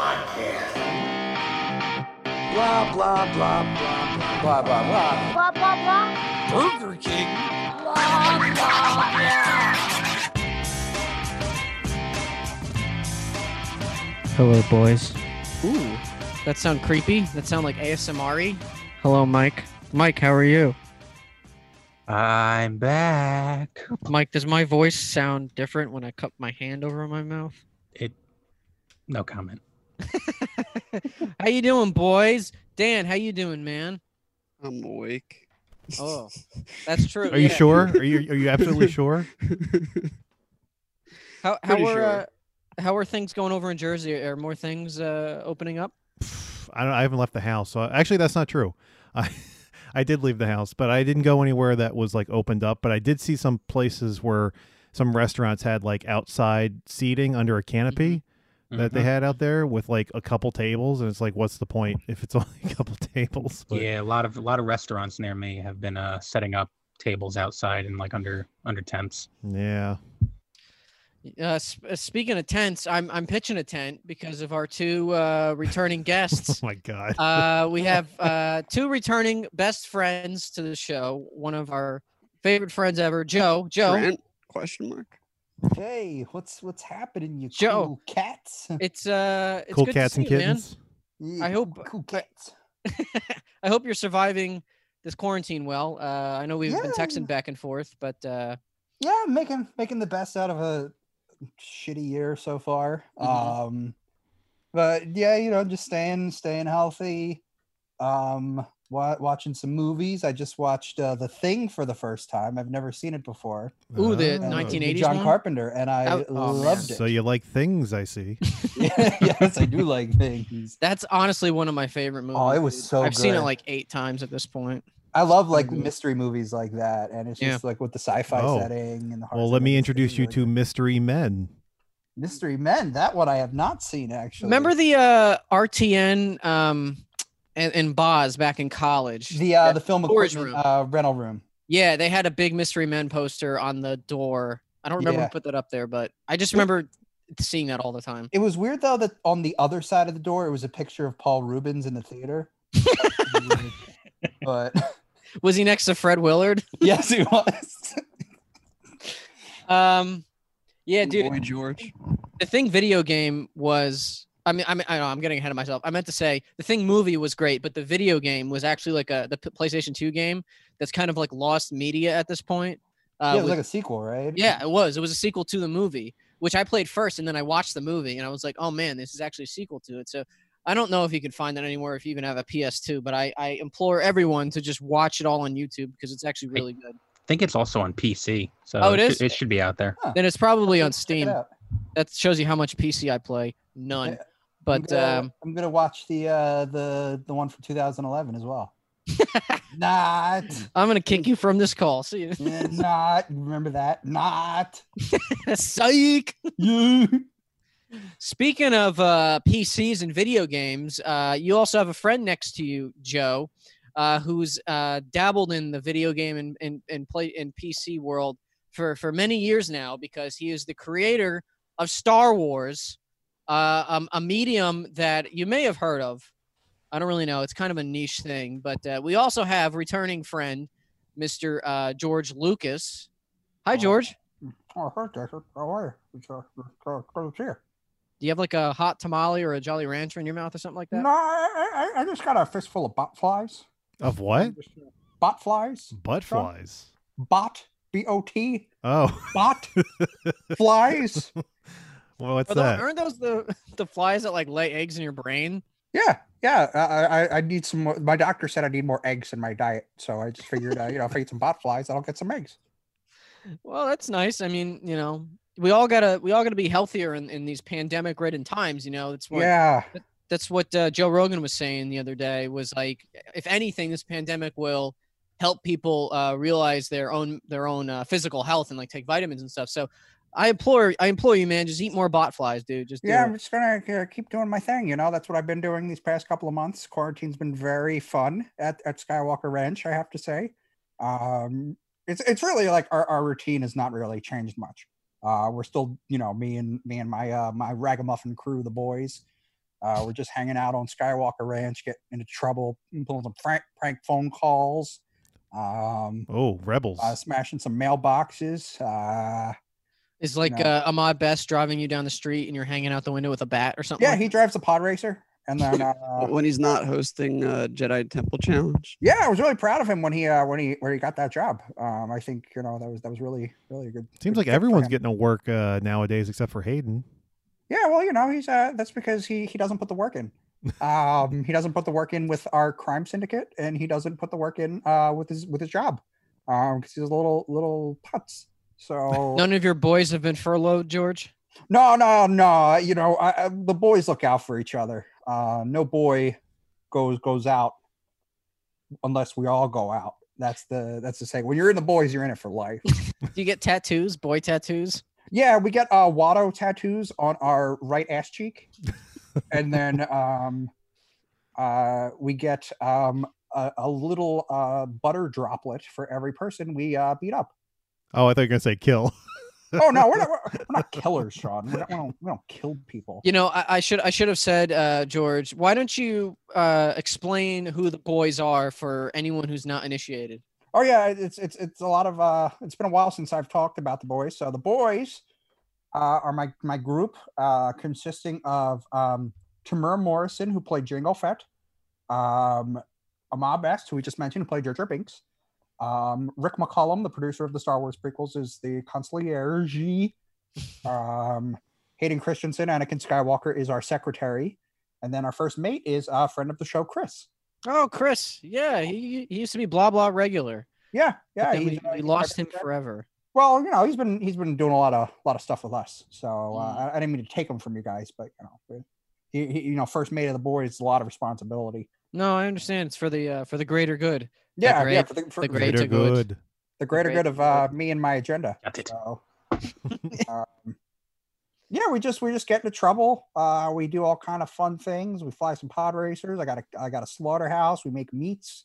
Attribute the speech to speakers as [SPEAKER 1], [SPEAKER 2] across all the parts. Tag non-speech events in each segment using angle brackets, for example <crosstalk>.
[SPEAKER 1] podcast. Blah, blah, blah, blah, blah, blah, blah, blah.
[SPEAKER 2] Blah, blah, blah.
[SPEAKER 1] Burger King.
[SPEAKER 3] Hello, boys.
[SPEAKER 4] Ooh, that sound creepy. That sound like ASMR.
[SPEAKER 3] Hello, Mike. Mike, how are you?
[SPEAKER 5] I'm back.
[SPEAKER 3] Mike, does my voice sound different when I cup my hand over my mouth?
[SPEAKER 5] It no comment.
[SPEAKER 4] How you doing, boys? Dan, how you doing, man?
[SPEAKER 6] I'm awake. <laughs>
[SPEAKER 4] Oh, that's <laughs> true.
[SPEAKER 7] Are you
[SPEAKER 4] yeah.
[SPEAKER 7] sure? Are you are you
[SPEAKER 4] <laughs>
[SPEAKER 7] absolutely sure?
[SPEAKER 4] How how
[SPEAKER 6] Pretty
[SPEAKER 4] are
[SPEAKER 6] sure.
[SPEAKER 4] uh, how are things going over in Jersey? Are more things uh, opening up?
[SPEAKER 7] Pff, I don't. I haven't left the house. So actually, that's not true. <laughs> I I did leave the house, but I didn't go anywhere that was like opened up. But I did see some places where some restaurants had like outside seating under a canopy
[SPEAKER 4] Mm-hmm.
[SPEAKER 7] that they
[SPEAKER 5] Mhm.
[SPEAKER 7] had out there with like a couple tables, and it's like, what's the point if it's <laughs> only a couple tables? But
[SPEAKER 5] Yeah, a lot of a lot of restaurants near me have been uh setting up tables outside and like under under temps.
[SPEAKER 7] yeah.
[SPEAKER 4] Uh, sp- uh, speaking of tents, I'm I'm pitching a tent because of our two uh, returning
[SPEAKER 8] <laughs>
[SPEAKER 7] Oh
[SPEAKER 4] guests.
[SPEAKER 7] my god.
[SPEAKER 4] Uh, we have uh, two returning best friends to the show. One of our favorite friends ever, Joe. Joe,
[SPEAKER 6] Grant? Question mark.
[SPEAKER 8] Hey, what's what's happening, you
[SPEAKER 4] Joe.
[SPEAKER 8] cool cats? <laughs>
[SPEAKER 4] it's uh, it's
[SPEAKER 7] cool
[SPEAKER 4] good to
[SPEAKER 7] cats and
[SPEAKER 4] see you, man.
[SPEAKER 7] kittens.
[SPEAKER 8] Yeah,
[SPEAKER 4] I hope-
[SPEAKER 8] cool- cool cats.
[SPEAKER 4] I hope you're surviving this quarantine well. Uh, I know we've been
[SPEAKER 8] Yeah.
[SPEAKER 4] texting back and forth, but uh,
[SPEAKER 8] Yeah, making making the best out of a shitty year so far.
[SPEAKER 4] Mhm.
[SPEAKER 8] Um, but yeah, you know, just staying staying healthy. Um, wa- watching some movies. I just watched uh, The Thing for the first time. I've never seen it before.
[SPEAKER 4] ooh, the
[SPEAKER 7] Oh.
[SPEAKER 8] Uh, with
[SPEAKER 4] 1980s
[SPEAKER 8] John
[SPEAKER 4] one?
[SPEAKER 8] Carpenter, and I
[SPEAKER 4] Oh, oh, man.
[SPEAKER 8] loved it.
[SPEAKER 7] So you like things? I see.
[SPEAKER 8] <laughs> yes, I do like
[SPEAKER 4] <laughs>
[SPEAKER 8] things.
[SPEAKER 4] that's honestly one of my favorite movies.
[SPEAKER 8] Oh, it was
[SPEAKER 4] dude.
[SPEAKER 8] so
[SPEAKER 4] I've seen it
[SPEAKER 8] good.
[SPEAKER 4] like eight times at this point.
[SPEAKER 8] I love like
[SPEAKER 4] Mhm.
[SPEAKER 8] mystery movies like that, and it's
[SPEAKER 4] Yeah.
[SPEAKER 8] just like with the sci-fi
[SPEAKER 7] Oh.
[SPEAKER 8] setting and the.
[SPEAKER 7] Well,
[SPEAKER 8] hard
[SPEAKER 7] let me
[SPEAKER 8] science,
[SPEAKER 7] introduce
[SPEAKER 8] it's
[SPEAKER 7] you
[SPEAKER 8] really
[SPEAKER 7] to Mystery Men.
[SPEAKER 8] Mystery Men. That one I have not seen actually.
[SPEAKER 4] Remember the uh, RTN um, and, and Boz back in college?
[SPEAKER 8] the uh,
[SPEAKER 4] That-
[SPEAKER 8] the film
[SPEAKER 4] storage
[SPEAKER 8] equipment,
[SPEAKER 4] room.
[SPEAKER 8] Uh, rental room.
[SPEAKER 4] yeah, they had a big Mystery Men poster on the door. I don't remember
[SPEAKER 8] Yeah.
[SPEAKER 4] who put that up there, but I just remember seeing that all the time.
[SPEAKER 8] It was weird though that on the other side of the door it was a picture of Paul Rubens in the
[SPEAKER 4] <laughs>
[SPEAKER 8] theater. but <laughs>
[SPEAKER 4] Was he next to Fred Willard? <laughs>
[SPEAKER 8] yes, he was.
[SPEAKER 4] Um, yeah,
[SPEAKER 8] Oh,
[SPEAKER 6] Good
[SPEAKER 4] dude.
[SPEAKER 6] Boy George.
[SPEAKER 4] the thing video game was I mean, I mean, I know I'm getting ahead of myself. I meant to say the thing movie was great, but the video game was actually like a the P- PlayStation 2 game that's kind of like lost media at this point.
[SPEAKER 8] yeah,
[SPEAKER 4] Uh,
[SPEAKER 8] it was
[SPEAKER 4] with-
[SPEAKER 8] like a sequel, right?
[SPEAKER 4] yeah, it was. It was a sequel to the movie, which I played first, and then I watched the movie, and I was like, oh man, this is actually a sequel to it. So I don't know if you can find that anywhere if you even have a PS2, but I, I implore everyone to just watch it all on YouTube because it's actually really good.
[SPEAKER 5] I think it's also on PC. So
[SPEAKER 4] Oh, it
[SPEAKER 5] should-
[SPEAKER 4] is?
[SPEAKER 5] it should be out there.
[SPEAKER 4] Then it's probably on
[SPEAKER 8] Check it
[SPEAKER 4] Steam.
[SPEAKER 8] out.
[SPEAKER 4] That shows you how much PC I play. None.
[SPEAKER 8] Yeah, I'm
[SPEAKER 4] But
[SPEAKER 8] gonna,
[SPEAKER 4] um,
[SPEAKER 8] I'm gonna watch the uh, the the one from 2011 as
[SPEAKER 4] <laughs>
[SPEAKER 8] well. not,
[SPEAKER 4] I'm gonna kick you from this call. See you.
[SPEAKER 8] Yeah, not. Remember that? Not.
[SPEAKER 4] <laughs> Psych.
[SPEAKER 8] Yeah.
[SPEAKER 4] Speaking of uh, PCs and video games, uh, you also have a friend next to you, Joe, uh, who's uh, dabbled in the video game and, and, and play in PC world for, for many years now because he is the creator of Star Wars, uh, um, a medium that you may have heard of. I don't really know. It's kind of a niche thing, but uh, we also have returning friend, Mr. Uh, George Lucas. Hi,
[SPEAKER 8] Oh.
[SPEAKER 4] George.
[SPEAKER 8] Oh, hi, Jason. How are you? It's, uh, it's, uh, good to see you.
[SPEAKER 4] Do you have like a hot tamale or a Jolly Rancher in your mouth or something like that?
[SPEAKER 8] No, I, I, I just got a fistful of bot flies.
[SPEAKER 7] Of what?
[SPEAKER 8] Bot flies?
[SPEAKER 7] Butt
[SPEAKER 8] Sean?
[SPEAKER 7] flies.
[SPEAKER 8] Bot? B O T?
[SPEAKER 7] Oh. <laughs>
[SPEAKER 8] Bot? flies?
[SPEAKER 7] Well, what's
[SPEAKER 4] Are tho-
[SPEAKER 7] that?
[SPEAKER 4] aren't those the <laughs> the flies that like lay eggs in your brain?
[SPEAKER 8] Yeah, yeah. uh, I, I, I- I need some more. My doctor said I need more eggs in my diet. So I just figured, uh, you know, if I eat some bot flies, I'll get some eggs.
[SPEAKER 4] Well, that's nice. I mean, you know, we all gotta we all gotta be healthier in, in these pandemic ridden times. You know, that's what
[SPEAKER 8] Yeah.
[SPEAKER 4] that's what uh, Joe Rogan was saying the other day. Was like, if anything, this pandemic will help people uh, realize their own their own uh, physical health and like take vitamins and stuff. So, I implore I implore you, man, just eat more bot flies, dude. Just do
[SPEAKER 8] Yeah,
[SPEAKER 4] it.
[SPEAKER 8] I'm just going to uh, keep doing my thing. You know, that's what I've been doing these past couple of months. Quarantine's been very fun at, at Skywalker Ranch, I have to say. Um, it's, it's really like our, our routine has not really changed much. Uh, we're still, you know, me and me and my uh, my ragamuffin crew, the boys, Uh, we're just hanging out on Skywalker Ranch, getting into trouble, pulling some prank, prank phone calls, um,
[SPEAKER 7] Oh, rebels!
[SPEAKER 8] uh, smashing some mailboxes. Uh,
[SPEAKER 4] Is like
[SPEAKER 8] No.
[SPEAKER 4] uh, Ahmad Best driving you down the street and you're hanging out the window with a bat or something.
[SPEAKER 8] yeah,
[SPEAKER 4] like-
[SPEAKER 8] he drives a pod racer. And then, uh,
[SPEAKER 6] when he's not hosting uh, Jedi Temple Challenge.
[SPEAKER 8] yeah, I was really proud of him when he uh, when he when he got that job. Um, I think you know that was that was really really a good.
[SPEAKER 7] Seems
[SPEAKER 8] good
[SPEAKER 7] like
[SPEAKER 8] fit for
[SPEAKER 7] everyone's
[SPEAKER 8] him.
[SPEAKER 7] getting to work uh, nowadays, except for Hayden.
[SPEAKER 8] Yeah, well, you know, he's uh, that's because he he doesn't put the work
[SPEAKER 7] <laughs>
[SPEAKER 8] in. Um, he doesn't put the work in with our crime syndicate, and he doesn't put the work in uh with his with his job, um, because he's a little little putz. So
[SPEAKER 7] <laughs>
[SPEAKER 4] None of your boys have been furloughed, George.
[SPEAKER 8] no, no, no. You know, I, I, the boys look out for each other. Uh, no boy goes goes out unless we all go out. That's the that's the saying. When you're in the boys, you're in it for life.
[SPEAKER 4] Do you get <laughs> tattoos, boy tattoos?
[SPEAKER 8] Yeah, we get uh Watto tattoos on our right ass cheek. and then um uh we get um a, a little uh butter droplet for every person we uh beat up.
[SPEAKER 7] Oh, I thought you were gonna say kill. <laughs>
[SPEAKER 8] Oh no, we're not we're, we're not killers, Sean. We don't, we don't we don't kill people.
[SPEAKER 4] You know, I, I should I should have said, uh, George. Why don't you uh, explain who the boys are for anyone who's not initiated?
[SPEAKER 8] Oh yeah, it's it's it's a lot of uh it's been a while since I've talked about the boys. So the boys uh, are my my group uh consisting of um Tamir Morrison who played Jingle Fett, um Amar Best who we just mentioned who played Jar Jar Binks, um Rick McCollum the producer of the Star Wars prequels is the concierge, um Hayden Christensen Anakin Skywalker is our secretary, and then our first mate is a friend of the show Chris.
[SPEAKER 4] Oh, Chris. Yeah, he, he used to be blah blah regular.
[SPEAKER 8] Yeah,
[SPEAKER 4] but
[SPEAKER 8] yeah,
[SPEAKER 4] then we,
[SPEAKER 8] he's, uh,
[SPEAKER 4] we
[SPEAKER 8] he's my
[SPEAKER 4] lost him
[SPEAKER 8] best friend.
[SPEAKER 4] forever.
[SPEAKER 8] Well, you know, he's been he's been doing a lot of lot of stuff with us. So
[SPEAKER 4] Mm.
[SPEAKER 8] uh, I, I didn't mean to take him from you guys, but you know, but he, he you know first mate of the board is a lot of responsibility.
[SPEAKER 4] No, I understand. It's for the uh, for the greater good.
[SPEAKER 8] Yeah, yeah,
[SPEAKER 4] great-
[SPEAKER 8] for the, for the,
[SPEAKER 4] the great-
[SPEAKER 8] greater,
[SPEAKER 7] Greater
[SPEAKER 4] good.
[SPEAKER 7] good.
[SPEAKER 8] good,
[SPEAKER 4] great
[SPEAKER 8] of uh, me and my agenda.
[SPEAKER 5] Got it.
[SPEAKER 8] So, <laughs> um, yeah, we just we just get into trouble. Uh, we do all kind of fun things. We fly some pod racers. I got a I got a slaughterhouse. We make meats.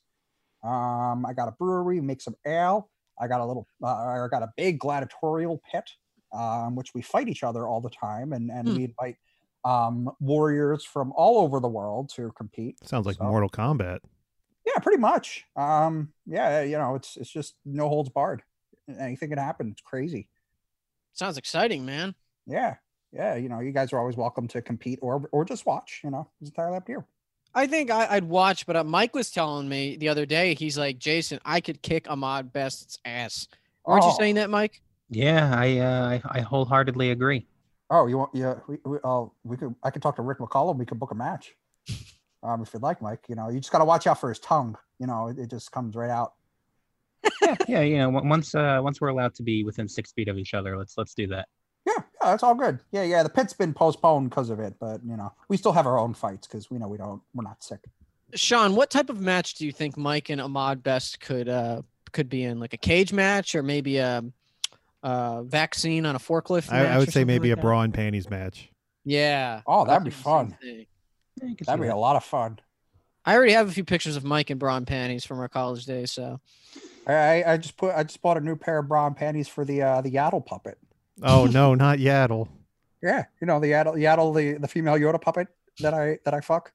[SPEAKER 8] Um, I got a brewery. We make some ale. I got a little. Uh, I got a big gladiatorial pit, um, which we fight each other all the time, and and
[SPEAKER 4] Hmm.
[SPEAKER 8] we invite um warriors from all over the world to compete
[SPEAKER 7] Sounds like
[SPEAKER 8] So-
[SPEAKER 7] Mortal Kombat.
[SPEAKER 8] yeah pretty much um yeah you know it's it's just no holds barred anything can happen it's crazy
[SPEAKER 4] Sounds exciting, man.
[SPEAKER 8] yeah yeah you know you guys are always welcome to compete or or just watch you know it's entirely up to you
[SPEAKER 4] I think I, I'd watch, but uh, Mike was telling me the other day. He's like, Jason, I could kick Ahmad Best's ass. Weren't you
[SPEAKER 8] Oh,
[SPEAKER 4] saying that, Mike?
[SPEAKER 5] Yeah, I uh, I, I wholeheartedly agree.
[SPEAKER 8] oh you want yeah we, we uh we could i could talk to rick mccollum we could book a
[SPEAKER 4] <laughs>
[SPEAKER 8] match um if you'd like mike you know you just got to watch out for his tongue you know it, it just comes right out
[SPEAKER 5] Yeah, <laughs> yeah, you know, on- once uh, once we're allowed to be within six feet of each other, let's let's do that.
[SPEAKER 8] yeah yeah that's all good yeah yeah the pit's been postponed because of it but you know we still have our own fights because we know we don't we're not sick
[SPEAKER 4] Sean, what type of match do you think Mike and Ahmad Best could uh could be in? Like a cage match or maybe a, uh vaccine on a forklift?
[SPEAKER 7] I, I
[SPEAKER 4] match or
[SPEAKER 7] would say
[SPEAKER 4] something
[SPEAKER 7] maybe a
[SPEAKER 4] like that?
[SPEAKER 7] bra and panties match.
[SPEAKER 4] Yeah.
[SPEAKER 8] oh that'd
[SPEAKER 4] That's
[SPEAKER 8] be
[SPEAKER 4] what I was
[SPEAKER 8] fun
[SPEAKER 4] thinking.
[SPEAKER 5] Yeah, you can
[SPEAKER 8] that'd
[SPEAKER 5] see
[SPEAKER 8] be
[SPEAKER 5] that.
[SPEAKER 8] a lot of fun
[SPEAKER 4] I already have a few pictures of Mike in bra and panties from our college days. So
[SPEAKER 8] I, I- I just put I just bought a new pair of bra and panties for the uh, the Yaddle puppet.
[SPEAKER 7] Oh
[SPEAKER 4] <laughs>
[SPEAKER 7] no, not Yaddle.
[SPEAKER 8] Yeah, you know the Yaddle Yaddle the, the female Yoda puppet that I that I fuck.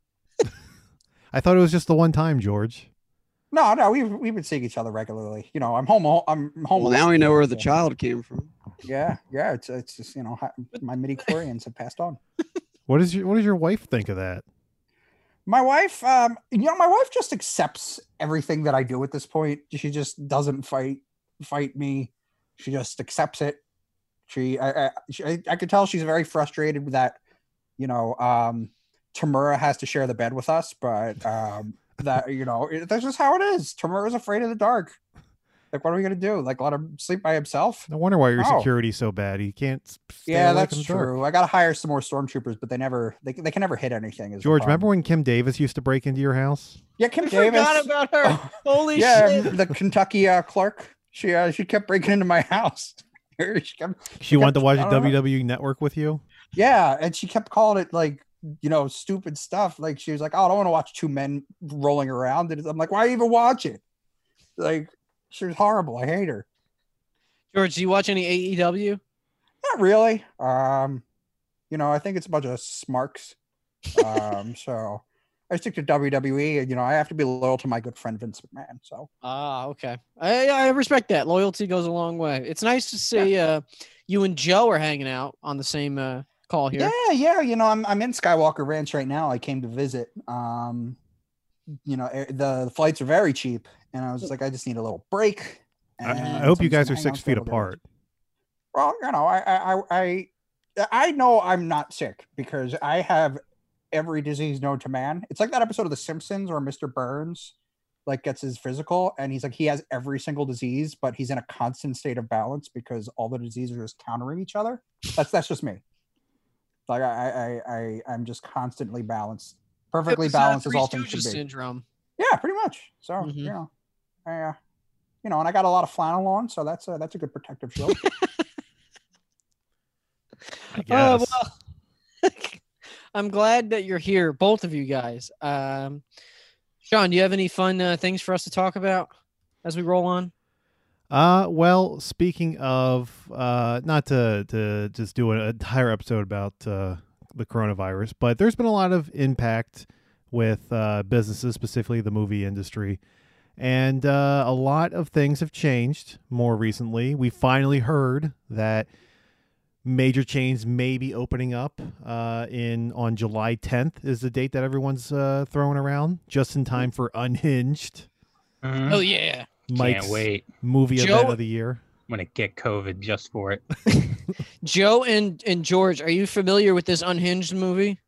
[SPEAKER 7] I thought it was just the one time, George.
[SPEAKER 8] No, no, we've we've been seeing each other regularly. You know, I'm home. I'm home.
[SPEAKER 6] Oh, Well, now we know where the
[SPEAKER 8] Yeah.
[SPEAKER 6] child came from.
[SPEAKER 8] Yeah, yeah. It's it's just you know hi- my midi chlorians have passed on.
[SPEAKER 7] What is your What does your wife think of that?
[SPEAKER 8] My wife, um, you know, my wife just accepts everything that I do at this point. She just doesn't fight fight me. She just accepts it. She, I, I, she, I I could tell she's very frustrated with that. You know, um, Tamura has to share the bed with us, but um, that you know, it, that's just how it is. Tamura's afraid of the dark. Like, what are we gonna do? Like, let him sleep by himself?
[SPEAKER 7] No wonder why your
[SPEAKER 8] Oh.
[SPEAKER 7] security's so bad. He can't. s- stay
[SPEAKER 8] yeah,
[SPEAKER 7] away from
[SPEAKER 8] that's
[SPEAKER 7] the dark.
[SPEAKER 8] true. I gotta hire some more stormtroopers, but they never, they, they can never hit anything. is the
[SPEAKER 7] George,
[SPEAKER 8] problem.
[SPEAKER 7] remember when Kim Davis used to break into your house?
[SPEAKER 8] Yeah, Kim
[SPEAKER 4] <laughs> I
[SPEAKER 8] Davis. Oh,
[SPEAKER 4] forgot about
[SPEAKER 8] <laughs>
[SPEAKER 4] her. Holy
[SPEAKER 8] yeah,
[SPEAKER 4] shit.
[SPEAKER 8] the Kentucky uh, clerk. She uh, she kept breaking into my <laughs> house. she kept,
[SPEAKER 7] She wanted to watch
[SPEAKER 8] I
[SPEAKER 7] the
[SPEAKER 8] don't know.
[SPEAKER 7] WWE Network with you.
[SPEAKER 8] yeah, and she kept calling it like you know stupid stuff. Like she was like, "Oh, I don't want to watch two men rolling around." And I'm like, "Why even watch it?" Like she was horrible. I hate her.
[SPEAKER 4] George, do you watch any E AEW?
[SPEAKER 8] Not really. Um, you know, I think it's a bunch of smarks. um, so I stick to WWE. and You know, I have to be loyal to my good friend Vince McMahon. So
[SPEAKER 4] Ah, okay. I, I respect that. Loyalty goes a long way. It's nice to see uh, you and Joe are hanging out on the same uh, call here.
[SPEAKER 8] yeah, yeah. You know, I'm I'm in Skywalker Ranch right now. I came to visit. Um, you know, eh, the, the flights are very cheap, and I was just like, I just need a little break.
[SPEAKER 7] I,
[SPEAKER 8] and
[SPEAKER 7] I hope
[SPEAKER 8] so
[SPEAKER 7] you
[SPEAKER 8] I'm just
[SPEAKER 7] guys
[SPEAKER 8] gonna
[SPEAKER 7] are
[SPEAKER 8] hang
[SPEAKER 7] six
[SPEAKER 8] out
[SPEAKER 7] feet
[SPEAKER 8] for a little bit.
[SPEAKER 7] apart.
[SPEAKER 8] Well, you know, I, I, I, I, I know I'm not sick because I have every disease known to man. It's like that episode of The Simpsons where Mr. Burns like gets his physical and he's like he has every single disease, but he's in a constant state of balance because all the diseases are just countering each other. That's that's just me. Like I, I, I, I I'm just constantly balanced, perfectly
[SPEAKER 4] It was, uh,
[SPEAKER 8] balanced as
[SPEAKER 4] Three
[SPEAKER 8] all things should
[SPEAKER 4] Stooges
[SPEAKER 8] be.
[SPEAKER 4] Syndrome. <laughs>
[SPEAKER 8] Yeah, pretty much. So
[SPEAKER 4] Mhm.
[SPEAKER 8] you know, I, uh, you know, and I got a lot of flannel on, so that's a, that's a good protective shield.
[SPEAKER 7] I
[SPEAKER 4] Oh,
[SPEAKER 7] guess.
[SPEAKER 4] well, I'm glad that you're here, both of you guys. Um, Sean, do you have any fun uh, things for us to talk about as we roll on?
[SPEAKER 7] Uh, well, speaking of, uh, not to, to just do an entire episode about uh, the coronavirus, but there's been a lot of impact with uh, businesses, specifically the movie industry. And uh, a lot of things have changed more recently. We finally heard that major chains may be opening up uh, in on July 10th is the date that everyone's uh, throwing around, just in time for Unhinged, Hmm.
[SPEAKER 5] Mhm.
[SPEAKER 4] Oh yeah,
[SPEAKER 7] Mike's
[SPEAKER 5] Can't wait.
[SPEAKER 7] movie event
[SPEAKER 4] Joe-
[SPEAKER 7] of the year.
[SPEAKER 5] I'm gonna get COVID just for it.
[SPEAKER 4] Joe and and George, are you familiar with this Unhinged movie?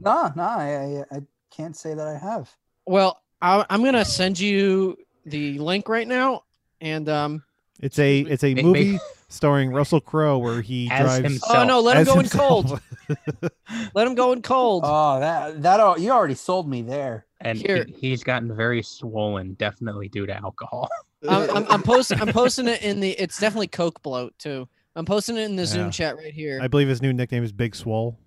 [SPEAKER 8] No, no, I, I, I can't say that I have.
[SPEAKER 4] Well, I, I'm gonna send you the link right now, and um.
[SPEAKER 7] It's a it's a
[SPEAKER 5] Ba- ba-
[SPEAKER 7] movie starring Russell Crowe where he
[SPEAKER 5] as
[SPEAKER 7] drives
[SPEAKER 5] himself.
[SPEAKER 4] Oh no, let him
[SPEAKER 7] as
[SPEAKER 4] go in
[SPEAKER 7] himself.
[SPEAKER 4] cold. Let him go in
[SPEAKER 8] <laughs>
[SPEAKER 4] cold.
[SPEAKER 8] Oh, that that al- you already sold me <laughs> there.
[SPEAKER 5] and
[SPEAKER 4] Here.
[SPEAKER 5] he, has gotten very swollen, definitely due to alcohol.
[SPEAKER 4] I'm, I'm, I'm posting. I'm posting it in the. It's definitely Coke bloat too. I'm posting it in the
[SPEAKER 7] Yeah.
[SPEAKER 4] Zoom chat right here.
[SPEAKER 7] <laughs> I believe his new nickname is Big Swole.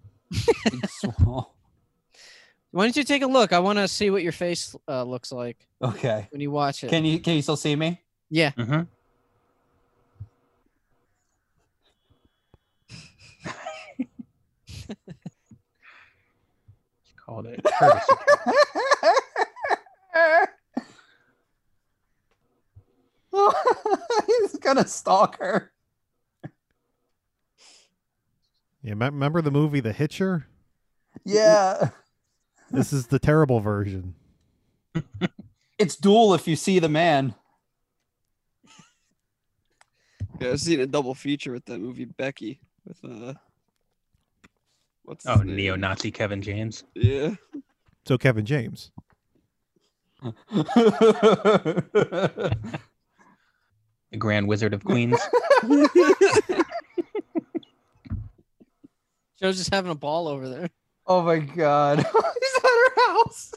[SPEAKER 4] Why don't you take a look? I want to see what your face uh, looks like
[SPEAKER 8] okay.
[SPEAKER 4] when you watch it.
[SPEAKER 8] Can you can you still see me?
[SPEAKER 4] yeah.
[SPEAKER 5] hmm called it courtesy.
[SPEAKER 8] <laughs> He's gonna stalk her.
[SPEAKER 7] Yeah, me- remember the movie The Hitcher?
[SPEAKER 8] Yeah,
[SPEAKER 7] This is the terrible version.
[SPEAKER 8] it's duel if you see the man.
[SPEAKER 6] Yeah, I've seen a double feature with that movie Becky with uh, what's
[SPEAKER 5] <laughs>
[SPEAKER 6] his
[SPEAKER 5] Oh,
[SPEAKER 6] name?
[SPEAKER 5] neo-Nazi Kevin James.
[SPEAKER 6] Yeah,
[SPEAKER 7] So Kevin James.
[SPEAKER 5] The Grand Wizard of <laughs> Queens.
[SPEAKER 4] Joe's just having a ball over there.
[SPEAKER 8] <laughs> oh my god, <laughs> he's at her house.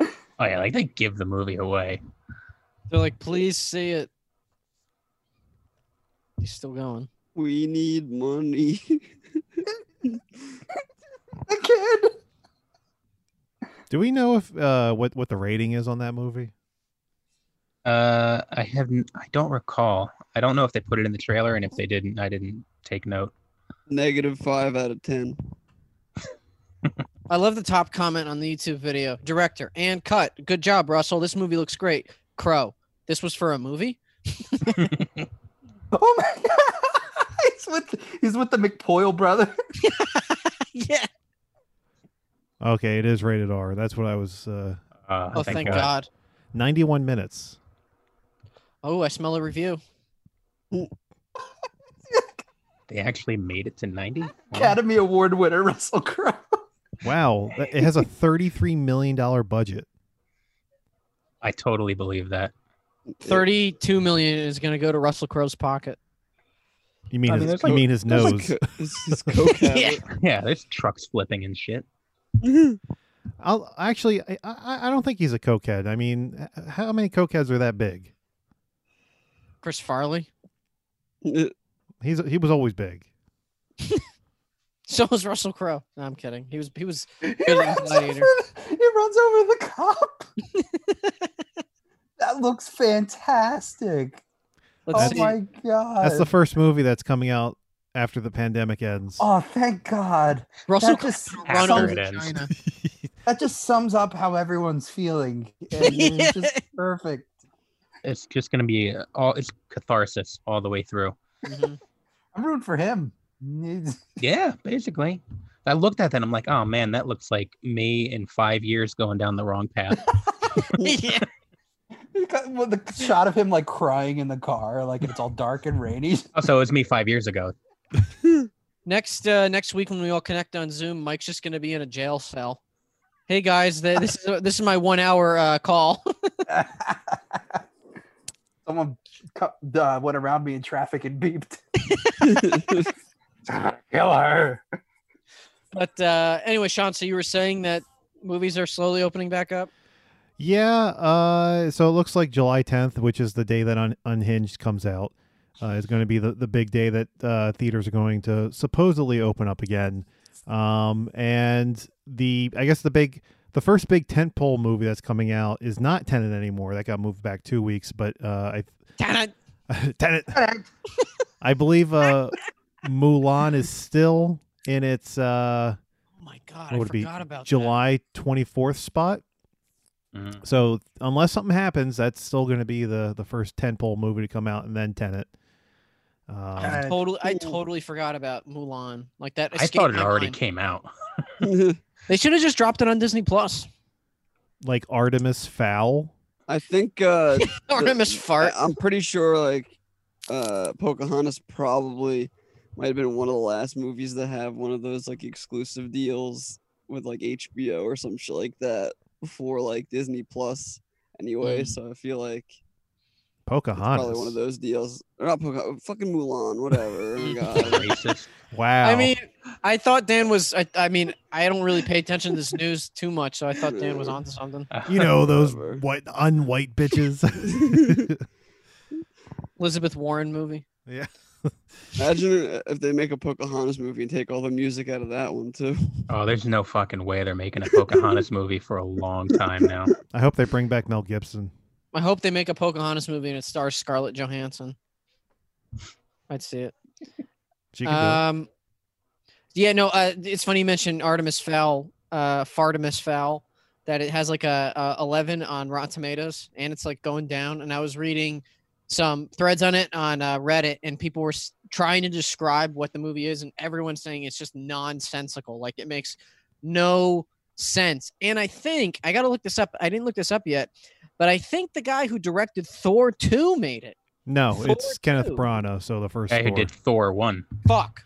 [SPEAKER 5] oh yeah, like they give the movie away.
[SPEAKER 4] They're like, please see it. He's still going.
[SPEAKER 6] we need money.
[SPEAKER 8] The kid.
[SPEAKER 7] Do we know if uh what what the rating is on that movie?
[SPEAKER 5] Uh, I haven't. I don't recall. I don't know if they put it in the trailer, and if they didn't, I didn't take note.
[SPEAKER 6] Negative five out of ten.
[SPEAKER 4] I love the top comment on the YouTube video. Director and cut. Good job, Russell. This movie looks great. Crow. This was for a movie.
[SPEAKER 8] Oh my <laughs> god, he's with he's with the McPoyle brother.
[SPEAKER 4] yeah.
[SPEAKER 7] Okay, it is rated R. That's what I was uh
[SPEAKER 5] Uh,
[SPEAKER 4] Oh, thank God.
[SPEAKER 7] 91 minutes.
[SPEAKER 4] Oh, I smell a review.
[SPEAKER 5] They actually made it to ninety.
[SPEAKER 8] Academy Award winner <laughs> Russell Crowe.
[SPEAKER 7] Wow, that- it has a 33 million dollar budget.
[SPEAKER 5] I totally believe that. <laughs>
[SPEAKER 4] Thirty-two million is going to go to Russell Crowe's pocket.
[SPEAKER 7] You mean
[SPEAKER 5] I mean,
[SPEAKER 7] his,
[SPEAKER 5] there's
[SPEAKER 7] you
[SPEAKER 5] like-
[SPEAKER 7] mean his
[SPEAKER 6] That's like
[SPEAKER 7] nose?
[SPEAKER 6] co- it's his coke
[SPEAKER 4] Yeah.
[SPEAKER 6] habit.
[SPEAKER 5] Yeah, there's trucks flipping and shit.
[SPEAKER 7] I'll actually I, I I don't think he's a cokehead. I mean, h- how many cokeheads are that big?
[SPEAKER 4] Chris Farley.
[SPEAKER 7] He's he was always big.
[SPEAKER 4] So was Russell Crowe. No, I'm kidding. He was. He was.
[SPEAKER 8] He
[SPEAKER 4] Good
[SPEAKER 8] runs, over,
[SPEAKER 4] gladiator.
[SPEAKER 8] the- he runs over the cop. that looks fantastic.
[SPEAKER 4] Let's
[SPEAKER 8] oh
[SPEAKER 4] see.
[SPEAKER 8] my god. Uh,
[SPEAKER 7] That's the first movie that's coming out after the pandemic ends.
[SPEAKER 8] Oh, thank God.
[SPEAKER 4] Russell
[SPEAKER 8] That
[SPEAKER 4] Crowe
[SPEAKER 8] just
[SPEAKER 5] After
[SPEAKER 4] run over
[SPEAKER 5] it ends.
[SPEAKER 4] China.
[SPEAKER 8] That just sums up how everyone's feeling. And it's just perfect.
[SPEAKER 5] It's just gonna be uh, all it's catharsis all the way through.
[SPEAKER 4] Mhm.
[SPEAKER 8] I'm rooting for him. He's-
[SPEAKER 5] Yeah, basically. I looked at that. I'm like, oh man, that looks like me in five years going down the wrong
[SPEAKER 4] <laughs>
[SPEAKER 5] path.
[SPEAKER 4] <laughs> Yeah.
[SPEAKER 8] he's got- well, the shot of him like crying in the car, like it's all dark and rainy. <laughs>
[SPEAKER 5] also, it was me five years ago.
[SPEAKER 4] Next uh, next week when we all connect on Zoom, Mike's just gonna be in a jail cell. Hey guys, th- this is this is my one hour uh, call. <laughs>
[SPEAKER 8] Someone cu- uh, went around me in traffic and beeped. Kill her.
[SPEAKER 4] But uh, anyway, Sean, so you were saying that movies are slowly opening back up.
[SPEAKER 7] Yeah, uh, so it looks like July 10th, which is the day that Un- Unhinged comes out, uh, is going to be the, the big day that uh, theaters are going to supposedly open up again. Um, and the I guess the big the first big tentpole movie that's coming out is not Tenet anymore. That got moved back two weeks, but uh,
[SPEAKER 4] Tenet.
[SPEAKER 7] I <laughs> Tenet. I believe uh, Mulan is still in its uh,
[SPEAKER 4] Oh my god,
[SPEAKER 7] What
[SPEAKER 4] I
[SPEAKER 7] would it be?
[SPEAKER 4] forgot about that.
[SPEAKER 7] July 24th spot.
[SPEAKER 5] Mm.
[SPEAKER 7] So unless something happens, that's still going to be the the first tentpole movie to come out, and then Tenet. Um,
[SPEAKER 8] Uh,
[SPEAKER 4] Totally, I
[SPEAKER 6] Ooh.
[SPEAKER 4] totally forgot about Mulan. Like that.
[SPEAKER 5] I
[SPEAKER 4] escaped
[SPEAKER 5] thought it
[SPEAKER 4] my
[SPEAKER 5] already
[SPEAKER 4] mind. <laughs>
[SPEAKER 5] came out.
[SPEAKER 4] They should have just dropped it on Disney Plus.
[SPEAKER 7] like Artemis Fowl.
[SPEAKER 6] <laughs> I think uh,
[SPEAKER 4] Artemis fart.
[SPEAKER 6] I- I'm pretty sure like uh Pocahontas probably might have been one of the last movies to have one of those like exclusive deals with like HBO or some shit like that before like Disney Plus anyway.
[SPEAKER 4] Mm.
[SPEAKER 6] So I feel like it's probably one of
[SPEAKER 7] Pocahontas.
[SPEAKER 6] those deals. Or not Pocahontas, fucking Mulan, whatever.
[SPEAKER 4] <laughs>
[SPEAKER 6] Oh my God.
[SPEAKER 5] Racist.
[SPEAKER 7] Wow.
[SPEAKER 4] I mean, I thought Dan was. I, I mean, I don't really pay attention to this news too much, so I thought Dan was onto something.
[SPEAKER 7] you know
[SPEAKER 6] <laughs>
[SPEAKER 7] those
[SPEAKER 6] Whatever.
[SPEAKER 7] white unwhite
[SPEAKER 6] <laughs>
[SPEAKER 7] bitches.
[SPEAKER 4] Elizabeth Warren movie.
[SPEAKER 7] <laughs> yeah.
[SPEAKER 6] Imagine if they make a Pocahontas movie and take all the music out of that one too.
[SPEAKER 5] <laughs> Oh, there's no fucking way they're making a Pocahontas movie for a long time now.
[SPEAKER 7] <laughs> I hope they bring back Mel Gibson.
[SPEAKER 4] I hope they make a Pocahontas movie and it stars Scarlett Johansson. I'd see it.
[SPEAKER 7] She can do it.
[SPEAKER 8] Uh,
[SPEAKER 4] Um, yeah, no, uh, it's funny you mentioned Artemis Fowl, uh, Fartemis Fowl, that it has like a, a 11 on Rotten Tomatoes and it's like going down. And I was reading some threads on it on uh, Reddit and people were s- trying to describe what the movie is and everyone's saying it's just nonsensical. Like it makes no sense. And I think I got to look this up. I didn't look this up yet, but I think the guy who directed Thor 2 made it.
[SPEAKER 7] no,
[SPEAKER 4] Thor
[SPEAKER 7] it's Kenneth
[SPEAKER 4] too.
[SPEAKER 7] Branagh. So the first
[SPEAKER 5] Guy who
[SPEAKER 7] Thor.
[SPEAKER 5] did Thor one,
[SPEAKER 4] Fuck.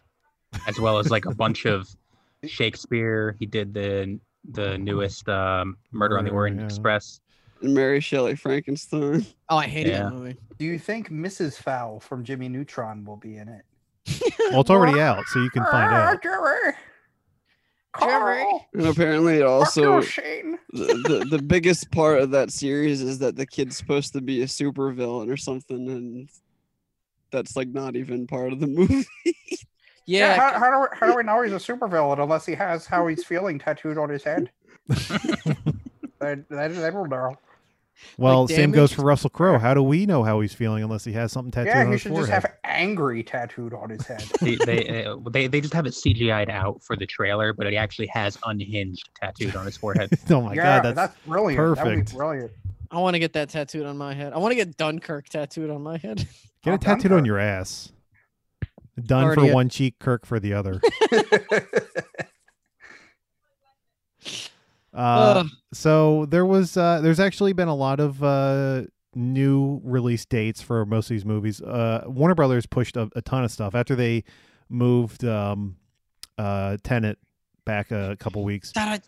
[SPEAKER 5] as well
[SPEAKER 7] <laughs>
[SPEAKER 5] as like a bunch of Shakespeare. He did the the newest um, Murder on the
[SPEAKER 7] Murder,
[SPEAKER 5] Orient
[SPEAKER 7] yeah.
[SPEAKER 5] Express.
[SPEAKER 6] And Mary Shelley Frankenstein.
[SPEAKER 4] Oh, I hated
[SPEAKER 5] Yeah.
[SPEAKER 4] that movie.
[SPEAKER 8] Do you think Mrs. Fowl from Jimmy Neutron will be in it?
[SPEAKER 7] Well,
[SPEAKER 8] <laughs>
[SPEAKER 7] it's already out, so you can find out.
[SPEAKER 8] Jimmy.
[SPEAKER 4] Carl,
[SPEAKER 6] And apparently it also
[SPEAKER 8] Shane.
[SPEAKER 6] the, the, the biggest part of that series is that the kid's supposed to be a supervillain or something, and that's like not even part of the movie.
[SPEAKER 4] Yeah.
[SPEAKER 8] how, how, do we, how do we know he's a supervillain unless he has how he's feeling tattooed on his
[SPEAKER 7] <laughs>
[SPEAKER 8] head? Then then- then we'll know.
[SPEAKER 7] Well, same goes
[SPEAKER 4] damaged?
[SPEAKER 7] for Russell Crowe. How do we know how he's feeling unless he has something tattooed
[SPEAKER 8] Yeah,
[SPEAKER 7] on
[SPEAKER 8] he
[SPEAKER 7] his
[SPEAKER 8] should
[SPEAKER 7] forehead?
[SPEAKER 8] just have angry tattooed on his head.
[SPEAKER 5] They they, uh, they they just have it CGI'd out for the trailer, but it actually has unhinged tattooed on
[SPEAKER 7] <laughs>
[SPEAKER 5] his forehead.
[SPEAKER 7] <laughs> oh my
[SPEAKER 8] yeah,
[SPEAKER 7] god, that's
[SPEAKER 8] brilliant. That would
[SPEAKER 7] perfect.
[SPEAKER 8] be brilliant.
[SPEAKER 4] I want to get that tattooed on my head. I want to get Dunkirk tattooed on my head.
[SPEAKER 7] Get
[SPEAKER 8] Oh,
[SPEAKER 7] a tattooed on
[SPEAKER 8] Dunkirk.
[SPEAKER 7] your ass. Done for
[SPEAKER 4] Already a-
[SPEAKER 7] one cheek, Kirk for the
[SPEAKER 4] <laughs>
[SPEAKER 7] other. Uh,
[SPEAKER 4] Ugh.
[SPEAKER 7] so there was, uh, there's actually been a lot of uh, new release dates for most of these movies. Uh, Warner Brothers pushed a, a ton of stuff after they moved um, uh, Tenet back a couple weeks.
[SPEAKER 4] That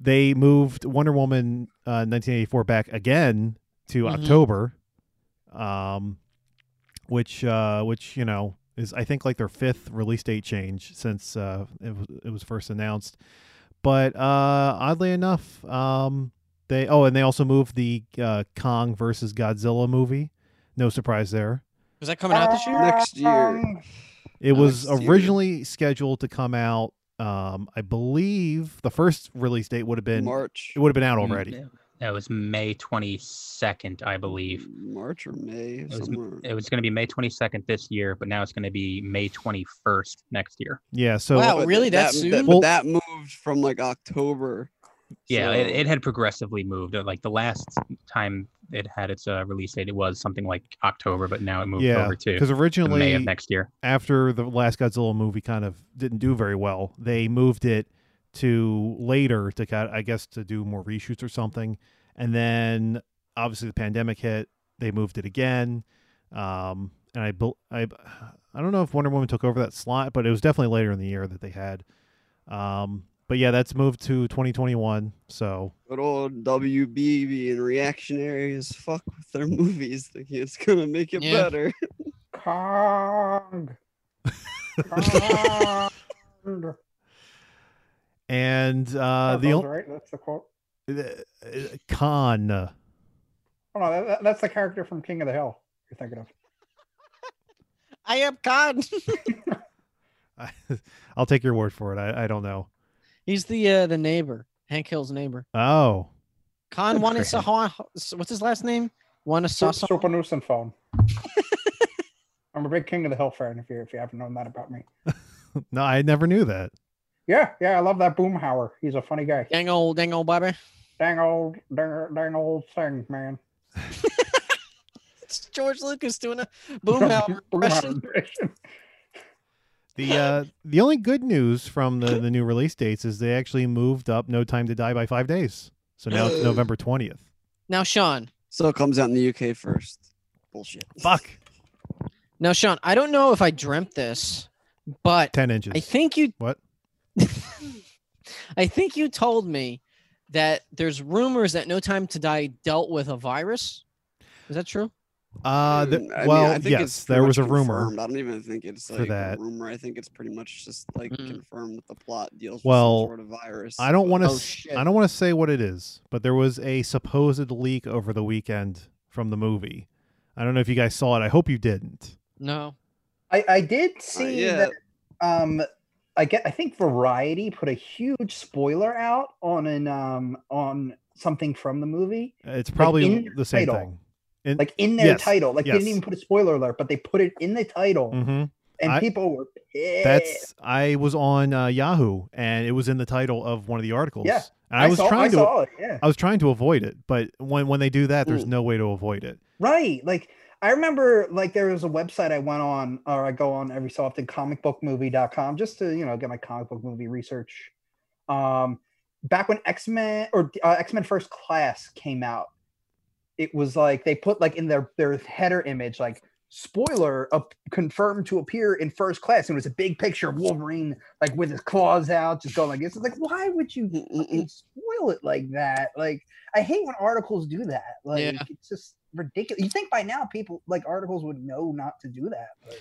[SPEAKER 7] They moved Wonder Woman uh, 1984 back again to
[SPEAKER 4] Mhm.
[SPEAKER 7] October, um, which uh, which you know is I think like their fifth release date change since uh, it was it was first announced. But uh, oddly enough, um, they oh and they also moved the uh, Kong versus Godzilla movie. No surprise there.
[SPEAKER 4] I, was that <laughs> coming out this year?
[SPEAKER 6] Next year.
[SPEAKER 8] Um,
[SPEAKER 7] It
[SPEAKER 6] Not
[SPEAKER 7] was
[SPEAKER 6] next year.
[SPEAKER 7] originally scheduled to come out. Um, I believe the first release date would have been
[SPEAKER 6] March.
[SPEAKER 5] Mm-hmm.
[SPEAKER 7] it would have been out already.
[SPEAKER 5] Mm, Yeah. It was May 22nd, I believe.
[SPEAKER 6] March or May,
[SPEAKER 5] was-
[SPEAKER 6] somewhere.
[SPEAKER 5] It was going to be May 22nd this year, but now it's going to be May 21st next year.
[SPEAKER 7] Yeah. So
[SPEAKER 4] Wow.
[SPEAKER 6] But
[SPEAKER 4] really? That
[SPEAKER 6] That,
[SPEAKER 4] soon?
[SPEAKER 6] that,
[SPEAKER 7] Well-
[SPEAKER 6] but that moved from like October.
[SPEAKER 5] Yeah, it,
[SPEAKER 6] so-
[SPEAKER 5] it had progressively moved. uh, Like the last time it had its uh, release date, it was something like October, but now it moved
[SPEAKER 7] yeah,
[SPEAKER 5] over to
[SPEAKER 7] because
[SPEAKER 5] to May of
[SPEAKER 7] originally
[SPEAKER 5] next year.
[SPEAKER 7] after the last Godzilla movie kind of didn't do very well, they moved it to later to kind I guess to do more reshoots or something. And then obviously the pandemic hit, they moved it again. Um, and I bel- I I don't know if Wonder Woman took over that slot, but it was definitely later in the year that they had. Um, but yeah, that's moved to 2021. So
[SPEAKER 6] Good old WB being reactionary as fuck with their movies, thinking it's gonna make it
[SPEAKER 4] Yeah.
[SPEAKER 6] better.
[SPEAKER 7] <laughs>
[SPEAKER 8] Kong.
[SPEAKER 7] Uh,
[SPEAKER 8] Kong.
[SPEAKER 7] and uh,
[SPEAKER 8] That
[SPEAKER 7] the
[SPEAKER 8] sounds
[SPEAKER 7] o-
[SPEAKER 8] right. That's the quote.
[SPEAKER 7] uh, uh, con <laughs>
[SPEAKER 8] Oh no, that- that, that's the character from King of the Hill you're thinking of.
[SPEAKER 4] I am Khan.
[SPEAKER 7] I, I'll take your word for it. I, I don't know.
[SPEAKER 4] <laughs> He's the uh, the neighbor, Hank Hill's neighbor.
[SPEAKER 7] Oh,
[SPEAKER 4] Khan
[SPEAKER 5] Good
[SPEAKER 4] Wana
[SPEAKER 5] for him.
[SPEAKER 4] Saha. What's his last name? Wana
[SPEAKER 8] Sup-
[SPEAKER 4] Sasa.
[SPEAKER 8] Sopanusan
[SPEAKER 7] <laughs>
[SPEAKER 8] phone. I'm a big King of the Hill fan. If you if you haven't known that about me,
[SPEAKER 7] no, I never knew that.
[SPEAKER 8] yeah, yeah, I love that Boomhauer. He's a funny guy.
[SPEAKER 4] Dang old, dang old Bobby.
[SPEAKER 8] Dang old, dang, dang old thing, man.
[SPEAKER 4] <laughs>
[SPEAKER 8] <laughs>
[SPEAKER 4] It's George Lucas doing a boomhauer impression.
[SPEAKER 8] impression.
[SPEAKER 7] The uh, the only good news from the, the new release dates is they actually moved up No Time to Die by five days. So now
[SPEAKER 6] Uh,
[SPEAKER 7] it's November twentieth.
[SPEAKER 4] Now, Sean.
[SPEAKER 6] So it comes out in the UK first. Bullshit.
[SPEAKER 7] Fuck,
[SPEAKER 4] Now, Sean. I don't know if I dreamt this, but
[SPEAKER 7] ten inches.
[SPEAKER 4] I think you.
[SPEAKER 7] What?
[SPEAKER 4] <laughs> I think you told me that there's rumors that No Time to Die dealt with a virus. Is that true?
[SPEAKER 7] uh, th-
[SPEAKER 6] Mm, I mean,
[SPEAKER 7] well,
[SPEAKER 6] I think it's
[SPEAKER 7] yes,
[SPEAKER 6] pretty
[SPEAKER 7] there was a
[SPEAKER 6] much
[SPEAKER 7] rumor.
[SPEAKER 6] confirmed. I don't even think it's
[SPEAKER 7] for
[SPEAKER 6] like
[SPEAKER 7] that.
[SPEAKER 6] a rumor. I think it's pretty much just like
[SPEAKER 4] Mm.
[SPEAKER 6] confirmed that the plot deals
[SPEAKER 7] Well,
[SPEAKER 6] with some sort of virus. <laughs>
[SPEAKER 7] I don't
[SPEAKER 6] but-
[SPEAKER 7] want to.
[SPEAKER 4] Oh, shit.
[SPEAKER 7] I don't want to say what it is, but there was a supposed leak over the weekend from the movie. I don't know if you guys saw it. I hope you didn't.
[SPEAKER 4] No.
[SPEAKER 8] I, I did see
[SPEAKER 6] yeah.
[SPEAKER 8] that um I get I think Variety put a huge spoiler out on an um on something from the movie.
[SPEAKER 7] It's probably
[SPEAKER 8] in your
[SPEAKER 7] the same
[SPEAKER 8] title.
[SPEAKER 7] thing. In-
[SPEAKER 8] Like in their
[SPEAKER 7] Yes,
[SPEAKER 8] title. Like they
[SPEAKER 7] yes.
[SPEAKER 8] didn't even put a spoiler alert, but they put it in the title
[SPEAKER 7] Mhm.
[SPEAKER 8] and
[SPEAKER 7] I-
[SPEAKER 8] people were pissed.
[SPEAKER 7] That's I was on uh, Yahoo and it was in the title of one of the articles.
[SPEAKER 8] Yeah,
[SPEAKER 7] and I, was
[SPEAKER 8] saw,
[SPEAKER 7] trying
[SPEAKER 8] I
[SPEAKER 7] to
[SPEAKER 8] saw it, yeah.
[SPEAKER 7] I was trying to avoid it, but when when they do that, there's
[SPEAKER 6] Mm.
[SPEAKER 7] no way to avoid it.
[SPEAKER 8] Right. Like I remember like there was a website I went on or I go on every so often comicbookmovie.com just to, you know, get my comic book movie research. Um back when X-Men or uh, X-Men First Class came out, it was like they put like in their their header image like spoiler up confirmed to appear in first class and it was a big picture of Wolverine like with his claws out just going like this. It's like why would you
[SPEAKER 6] Mm, mm, mm.
[SPEAKER 8] fucking spoil it like that. Like I hate when articles do that. Like
[SPEAKER 4] Yeah.
[SPEAKER 8] it's just ridiculous. You think by now people like articles would know not to do that. but-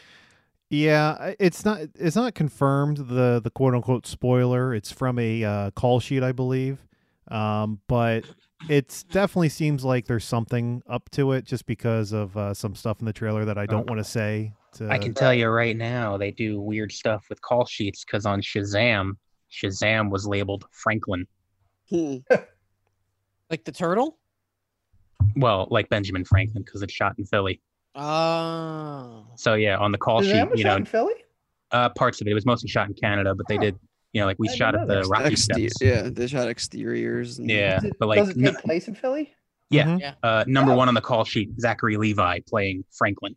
[SPEAKER 7] Yeah, I- it's not it's not confirmed the the quote unquote spoiler. It's from a uh, call sheet, I believe, um, but it definitely seems like there's something up to it just because of uh, some stuff in the trailer that I don't want to say. To
[SPEAKER 5] I can tell you right now, they do weird stuff with call sheets because on Shazam, Shazam was labeled Franklin.
[SPEAKER 6] Hmm.
[SPEAKER 4] Like the turtle?
[SPEAKER 5] Well, like Benjamin Franklin because it's shot in Philly.
[SPEAKER 4] Oh.
[SPEAKER 5] So yeah, on the call
[SPEAKER 8] Is
[SPEAKER 5] sheet,
[SPEAKER 8] that
[SPEAKER 5] you
[SPEAKER 8] shot
[SPEAKER 5] know,
[SPEAKER 8] in Philly?
[SPEAKER 5] uh, parts of it. It was mostly shot in Canada, but they
[SPEAKER 8] Huh.
[SPEAKER 5] did, you know, like we
[SPEAKER 8] I didn't
[SPEAKER 5] shot at
[SPEAKER 8] know
[SPEAKER 5] the
[SPEAKER 8] that.
[SPEAKER 5] Rocky
[SPEAKER 6] Exter-
[SPEAKER 5] Steps.
[SPEAKER 6] yeah, they shot exteriors. And
[SPEAKER 5] Yeah,
[SPEAKER 8] Does it-
[SPEAKER 5] but like
[SPEAKER 8] does it
[SPEAKER 5] n-
[SPEAKER 8] take place in Philly?
[SPEAKER 5] Yeah.
[SPEAKER 7] Mhm.
[SPEAKER 5] uh, number
[SPEAKER 8] Oh.
[SPEAKER 5] one on the call sheet, Zachary Levi playing Franklin.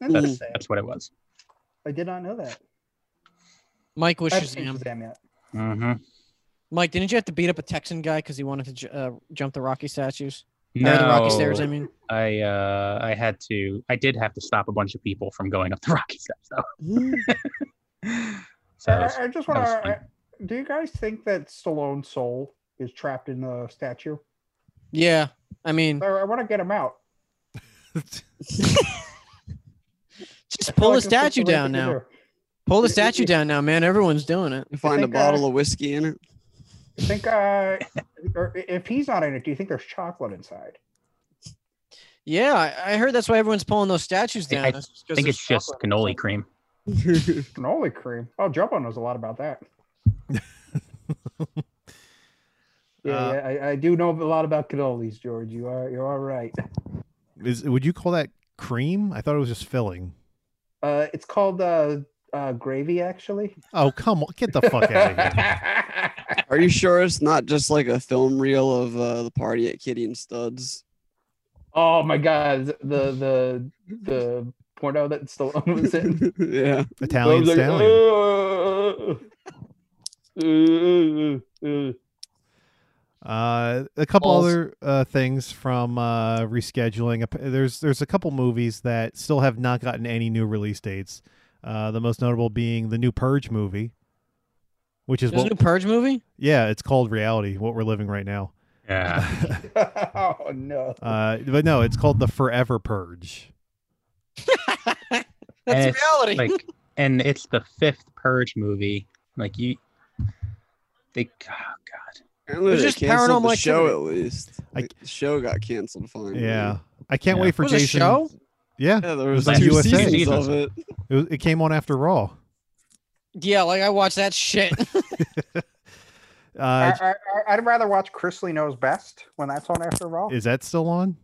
[SPEAKER 5] That's
[SPEAKER 8] Interesting.
[SPEAKER 5] that's what it was.
[SPEAKER 8] I did not know that.
[SPEAKER 4] Mike was
[SPEAKER 8] I haven't seen
[SPEAKER 4] Shazam.
[SPEAKER 8] Shazam yet.
[SPEAKER 5] hmm
[SPEAKER 4] Mike, didn't you have to beat up a Texan guy because he wanted to ju- uh, jump the Rocky statues?
[SPEAKER 5] No,
[SPEAKER 4] Or the Rocky stairs, I mean.
[SPEAKER 5] I uh, I had to. I did have to stop a bunch of people from going up the <laughs> Rocky steps, though.
[SPEAKER 8] Mm.
[SPEAKER 5] <laughs> so that was-
[SPEAKER 8] I, I just
[SPEAKER 5] that
[SPEAKER 8] want
[SPEAKER 5] was
[SPEAKER 8] to.
[SPEAKER 5] fun.
[SPEAKER 8] Do you guys think that Stallone's soul is trapped in the statue?
[SPEAKER 4] Yeah. I mean,
[SPEAKER 8] I, I want to get him out.
[SPEAKER 4] just
[SPEAKER 8] I feel
[SPEAKER 4] pull the
[SPEAKER 8] like that's what
[SPEAKER 4] statue
[SPEAKER 8] the right thing
[SPEAKER 4] down
[SPEAKER 8] to
[SPEAKER 4] now.
[SPEAKER 8] do.
[SPEAKER 4] Pull the statue down now, man. Everyone's doing it.
[SPEAKER 6] Find a
[SPEAKER 8] think, uh,
[SPEAKER 6] bottle of whiskey in it.
[SPEAKER 8] I think, uh, <laughs> or i- if he's not in it, do you think there's chocolate inside?
[SPEAKER 4] Yeah, I, I heard that's why everyone's pulling those statues
[SPEAKER 5] I-
[SPEAKER 4] down.
[SPEAKER 5] I
[SPEAKER 4] That's just
[SPEAKER 5] I
[SPEAKER 4] 'cause
[SPEAKER 5] think
[SPEAKER 4] there's
[SPEAKER 5] it's just
[SPEAKER 4] chocolate in
[SPEAKER 5] cannoli
[SPEAKER 4] it.
[SPEAKER 5] cream.
[SPEAKER 7] <laughs>
[SPEAKER 8] Cannoli cream. Oh, Jumbo knows a lot about that. Yeah,
[SPEAKER 7] Uh,
[SPEAKER 8] yeah I, I do know a lot about cannolis, George. You are you are right.
[SPEAKER 7] Mm-hmm. Is would you call that cream? I thought it was just filling.
[SPEAKER 8] Uh, it's called uh, uh, gravy, actually.
[SPEAKER 7] Oh come on, get the fuck out of
[SPEAKER 5] <laughs>
[SPEAKER 7] here!
[SPEAKER 6] Are you sure it's not just like a film reel of uh, the party at Kitty and Studs?
[SPEAKER 8] <laughs>
[SPEAKER 6] <laughs>
[SPEAKER 8] oh my God, the the the porno that Stallone was in.
[SPEAKER 6] yeah.
[SPEAKER 8] I
[SPEAKER 7] Italian
[SPEAKER 8] was like,
[SPEAKER 7] stallion.
[SPEAKER 8] "Uh, uh, uh, uh, uh, uh."
[SPEAKER 7] Uh, a couple
[SPEAKER 4] Balls.
[SPEAKER 7] other uh, things from uh, rescheduling. Ap- There's there's a couple movies that still have not gotten any new release dates. Uh, the most notable being the new Purge movie, which is
[SPEAKER 4] There's a
[SPEAKER 7] what,
[SPEAKER 4] new Purge movie.
[SPEAKER 7] yeah, it's called Reality. What we're living right now.
[SPEAKER 5] Yeah.
[SPEAKER 8] <laughs> oh no.
[SPEAKER 7] <laughs> Uh, but no, it's called the Forever Purge.
[SPEAKER 5] And
[SPEAKER 4] That's
[SPEAKER 5] it's,
[SPEAKER 4] reality. <laughs>
[SPEAKER 5] like, and it's the fifth Purge movie. Like you, they, oh god,
[SPEAKER 6] Apparently
[SPEAKER 4] was
[SPEAKER 6] they
[SPEAKER 4] just
[SPEAKER 6] canceled
[SPEAKER 4] paranormal
[SPEAKER 6] the show
[SPEAKER 4] activity.
[SPEAKER 6] at least.
[SPEAKER 7] I-
[SPEAKER 6] Like, the show got canceled finally.
[SPEAKER 7] Yeah, I can't
[SPEAKER 5] Yeah.
[SPEAKER 7] wait for
[SPEAKER 4] was
[SPEAKER 7] Jason.
[SPEAKER 4] a show?
[SPEAKER 7] Yeah,
[SPEAKER 6] Yeah, there
[SPEAKER 7] was
[SPEAKER 6] was,
[SPEAKER 7] on
[SPEAKER 6] two
[SPEAKER 7] USA.
[SPEAKER 6] seasons of it.
[SPEAKER 7] it, was- it came on after Raw.
[SPEAKER 4] Yeah, like I watched that shit. <laughs>
[SPEAKER 7] Uh,
[SPEAKER 8] I, I, I- I'd rather watch Chrisley Knows Best when that's on after Raw.
[SPEAKER 7] is that still on?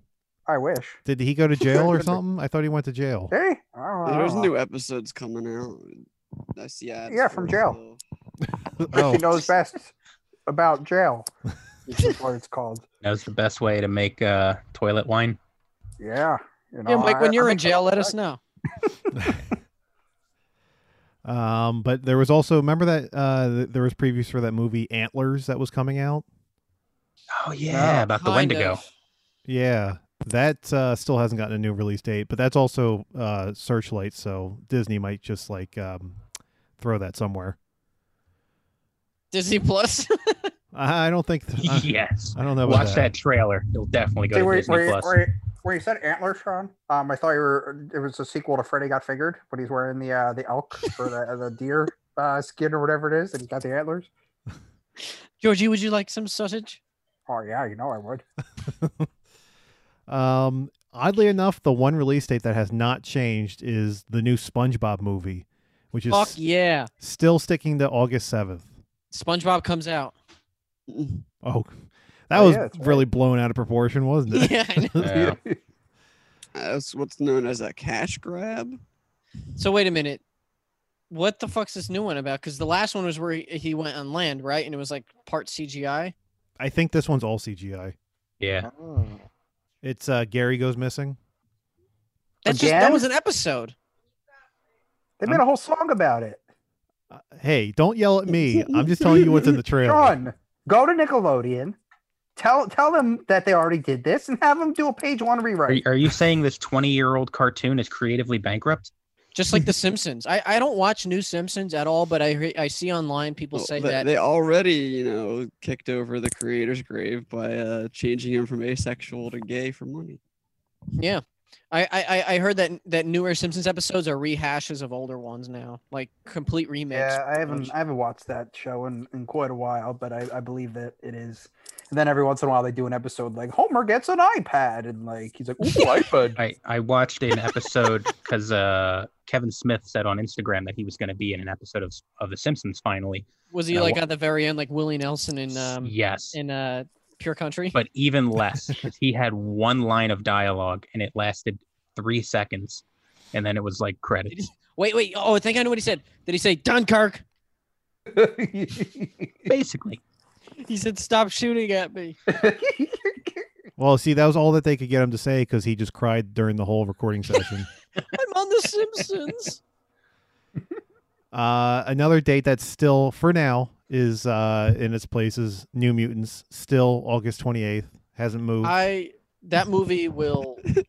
[SPEAKER 8] I wish.
[SPEAKER 7] Did he go to jail
[SPEAKER 4] <laughs>
[SPEAKER 7] or something? I thought he went to jail.
[SPEAKER 8] Hey, uh, I don't know.
[SPEAKER 6] There's new episodes coming out. I see ads
[SPEAKER 8] Oh. Yeah, from
[SPEAKER 6] for it,
[SPEAKER 8] jail.
[SPEAKER 6] so-
[SPEAKER 7] Oh,
[SPEAKER 8] Chrisley knows best about jail. Is what it's called.
[SPEAKER 5] that's the best way to make uh, toilet wine.
[SPEAKER 8] Yeah. You know,
[SPEAKER 4] yeah, Mike,
[SPEAKER 8] I-
[SPEAKER 4] when
[SPEAKER 8] I
[SPEAKER 4] you're in
[SPEAKER 8] think-
[SPEAKER 4] jail, let us know.
[SPEAKER 7] um, but there was also remember that uh, th- there was previews for that movie Antlers that was coming out.
[SPEAKER 5] Oh yeah, about the
[SPEAKER 4] Kind
[SPEAKER 5] Wendigo.
[SPEAKER 4] of.
[SPEAKER 7] Yeah, that uh, still hasn't gotten a new release date, but that's also uh, Searchlight, so Disney might just like um, throw that somewhere.
[SPEAKER 4] Disney Plus. <laughs>
[SPEAKER 7] I, I don't think. th- uh, I-
[SPEAKER 5] yes.
[SPEAKER 7] I don't know. About
[SPEAKER 5] Watch that trailer. You'll definitely go
[SPEAKER 8] See,
[SPEAKER 5] to
[SPEAKER 8] where,
[SPEAKER 5] Disney
[SPEAKER 8] where, <laughs>
[SPEAKER 5] Plus.
[SPEAKER 8] where, where you said antler, Sean? Um, I thought you were. It was a sequel to Freddy Got Fingered, but he's wearing the uh, the elk or the, the deer uh, skin or whatever it is, and he's got the antlers.
[SPEAKER 4] Georgie, would you like some sausage?
[SPEAKER 8] Oh yeah, you know I would.
[SPEAKER 7] Um, oddly enough, the one release date that has not changed is the new SpongeBob movie, which is
[SPEAKER 4] Fuck
[SPEAKER 7] s-
[SPEAKER 4] yeah.
[SPEAKER 7] still sticking to August seventh.
[SPEAKER 4] SpongeBob comes out.
[SPEAKER 7] Oh, that
[SPEAKER 8] Oh,
[SPEAKER 7] was
[SPEAKER 8] yeah, that's right.
[SPEAKER 7] really blown out of proportion,
[SPEAKER 4] <laughs>
[SPEAKER 7] wasn't it?
[SPEAKER 4] yeah.
[SPEAKER 7] <laughs>
[SPEAKER 4] I know.
[SPEAKER 5] Yeah.
[SPEAKER 6] <laughs> That's what's known as a cash grab.
[SPEAKER 4] So wait a minute. What the fuck's this new one about? Because the last one was where he, he went on land, right? And it was like part CGI.
[SPEAKER 7] I think this one's all CGI.
[SPEAKER 5] Yeah.
[SPEAKER 7] It's uh, Gary goes missing.
[SPEAKER 4] That's just that
[SPEAKER 8] Again?
[SPEAKER 4] was an episode.
[SPEAKER 8] They made a whole song about it.
[SPEAKER 7] Uh, hey, don't yell at me. I'm just telling you what's in the trailer.
[SPEAKER 8] Sean, go to Nickelodeon, tell tell them that they already did this, and have them do a page one
[SPEAKER 5] Are,
[SPEAKER 8] rewrite.
[SPEAKER 5] are you saying this 20 year old cartoon is creatively bankrupt?
[SPEAKER 4] Just
[SPEAKER 8] <laughs>
[SPEAKER 4] like The Simpsons. I, I don't watch New Simpsons at all, but I re- I see online people
[SPEAKER 6] Well,
[SPEAKER 4] say
[SPEAKER 6] they,
[SPEAKER 4] that.
[SPEAKER 6] Oh, they already, you know, kicked over the creator's grave by uh, changing him from asexual to gay for money.
[SPEAKER 4] yeah. I, I, I- I heard that that newer Simpsons episodes are rehashes of older ones now, like complete remakes.
[SPEAKER 8] Yeah, I
[SPEAKER 4] pretty
[SPEAKER 8] haven't
[SPEAKER 4] much.
[SPEAKER 8] I haven't watched that show in, in quite a while, but I, I believe that it is. And then every once in a while they do an episode like Homer gets an iPad, and like he's like, "Ooh, iPad."
[SPEAKER 5] <laughs>
[SPEAKER 8] <laughs>
[SPEAKER 5] I, I watched an episode because uh, Kevin Smith said on Instagram that he was going to be in an episode of, of The Simpsons finally.
[SPEAKER 4] Was he
[SPEAKER 5] Yeah,
[SPEAKER 4] like
[SPEAKER 5] wha-
[SPEAKER 4] at the very end, like Willie Nelson in um
[SPEAKER 5] yes.
[SPEAKER 4] in uh Pure Country?
[SPEAKER 5] but even less 'cause he had one line of dialogue and it lasted three seconds and then it was like credits
[SPEAKER 4] Wait, wait. Oh, I think I know what he said. Did he say Dunkirk?
[SPEAKER 5] basically
[SPEAKER 4] He said, "Stop shooting at me."
[SPEAKER 7] Well, see, that was all that they could get him to say because he just cried during the whole recording session.
[SPEAKER 4] I'm on The Simpsons.
[SPEAKER 7] Uh, another date that's still for now is uh, in its places. New Mutants still August twenty eighth hasn't moved.
[SPEAKER 4] I that movie will.
[SPEAKER 5] they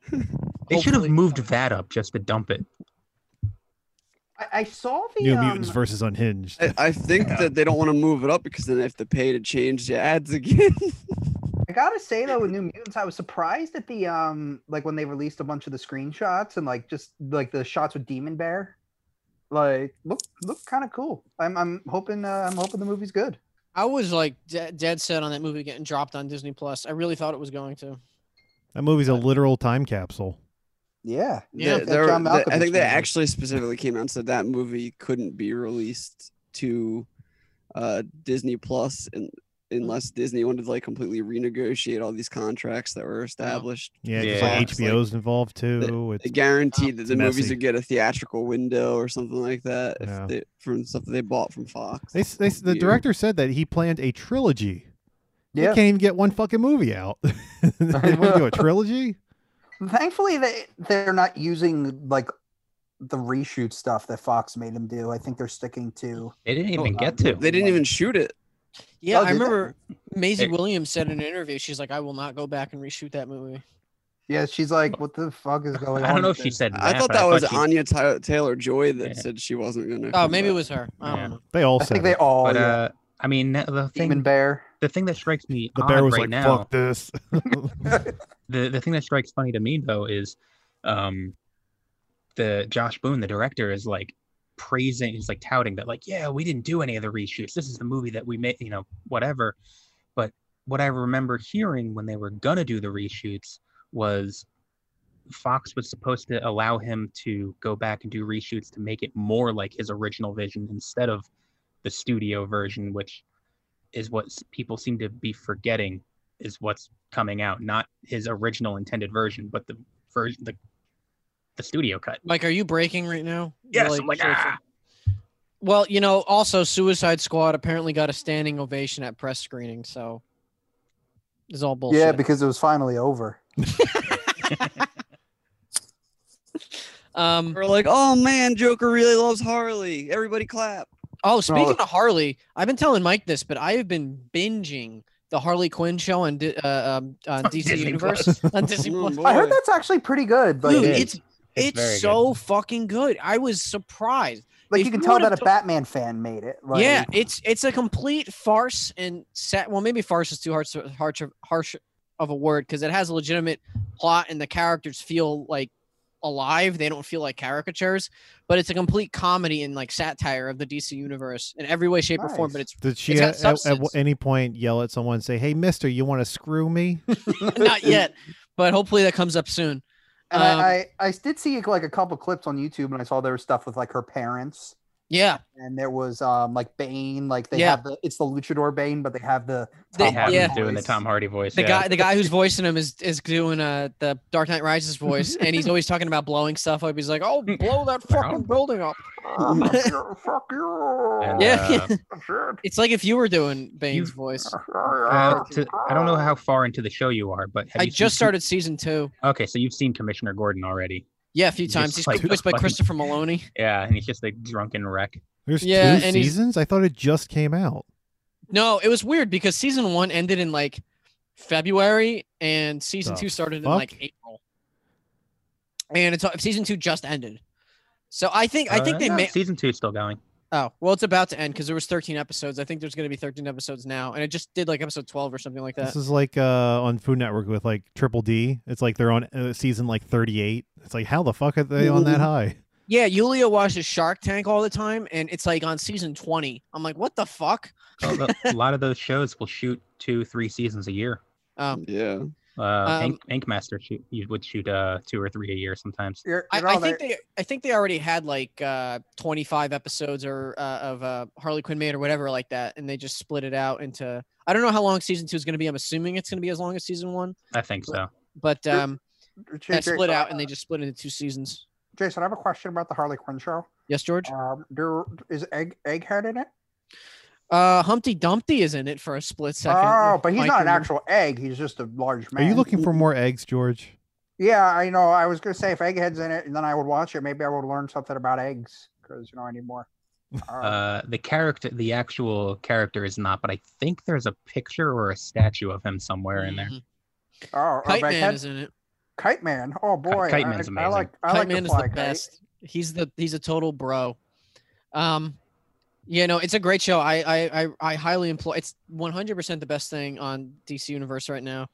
[SPEAKER 5] should have
[SPEAKER 4] hopefully-
[SPEAKER 5] moved that up just to dump it
[SPEAKER 8] I, I saw the
[SPEAKER 7] New
[SPEAKER 8] um,
[SPEAKER 7] Mutants versus Unhinged.
[SPEAKER 6] I, I think that they don't want to move it up because then they have to pay to change the ads again. <laughs>
[SPEAKER 8] I gotta say though, with New Mutants, I was surprised at the um, like when they released a bunch of the screenshots and like just like the shots with Demon Bear, like look look kind of cool. I'm I'm hoping uh, I'm hoping the movie's good.
[SPEAKER 4] I was like de- dead set on that movie getting dropped on Disney Plus. I really thought it was going to.
[SPEAKER 7] that movie's a literal time capsule.
[SPEAKER 8] Yeah,
[SPEAKER 4] Yeah,
[SPEAKER 6] They-
[SPEAKER 8] that
[SPEAKER 6] they're-
[SPEAKER 8] John
[SPEAKER 6] they-
[SPEAKER 8] Malkovich
[SPEAKER 6] I think
[SPEAKER 8] movie.
[SPEAKER 6] they actually specifically came out and said that movie couldn't be released to uh, Disney Plus and unless Disney wanted to like completely renegotiate all these contracts that were established.
[SPEAKER 7] Yeah,
[SPEAKER 5] Yeah.
[SPEAKER 7] just like
[SPEAKER 6] Fox, like,
[SPEAKER 7] HBO's involved too.
[SPEAKER 6] They
[SPEAKER 7] It's
[SPEAKER 6] guaranteed that the movies
[SPEAKER 7] messy.
[SPEAKER 6] would get a theatrical window or something like that if
[SPEAKER 7] Yeah.
[SPEAKER 6] they, from something they bought from Fox.
[SPEAKER 7] they, s- they, s- the
[SPEAKER 6] Weird.
[SPEAKER 7] director said that he planned a trilogy. They
[SPEAKER 1] Yeah.
[SPEAKER 7] can't even get one fucking movie out. <laughs> they want to do a trilogy?
[SPEAKER 8] Thankfully, they they're not using like the reshoot stuff that Fox made them do. I think they're sticking to.
[SPEAKER 5] They didn't
[SPEAKER 8] Oh,
[SPEAKER 5] even
[SPEAKER 8] uh,
[SPEAKER 5] get to.
[SPEAKER 6] They didn't even shoot it.
[SPEAKER 4] Yeah,
[SPEAKER 8] Oh,
[SPEAKER 4] I
[SPEAKER 8] did they?
[SPEAKER 4] remember Maisie
[SPEAKER 5] Hey.
[SPEAKER 4] Williams said in an interview, she's like, I will not go back and reshoot that movie.
[SPEAKER 8] Yeah, she's like, "What the fuck is going on?"
[SPEAKER 5] I don't know if
[SPEAKER 8] with
[SPEAKER 5] she
[SPEAKER 8] this?"
[SPEAKER 5] said.
[SPEAKER 6] I
[SPEAKER 5] that,
[SPEAKER 6] thought
[SPEAKER 5] but I
[SPEAKER 6] that was
[SPEAKER 5] she-
[SPEAKER 6] Anya Taylor Joy that
[SPEAKER 5] Yeah.
[SPEAKER 6] said she wasn't gonna.
[SPEAKER 4] Oh,
[SPEAKER 6] come
[SPEAKER 4] maybe it
[SPEAKER 6] back.
[SPEAKER 4] was her. I don't
[SPEAKER 5] Yeah.
[SPEAKER 4] know.
[SPEAKER 7] They all
[SPEAKER 8] I
[SPEAKER 7] said
[SPEAKER 8] think they
[SPEAKER 7] it.
[SPEAKER 8] all.
[SPEAKER 5] But
[SPEAKER 8] yeah.
[SPEAKER 5] uh, I mean, the- the
[SPEAKER 8] Demon
[SPEAKER 5] thing,
[SPEAKER 8] Bear.
[SPEAKER 5] the thing that strikes me,
[SPEAKER 7] the bear
[SPEAKER 5] odd
[SPEAKER 7] was
[SPEAKER 5] right
[SPEAKER 7] like,
[SPEAKER 5] now,
[SPEAKER 7] "Fuck this."
[SPEAKER 5] the the thing that strikes funny to me though is um the Josh Boone, the director, is like praising, he's like touting that, like, yeah, we didn't do any of the reshoots. This is the movie that we made, you know, whatever. But what I remember hearing when they were gonna do the reshoots was Fox was supposed to allow him to go back and do reshoots to make it more like his original vision instead of the studio version, which is what s- people seem to be forgetting is what's coming out, not his original intended version, but the version the the studio cut.
[SPEAKER 4] Mike, are you breaking right now? You're
[SPEAKER 5] Yes, I'm like,
[SPEAKER 4] seriously-
[SPEAKER 5] "Ah."
[SPEAKER 4] Well, you know, also Suicide Squad apparently got a standing ovation at press screening, so it's all bullshit.
[SPEAKER 8] Yeah, because it was finally over.
[SPEAKER 4] um
[SPEAKER 6] We're like, oh man, Joker really loves Harley. Everybody clap.
[SPEAKER 4] oh speaking
[SPEAKER 8] look-
[SPEAKER 4] of Harley, I've been telling Mike this, but I have been binging the Harley Quinn show on, Di- uh, um, on DC
[SPEAKER 5] On Disney
[SPEAKER 4] Universe
[SPEAKER 5] <laughs> Plus.
[SPEAKER 4] on Disney
[SPEAKER 6] Oh,
[SPEAKER 4] Plus.
[SPEAKER 6] boy.
[SPEAKER 8] I heard that's actually pretty good. Like,
[SPEAKER 4] Dude,
[SPEAKER 5] It is.
[SPEAKER 4] it's it's,
[SPEAKER 5] very good.
[SPEAKER 4] so fucking good. I was surprised.
[SPEAKER 8] like
[SPEAKER 4] if
[SPEAKER 8] you can
[SPEAKER 4] you
[SPEAKER 8] tell
[SPEAKER 4] would've
[SPEAKER 8] that a
[SPEAKER 4] to-
[SPEAKER 8] Batman fan made it. Like,
[SPEAKER 4] yeah, it's it's a complete farce and set. Well, maybe farce is too harsh harsh harsh of a word because it has a legitimate plot and the characters feel like alive. They don't feel like caricatures, but it's a complete comedy and like satire of the DC universe in every way, shape, or form.
[SPEAKER 8] Nice.
[SPEAKER 4] But it's
[SPEAKER 7] Did she
[SPEAKER 4] It's got
[SPEAKER 7] at, at- at
[SPEAKER 4] substance.
[SPEAKER 7] any point yell at someone and say, "Hey, Mister, you want to screw me?"
[SPEAKER 4] <laughs> not yet, but hopefully that comes up soon.
[SPEAKER 8] And
[SPEAKER 4] Um,
[SPEAKER 8] I, I, I did see like a couple clips on YouTube, and I saw there was stuff with like her parents,
[SPEAKER 4] Yeah,
[SPEAKER 8] and there was um like Bane, like they
[SPEAKER 4] Yeah.
[SPEAKER 8] have the it's the Luchador Bane, but they have the
[SPEAKER 4] They
[SPEAKER 5] They
[SPEAKER 8] Tom
[SPEAKER 5] have
[SPEAKER 8] Hardy
[SPEAKER 4] yeah.
[SPEAKER 5] him doing the
[SPEAKER 8] voice.
[SPEAKER 5] Tom Hardy voice.
[SPEAKER 4] the
[SPEAKER 5] yeah.
[SPEAKER 4] guy the guy who's voicing him is is doing uh the Dark Knight Rises voice, and he's always talking about blowing stuff up. He's like, "Oh, blow that fucking building up." <laughs>
[SPEAKER 8] Fuck
[SPEAKER 5] And,
[SPEAKER 8] you.
[SPEAKER 4] Yeah. <laughs>
[SPEAKER 5] uh,
[SPEAKER 4] It's like if you were doing Bane's
[SPEAKER 5] You-
[SPEAKER 4] voice.
[SPEAKER 5] uh, to- I don't know how far into the show you are, but have
[SPEAKER 4] I
[SPEAKER 5] you seen-
[SPEAKER 4] just started season two.
[SPEAKER 5] Okay, so you've seen Commissioner Gordon already.
[SPEAKER 4] Yeah, a few
[SPEAKER 5] Just
[SPEAKER 4] times. He's
[SPEAKER 5] like
[SPEAKER 4] voiced by
[SPEAKER 5] fucking-
[SPEAKER 4] Christopher Maloney.
[SPEAKER 5] Yeah, and he's just a drunken wreck.
[SPEAKER 7] There's
[SPEAKER 4] Yeah,
[SPEAKER 7] two
[SPEAKER 4] and he's-
[SPEAKER 7] seasons. I thought it just came out.
[SPEAKER 4] No, it was weird because season one ended in like February and season
[SPEAKER 7] The
[SPEAKER 4] two started in
[SPEAKER 7] fuck?
[SPEAKER 4] like April. And it's season two just ended. So I think I think
[SPEAKER 5] Uh,
[SPEAKER 4] they
[SPEAKER 5] no,
[SPEAKER 4] may
[SPEAKER 5] season two's still going.
[SPEAKER 4] oh well it's about to end because there was 13 episodes. I think there's gonna be 13 episodes now. And it just did like episode 12 or something like that.
[SPEAKER 7] This is like uh, on Food Network with like Triple D. It's like they're on uh, season like 38. It's like how the fuck are they on that high?
[SPEAKER 4] Yeah, Yulia watches Shark Tank all the time and it's like on season 20. I'm like, what the fuck?
[SPEAKER 5] Well, the- a lot of those shows will shoot two, three seasons a year.
[SPEAKER 4] Um,
[SPEAKER 6] Yeah.
[SPEAKER 5] Uh, Ink, Ink Master shoot, you would shoot uh, two or three a year sometimes.
[SPEAKER 8] You're,
[SPEAKER 4] I,
[SPEAKER 8] you're
[SPEAKER 4] I
[SPEAKER 8] all
[SPEAKER 4] think
[SPEAKER 8] there.
[SPEAKER 4] they I think they already had like uh 25 episodes or uh, of uh, Harley Quinn made or whatever like that, and they just split it out into. I don't know how long season two is going to be. I'm assuming it's going to be as long as season one,
[SPEAKER 5] I think so.
[SPEAKER 4] but
[SPEAKER 8] Sure.
[SPEAKER 4] um,
[SPEAKER 8] J-
[SPEAKER 4] that
[SPEAKER 8] Jason,
[SPEAKER 4] split out
[SPEAKER 8] uh,
[SPEAKER 4] and they just split into two seasons.
[SPEAKER 8] Jason, I have a question about the Harley Quinn show.
[SPEAKER 4] Yes, George.
[SPEAKER 8] Um, there is egg Egghead in it?
[SPEAKER 4] Uh, Humpty Dumpty is in it for a split second.
[SPEAKER 8] oh,
[SPEAKER 4] if
[SPEAKER 8] but he's
[SPEAKER 4] Mike
[SPEAKER 8] not an
[SPEAKER 4] remembers.
[SPEAKER 8] actual egg. He's just a large
[SPEAKER 7] Are
[SPEAKER 8] man.
[SPEAKER 7] you looking for more eggs, George?
[SPEAKER 8] Yeah, I know. I was gonna say if Egghead's in it, and then I would watch it. Maybe I would learn something about eggs because you know I need more. Uh,
[SPEAKER 5] Uh, the character, the actual character is not, but I think there's a picture or a statue of him somewhere in there.
[SPEAKER 4] Mhm.
[SPEAKER 8] oh,
[SPEAKER 4] Kite
[SPEAKER 8] of
[SPEAKER 4] Man
[SPEAKER 8] Egghead?
[SPEAKER 4] is in it.
[SPEAKER 8] Kite Man. Oh boy,
[SPEAKER 5] Kite
[SPEAKER 8] I-
[SPEAKER 5] Man's
[SPEAKER 8] I,
[SPEAKER 5] amazing.
[SPEAKER 8] like. I
[SPEAKER 4] Kite
[SPEAKER 8] like
[SPEAKER 4] Man
[SPEAKER 8] the
[SPEAKER 4] is
[SPEAKER 8] fly
[SPEAKER 4] the
[SPEAKER 8] kite.
[SPEAKER 4] best. He's the he's a total bro. Um, you know, it's a great show. I I I, I highly employ. It's 100 percent the best thing on DC Universe right now.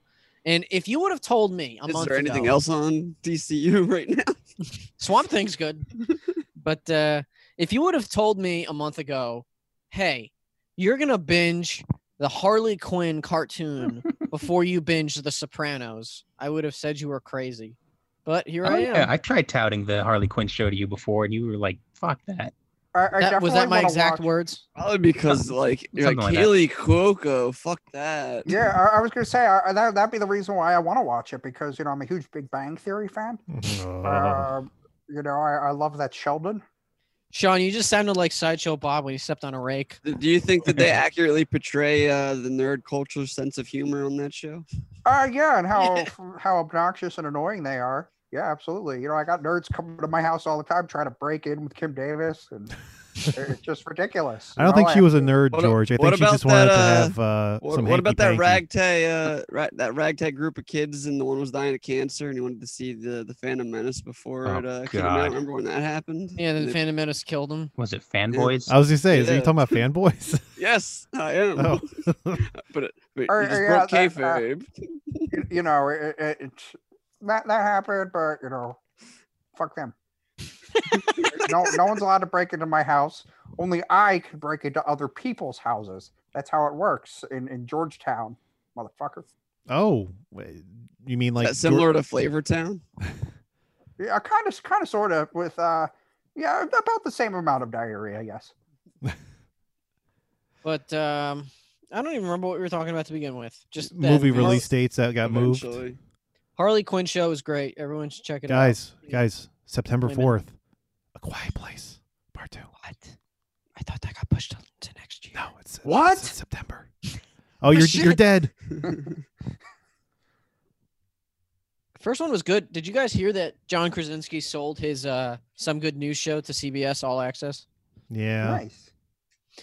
[SPEAKER 4] And if you would have told me a
[SPEAKER 6] Is
[SPEAKER 4] month
[SPEAKER 6] there anything
[SPEAKER 4] ago,
[SPEAKER 6] else on DCU <laughs> right now?
[SPEAKER 4] Swamp Thing's
[SPEAKER 6] <laughs>
[SPEAKER 4] good, but uh, if you would have told me a month ago, hey, you're gonna binge the Harley Quinn
[SPEAKER 6] <laughs>
[SPEAKER 4] cartoon before you binge The Sopranos, I would have said you were crazy. But here
[SPEAKER 5] Oh,
[SPEAKER 4] I am.
[SPEAKER 5] yeah, I tried touting the Harley Quinn show to you before, and you were like, "Fuck that."
[SPEAKER 8] I, I
[SPEAKER 4] That- was
[SPEAKER 8] definitely
[SPEAKER 4] that my
[SPEAKER 8] wanna
[SPEAKER 4] exact
[SPEAKER 8] watch-
[SPEAKER 4] words?
[SPEAKER 6] Probably because like you're like,
[SPEAKER 5] something like that.
[SPEAKER 6] Kaylee Cuoco, fuck that.
[SPEAKER 8] Yeah, I, I was gonna say I, I- that that'd be the reason why I want to watch it because you know I'm a huge Big Bang Theory fan.
[SPEAKER 7] Oh.
[SPEAKER 8] Uh, you know, I, I love that Sheldon.
[SPEAKER 4] Sean, you just sounded like Sideshow Bob when you stepped on a rake.
[SPEAKER 6] Do do you think that <laughs> they accurately portray uh, the nerd culture sense of humor on that show?
[SPEAKER 8] Uh, yeah, and how how obnoxious and annoying they are. Yeah, absolutely. You know, I got nerds coming to my house all the time trying to break in with Kim Davis,
[SPEAKER 7] <laughs>
[SPEAKER 8] and it's just ridiculous.
[SPEAKER 7] I
[SPEAKER 8] you
[SPEAKER 7] don't
[SPEAKER 8] know?
[SPEAKER 7] think she was a nerd,
[SPEAKER 6] What a-
[SPEAKER 7] George. I
[SPEAKER 6] what
[SPEAKER 7] think she
[SPEAKER 6] about
[SPEAKER 7] just wanted
[SPEAKER 6] that,
[SPEAKER 7] to
[SPEAKER 6] uh,
[SPEAKER 7] have uh,
[SPEAKER 6] What,
[SPEAKER 7] some.
[SPEAKER 6] what about that
[SPEAKER 7] hanky-panky.
[SPEAKER 6] ragtag uh, ra- that ragtag group of kids and the one was dying of cancer and he wanted to see the the Phantom Menace before
[SPEAKER 5] Oh,
[SPEAKER 6] it uh, came out?
[SPEAKER 5] God.
[SPEAKER 6] Remember when that happened?
[SPEAKER 4] Yeah, then
[SPEAKER 6] And they-
[SPEAKER 4] Phantom Menace killed him.
[SPEAKER 5] Was it fanboys?
[SPEAKER 7] I was gonna say, is are you
[SPEAKER 6] Yeah.
[SPEAKER 7] talking about
[SPEAKER 6] <laughs>
[SPEAKER 7] fanboys? <laughs>
[SPEAKER 6] yes, I am. <laughs>
[SPEAKER 7] Oh.
[SPEAKER 6] but it, but
[SPEAKER 8] Or-
[SPEAKER 6] you just
[SPEAKER 8] or,
[SPEAKER 6] broke
[SPEAKER 8] yeah, that, uh,
[SPEAKER 6] kayfabe.
[SPEAKER 8] You- you know, it, it, it's that that happened, but you know, fuck them. no, no one's allowed to break into my house. Only I can break into other people's houses. That's how it works in, in Georgetown, motherfucker.
[SPEAKER 7] oh, wait, you mean like
[SPEAKER 6] That's similar
[SPEAKER 7] <laughs>
[SPEAKER 6] to Flavor Town.
[SPEAKER 8] Yeah, kind of, kind of, sort of, with uh, yeah, about the same amount of diarrhea, yes.
[SPEAKER 4] But um, I don't even remember what we were talking about to begin with. Just that
[SPEAKER 7] movie
[SPEAKER 4] Har-
[SPEAKER 7] release dates that got moved?
[SPEAKER 6] eventually. <laughs>
[SPEAKER 4] Harley Quinn show is great. Everyone should check it
[SPEAKER 7] Guys,
[SPEAKER 4] out.
[SPEAKER 7] guys, September
[SPEAKER 4] Wait a minute.
[SPEAKER 7] fourth, A Quiet Place, Part Two.
[SPEAKER 4] What? I thought that got pushed to next year.
[SPEAKER 7] No, it's it's
[SPEAKER 8] What?
[SPEAKER 7] in September. <laughs> Oh, you're you're
[SPEAKER 4] shit.
[SPEAKER 7] dead.
[SPEAKER 4] The first one was good. Did you guys hear that John Krasinski sold his uh some good news show to CBS All Access?
[SPEAKER 7] Yeah.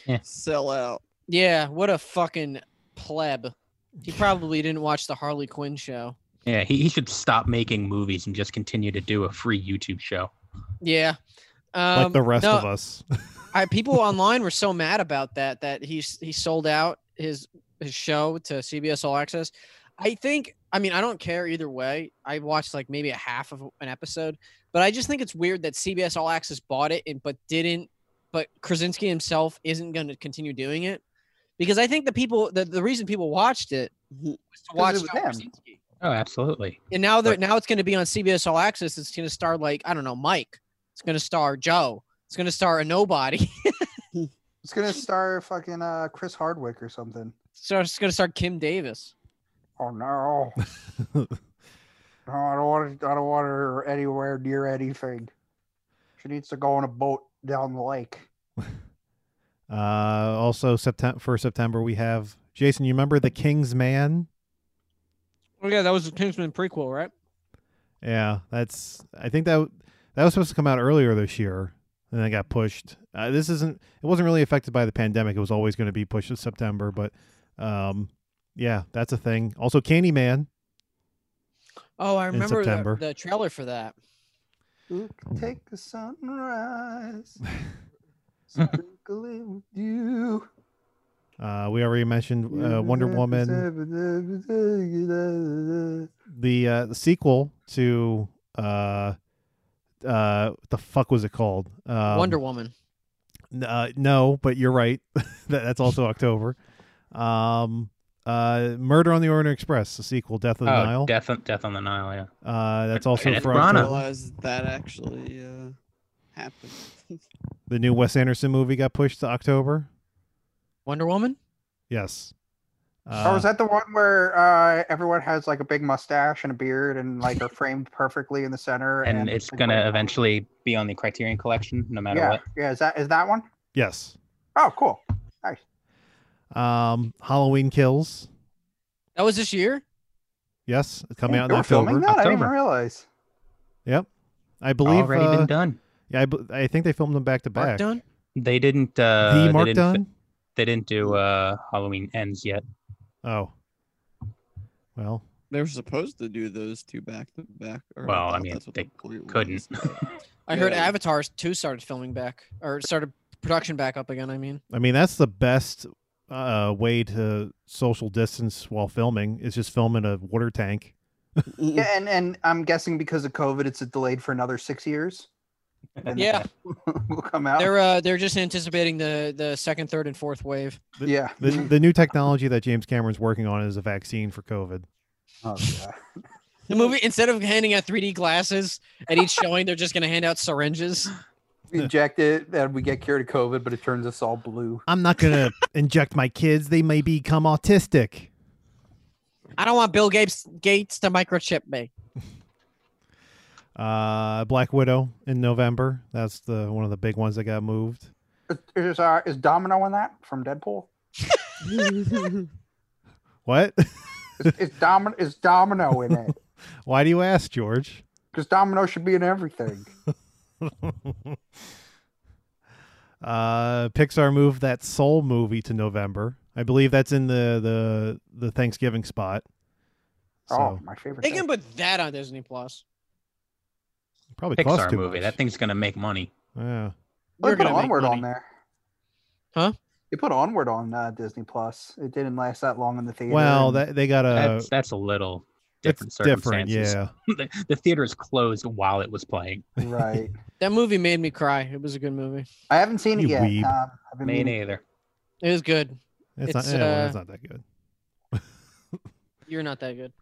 [SPEAKER 8] Nice.
[SPEAKER 6] Sell out.
[SPEAKER 4] Yeah, what a fucking pleb.
[SPEAKER 7] <sighs>
[SPEAKER 4] He probably didn't watch the Harley Quinn show.
[SPEAKER 5] Yeah, he, he should stop making movies and just continue to do a free YouTube show.
[SPEAKER 4] Yeah. Um,
[SPEAKER 7] Like the rest
[SPEAKER 4] no,
[SPEAKER 7] of us. <laughs>
[SPEAKER 4] I, people online were so mad about that that he s- he sold out his his show to CBS All Access. I think I mean I don't care either way. I watched like maybe a half of an episode, but I just think it's weird that CBS All Access bought it and but didn't. But Krasinski himself isn't going to continue doing it because I think the people the, the reason people watched it was to watch
[SPEAKER 8] Mm-hmm. it was
[SPEAKER 4] John
[SPEAKER 8] him.
[SPEAKER 4] Krasinski.
[SPEAKER 5] Oh, absolutely.
[SPEAKER 4] And now they're
[SPEAKER 5] Right.
[SPEAKER 4] now it's going to be on CBS All Access. It's going to star like I don't know Mike. It's going to star Joe. It's going to star a nobody.
[SPEAKER 8] It's gonna star fucking uh Chris Hardwick or something.
[SPEAKER 4] So it's going to start Kim Davis.
[SPEAKER 8] Oh no. No, I don't want to, I don't want her anywhere near anything. She needs to go on a boat down the lake.
[SPEAKER 7] Uh, also, September for September we have Jason. You remember The King's Man?
[SPEAKER 4] Oh yeah, that was the Kingsman prequel, right?
[SPEAKER 7] Yeah, that's. I think that that was supposed to come out earlier this year, and then it got pushed. Uh, this isn't. It wasn't really affected by the pandemic. It was always going to be pushed to September, but um, yeah, that's a thing. Also, Candyman.
[SPEAKER 4] Oh, I remember
[SPEAKER 7] September.
[SPEAKER 4] the, the trailer for that.
[SPEAKER 8] Look,
[SPEAKER 7] Mm-hmm.
[SPEAKER 8] take the
[SPEAKER 7] <laughs>
[SPEAKER 8] sunrise. sprinkling with you.
[SPEAKER 7] Uh, we already mentioned uh, Wonder Woman. The uh, the sequel to uh, uh, what the fuck was it called? Um,
[SPEAKER 4] Wonder Woman.
[SPEAKER 7] N- uh, no, but you're right. <laughs> that, that's also October. Um, uh, Murder on the Orient Express, the sequel, Death of the
[SPEAKER 5] oh,
[SPEAKER 7] Nile.
[SPEAKER 5] Death, on- Death on the Nile. Yeah.
[SPEAKER 7] uh, that's
[SPEAKER 5] Okay,
[SPEAKER 7] also
[SPEAKER 5] that's
[SPEAKER 7] for
[SPEAKER 5] Piranha.
[SPEAKER 7] October.
[SPEAKER 6] Realize that, that actually uh, happened. <laughs>
[SPEAKER 7] the new Wes Anderson movie got pushed to October.
[SPEAKER 4] Wonder Woman.
[SPEAKER 7] Yes. Uh,
[SPEAKER 8] Oh, is that the one where uh, everyone has like a big mustache and a beard and like are framed perfectly in the
[SPEAKER 7] <laughs>
[SPEAKER 8] center?
[SPEAKER 5] And it's
[SPEAKER 8] like,
[SPEAKER 5] going
[SPEAKER 8] white-
[SPEAKER 5] to eventually be on the Criterion Collection no matter
[SPEAKER 8] Yeah,
[SPEAKER 5] what.
[SPEAKER 8] yeah. Is that is that one?
[SPEAKER 7] Yes.
[SPEAKER 8] Oh, cool.
[SPEAKER 7] Um, Halloween Kills.
[SPEAKER 4] That was this year.
[SPEAKER 7] Yes, it's coming
[SPEAKER 8] Yeah,
[SPEAKER 7] out
[SPEAKER 8] they
[SPEAKER 7] in
[SPEAKER 8] were filming
[SPEAKER 7] October.
[SPEAKER 8] that. I didn't even
[SPEAKER 5] October.
[SPEAKER 8] realize.
[SPEAKER 7] Yep. I believe.
[SPEAKER 5] Already
[SPEAKER 7] uh,
[SPEAKER 5] been done.
[SPEAKER 7] yeah, I, bel- I think they filmed them back to
[SPEAKER 4] Mark
[SPEAKER 7] back.
[SPEAKER 4] Dunn.
[SPEAKER 5] They didn't. Uh,
[SPEAKER 7] the Mark
[SPEAKER 5] they didn't,
[SPEAKER 7] Dunn.
[SPEAKER 5] They didn't do uh, Halloween Ends yet.
[SPEAKER 7] Oh. Well,
[SPEAKER 6] They were supposed to do those two back to back. or
[SPEAKER 5] Well, I
[SPEAKER 6] thought
[SPEAKER 5] mean,
[SPEAKER 6] that's what
[SPEAKER 5] they
[SPEAKER 6] the point
[SPEAKER 5] couldn't.
[SPEAKER 6] was.
[SPEAKER 4] I heard
[SPEAKER 6] Yeah.
[SPEAKER 4] Avatar two started filming back or started production back up again. I mean,
[SPEAKER 7] I mean that's the best uh, way to social distance while filming is just film in a water tank.
[SPEAKER 8] Yeah, and and I'm guessing because of COVID, it's delayed for another six years. <laughs> And
[SPEAKER 4] yeah,
[SPEAKER 8] will come out.
[SPEAKER 4] they're uh, they're just anticipating the the second, third, and fourth wave.
[SPEAKER 8] yeah.
[SPEAKER 7] The, the new technology that James Cameron's working on is a vaccine for COVID.
[SPEAKER 8] Oh, yeah.
[SPEAKER 4] The movie instead of handing out 3D glasses at each showing, they're just gonna hand out syringes.
[SPEAKER 7] Yeah.
[SPEAKER 2] inject it and we get cured of COVID, but it turns us all blue.
[SPEAKER 7] I'm not
[SPEAKER 4] <laughs>
[SPEAKER 7] gonna inject my kids. They may become autistic.
[SPEAKER 4] I don't want Bill Gates Gates to microchip me.
[SPEAKER 7] Uh, Black Widow in November. That's the one of the big ones that got
[SPEAKER 4] <laughs>
[SPEAKER 7] moved.
[SPEAKER 8] Is, is, uh, is Domino in that from Deadpool?
[SPEAKER 7] What? <laughs>
[SPEAKER 8] Is,
[SPEAKER 2] <laughs>
[SPEAKER 8] is, Domin- is Domino in it?
[SPEAKER 7] Why do you ask, George? <laughs>
[SPEAKER 8] Because Domino should be in everything.
[SPEAKER 7] uh, Pixar moved that Soul movie to November. I believe that's in the the the Thanksgiving spot. So
[SPEAKER 8] Oh, my favorite.
[SPEAKER 4] They
[SPEAKER 8] Thing.
[SPEAKER 4] can put that on Disney Plus.
[SPEAKER 7] probably cost
[SPEAKER 5] Pixar
[SPEAKER 7] too
[SPEAKER 5] movie.
[SPEAKER 7] much.
[SPEAKER 5] That thing's gonna make money.
[SPEAKER 7] yeah.
[SPEAKER 8] They
[SPEAKER 4] You're
[SPEAKER 8] put
[SPEAKER 4] gonna make
[SPEAKER 8] Onward on
[SPEAKER 4] money.
[SPEAKER 8] there.
[SPEAKER 4] Huh?
[SPEAKER 8] They put Onward on uh, Disney Plus. It didn't last that long in the theater.
[SPEAKER 7] Well,
[SPEAKER 8] and-
[SPEAKER 7] that they got a
[SPEAKER 5] that's that's a little
[SPEAKER 7] Uh, it's
[SPEAKER 5] different
[SPEAKER 7] different.
[SPEAKER 5] circumstances. <laughs>
[SPEAKER 7] Yeah.
[SPEAKER 5] the, the theater is closed while it was playing.
[SPEAKER 8] right.
[SPEAKER 4] That movie made me cry. It was a good movie.
[SPEAKER 8] I haven't seen
[SPEAKER 7] You
[SPEAKER 8] it yet.
[SPEAKER 7] weeb.
[SPEAKER 8] Um, I've been
[SPEAKER 5] Me
[SPEAKER 8] meaning-
[SPEAKER 5] neither.
[SPEAKER 4] It was good.
[SPEAKER 7] It's, not.
[SPEAKER 4] It's,
[SPEAKER 7] yeah, well,
[SPEAKER 4] uh,
[SPEAKER 7] it's not that good.
[SPEAKER 4] You're not that good.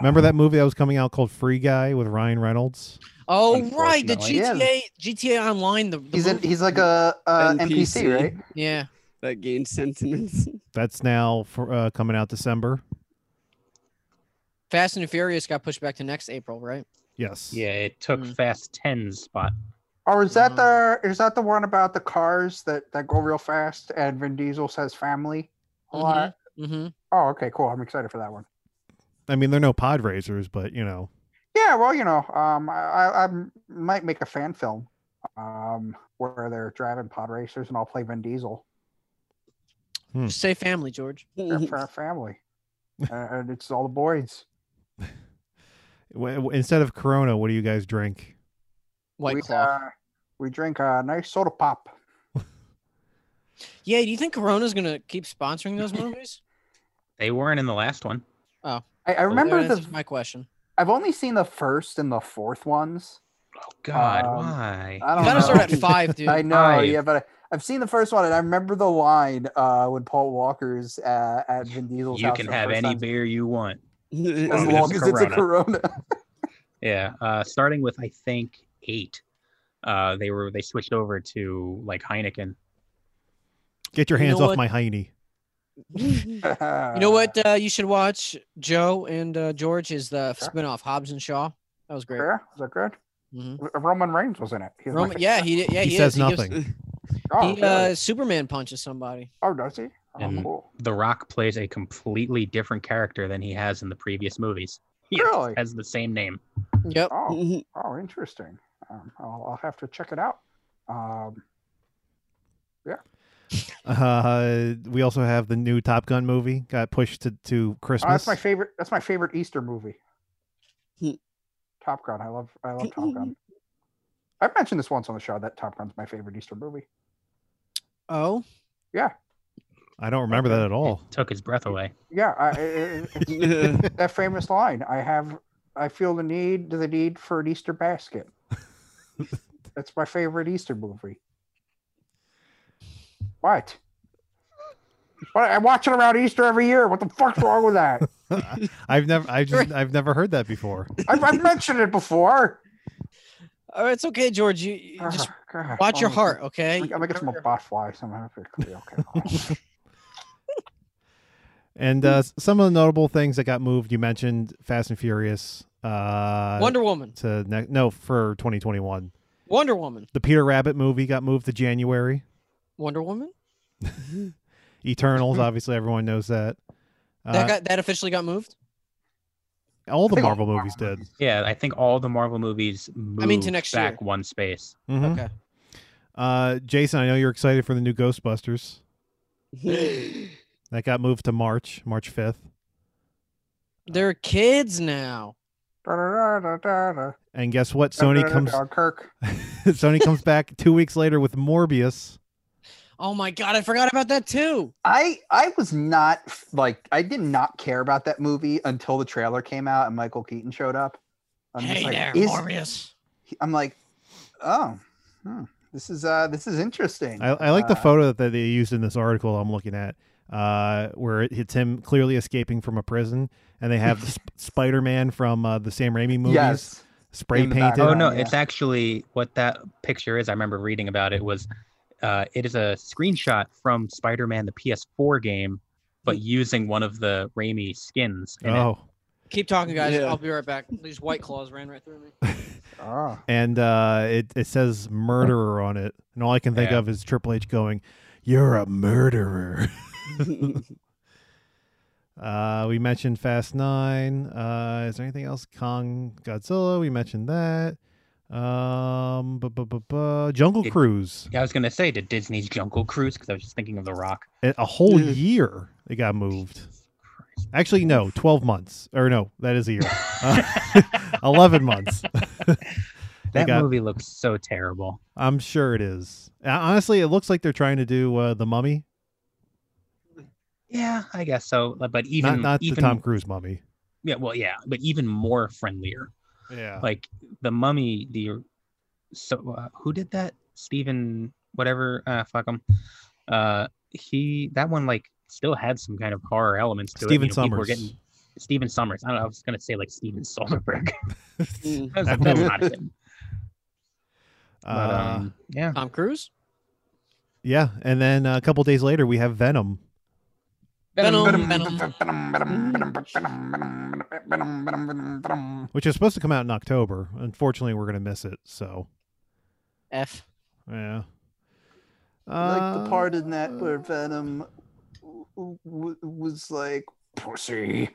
[SPEAKER 7] Remember that movie that was coming out called Free Guy with Ryan Reynolds?
[SPEAKER 4] Oh right, the
[SPEAKER 8] Unfortunately.
[SPEAKER 4] GTA GTA Online. The, the
[SPEAKER 8] He's in,
[SPEAKER 4] movie.
[SPEAKER 8] he's like a, a NPC,
[SPEAKER 6] NPC.
[SPEAKER 8] right?
[SPEAKER 4] yeah.
[SPEAKER 6] <laughs> That gained sentiments.
[SPEAKER 7] That's now for, uh, coming out December.
[SPEAKER 4] Fast and Furious got pushed back to next April, right?
[SPEAKER 7] Yes.
[SPEAKER 5] Yeah, it took
[SPEAKER 4] Mm.
[SPEAKER 5] Fast 10's spot.
[SPEAKER 8] Or is that
[SPEAKER 4] Oh.
[SPEAKER 8] the is that the one about the cars that that go real fast and Vin Diesel says family a lot?
[SPEAKER 4] Mm-hmm.
[SPEAKER 8] Oh, okay, cool. I'm excited for that one.
[SPEAKER 7] I mean, they're no pod raisers, but you know,
[SPEAKER 8] Yeah, well, you know, um, I, I, I might make a fan film, um, where they're driving pod racers and I'll play Vin Diesel
[SPEAKER 7] Hmm.
[SPEAKER 4] Just say family, George.
[SPEAKER 8] They're
[SPEAKER 6] <laughs>
[SPEAKER 8] for our family, Uh, and it's all the boys.
[SPEAKER 7] w- w- instead of Corona, what do you guys drink?
[SPEAKER 4] White
[SPEAKER 8] we,
[SPEAKER 4] Claw.
[SPEAKER 8] Uh, we drink a nice soda pop.
[SPEAKER 4] Yeah, do you think Corona's gonna keep
[SPEAKER 8] <laughs>
[SPEAKER 4] sponsoring those movies?
[SPEAKER 5] They weren't in the last one.
[SPEAKER 8] I, I
[SPEAKER 5] that
[SPEAKER 8] remember
[SPEAKER 4] That's
[SPEAKER 8] the.
[SPEAKER 4] my question.
[SPEAKER 8] I've only seen the first and the fourth ones.
[SPEAKER 5] Oh God,
[SPEAKER 8] Um,
[SPEAKER 5] why?
[SPEAKER 8] <laughs> I
[SPEAKER 4] You
[SPEAKER 8] don't
[SPEAKER 4] gotta
[SPEAKER 8] know.
[SPEAKER 4] start at five, dude.
[SPEAKER 8] I know,
[SPEAKER 5] Five.
[SPEAKER 8] yeah, but I, I've seen the first one, and I remember the line uh, when Paul Walker's uh, at Vin Diesel's
[SPEAKER 5] you
[SPEAKER 8] house
[SPEAKER 5] can
[SPEAKER 8] for the
[SPEAKER 5] have
[SPEAKER 8] first
[SPEAKER 5] any
[SPEAKER 8] time.
[SPEAKER 5] beer you want.
[SPEAKER 8] as
[SPEAKER 5] Oh,
[SPEAKER 6] That's
[SPEAKER 5] it's
[SPEAKER 8] long as it's a Corona.
[SPEAKER 5] Yeah, uh, starting with I think eight. Uh, they were they switched over to like Heineken.
[SPEAKER 7] Get your
[SPEAKER 4] You
[SPEAKER 7] hands
[SPEAKER 4] know
[SPEAKER 7] off
[SPEAKER 4] what?
[SPEAKER 7] my hiney.
[SPEAKER 4] You know what uh, you should watch, Joe and uh, George, is the
[SPEAKER 8] Sure.
[SPEAKER 4] spin-off Hobbs and Shaw. That was great.
[SPEAKER 8] Yeah, is that good?
[SPEAKER 4] Mhm.
[SPEAKER 8] R- Roman Reigns was in it. He's my
[SPEAKER 4] Roman,
[SPEAKER 8] favorite.
[SPEAKER 4] yeah, he yeah
[SPEAKER 7] he,
[SPEAKER 4] he,
[SPEAKER 7] says
[SPEAKER 4] is. He gives-
[SPEAKER 7] nothing.
[SPEAKER 8] Oh,
[SPEAKER 4] he,
[SPEAKER 8] really?
[SPEAKER 4] uh, Superman punches somebody.
[SPEAKER 8] oh, does he? Oh,
[SPEAKER 5] and-
[SPEAKER 8] cool.
[SPEAKER 5] The Rock plays a completely different character than he has in the previous movies. He has-
[SPEAKER 8] Really?
[SPEAKER 5] has the same name.
[SPEAKER 4] Yep.
[SPEAKER 8] Oh, oh, interesting. Um, I'll, I'll have to check it out. Um,
[SPEAKER 7] <laughs> Uh, we also have the new Top Gun movie got pushed to, to
[SPEAKER 8] oh, that's
[SPEAKER 7] Christmas.
[SPEAKER 8] my favorite. That's my favorite Easter movie.
[SPEAKER 6] Hmm.
[SPEAKER 8] Top Gun. I love. I love Top
[SPEAKER 4] <laughs>
[SPEAKER 8] Gun. I've mentioned this once on the show that Top Gun's my favorite Easter movie.
[SPEAKER 6] <laughs>
[SPEAKER 4] Oh,
[SPEAKER 7] I don't remember that at all.
[SPEAKER 5] Took his breath away.
[SPEAKER 8] Yeah, I, I- I- that famous line i have i feel the need the need for an easter
[SPEAKER 7] <laughs>
[SPEAKER 8] basket that's my favorite easter movie what but i watch it around easter every year what the fuck's wrong with
[SPEAKER 7] <laughs>
[SPEAKER 8] that <laughs>
[SPEAKER 7] I've never, I just, I've never heard that before.
[SPEAKER 8] i've, I've mentioned it before
[SPEAKER 4] oh, it's okay, George. You, you just
[SPEAKER 8] Ah, God,
[SPEAKER 4] watch your
[SPEAKER 8] oh,
[SPEAKER 4] heart, okay?
[SPEAKER 8] I'm gonna get some more bot flies. I'm gonna have to-
[SPEAKER 7] <laughs>
[SPEAKER 8] okay.
[SPEAKER 7] And uh, s- some of the notable things that got moved, you mentioned Fast and Furious. Uh,
[SPEAKER 4] Wonder Woman.
[SPEAKER 7] to ne- no for 2021.
[SPEAKER 4] Wonder Woman.
[SPEAKER 7] The Peter Rabbit movie got moved to January.
[SPEAKER 4] Wonder Woman.
[SPEAKER 7] Eternals, obviously, everyone knows that. Uh,
[SPEAKER 4] That got that officially got moved.
[SPEAKER 7] all
[SPEAKER 8] I
[SPEAKER 7] the
[SPEAKER 8] think-
[SPEAKER 7] Marvel movies did.
[SPEAKER 5] Yeah, I think all the Marvel movies moved
[SPEAKER 4] mean, to next year.
[SPEAKER 5] back one space.
[SPEAKER 7] Mhm.
[SPEAKER 4] Okay.
[SPEAKER 7] Uh, Jason, I know you're excited for the new Ghostbusters. That got moved to March, March 5th. uh,
[SPEAKER 4] They're kids now.
[SPEAKER 8] Da-da-da-da-da-da.
[SPEAKER 7] And guess what? Sony comes <laughs>
[SPEAKER 8] Kirk.
[SPEAKER 7] Sony comes back 2 weeks later with Morbius.
[SPEAKER 4] Oh my god, I forgot about that too.
[SPEAKER 8] I I was not like I did not care about that movie until the trailer came out and Michael Keaton showed up. I'm just
[SPEAKER 4] hey
[SPEAKER 8] like,
[SPEAKER 4] there,
[SPEAKER 8] is-
[SPEAKER 4] Morbius.
[SPEAKER 8] I'm like, oh, hmm, this is uh this is interesting.
[SPEAKER 7] I, I like the
[SPEAKER 8] Uh,
[SPEAKER 7] photo that they used in this article I'm looking at, uh, where it, it's him clearly escaping from a prison, and they have the sp- Spider Man from uh, the Sam Raimi movies
[SPEAKER 8] Yes,
[SPEAKER 7] spray
[SPEAKER 9] In the back.
[SPEAKER 7] painted.
[SPEAKER 5] Oh no,
[SPEAKER 10] Yeah.
[SPEAKER 5] it's actually what that picture is. I remember reading about it was uh, it is a screenshot from Spider-Man the PS4 game, but
[SPEAKER 4] Hmm.
[SPEAKER 5] using one of the Raimi skins. in it.
[SPEAKER 7] Oh,
[SPEAKER 4] Keep talking, guys.
[SPEAKER 6] Yeah.
[SPEAKER 4] I'll be right back. These white claws ran right
[SPEAKER 7] <laughs>
[SPEAKER 4] through me.
[SPEAKER 10] Ah.
[SPEAKER 7] and uh, it it says murderer on it, and all I can think
[SPEAKER 5] Yeah.
[SPEAKER 7] of is Triple H going, "You're a murderer." <laughs> Uh, we mentioned Fast Nine. Uh, is there anything else? Kong Godzilla. We mentioned that. Um, bu- bu- bu- bu- Jungle
[SPEAKER 5] It-
[SPEAKER 7] Cruise.
[SPEAKER 5] Yeah, I was gonna say did Disney's Jungle Cruise because I was just thinking of The Rock.
[SPEAKER 7] A a whole
[SPEAKER 6] Yeah.
[SPEAKER 7] year it got moved.
[SPEAKER 5] Jesus Christ.
[SPEAKER 7] Actually, no, twelve months or no, that is a year. Uh, <laughs> Eleven months. <laughs>
[SPEAKER 5] that
[SPEAKER 7] got-
[SPEAKER 5] movie looks so terrible.
[SPEAKER 7] I'm sure it is. Uh, Honestly, it looks like they're trying to do uh, the Mummy,
[SPEAKER 5] Yeah, I guess so. like, But even
[SPEAKER 7] not not
[SPEAKER 5] even
[SPEAKER 7] the Tom Cruise Mummy.
[SPEAKER 5] yeah, well, yeah, but even more friendlier.
[SPEAKER 7] Yeah.
[SPEAKER 5] Like the Mummy, the so uh, who did that? Stephen whatever. Uh, fuck him. Uh, he that one like still had some kind of horror elements to
[SPEAKER 7] Stephen
[SPEAKER 5] it. people were
[SPEAKER 7] Sommers.
[SPEAKER 5] getting Steven Summers. I don't know. I was gonna say like Steven Soderbergh.
[SPEAKER 6] Mm.
[SPEAKER 5] I was
[SPEAKER 7] That
[SPEAKER 5] like, that's
[SPEAKER 7] movie-
[SPEAKER 5] not him. But,
[SPEAKER 7] Uh,
[SPEAKER 5] um, yeah,
[SPEAKER 4] Tom
[SPEAKER 6] <laughs>
[SPEAKER 4] Cruise?
[SPEAKER 7] yeah, and then uh, a couple days later, we have Venom.
[SPEAKER 4] Venom. Venom.
[SPEAKER 8] Venom.
[SPEAKER 7] which is supposed to come out in October. Unfortunately, we're going to miss it. So,
[SPEAKER 4] F.
[SPEAKER 7] yeah.
[SPEAKER 8] like
[SPEAKER 7] Uh,
[SPEAKER 8] the part in that where Venom w- w- was like pussy.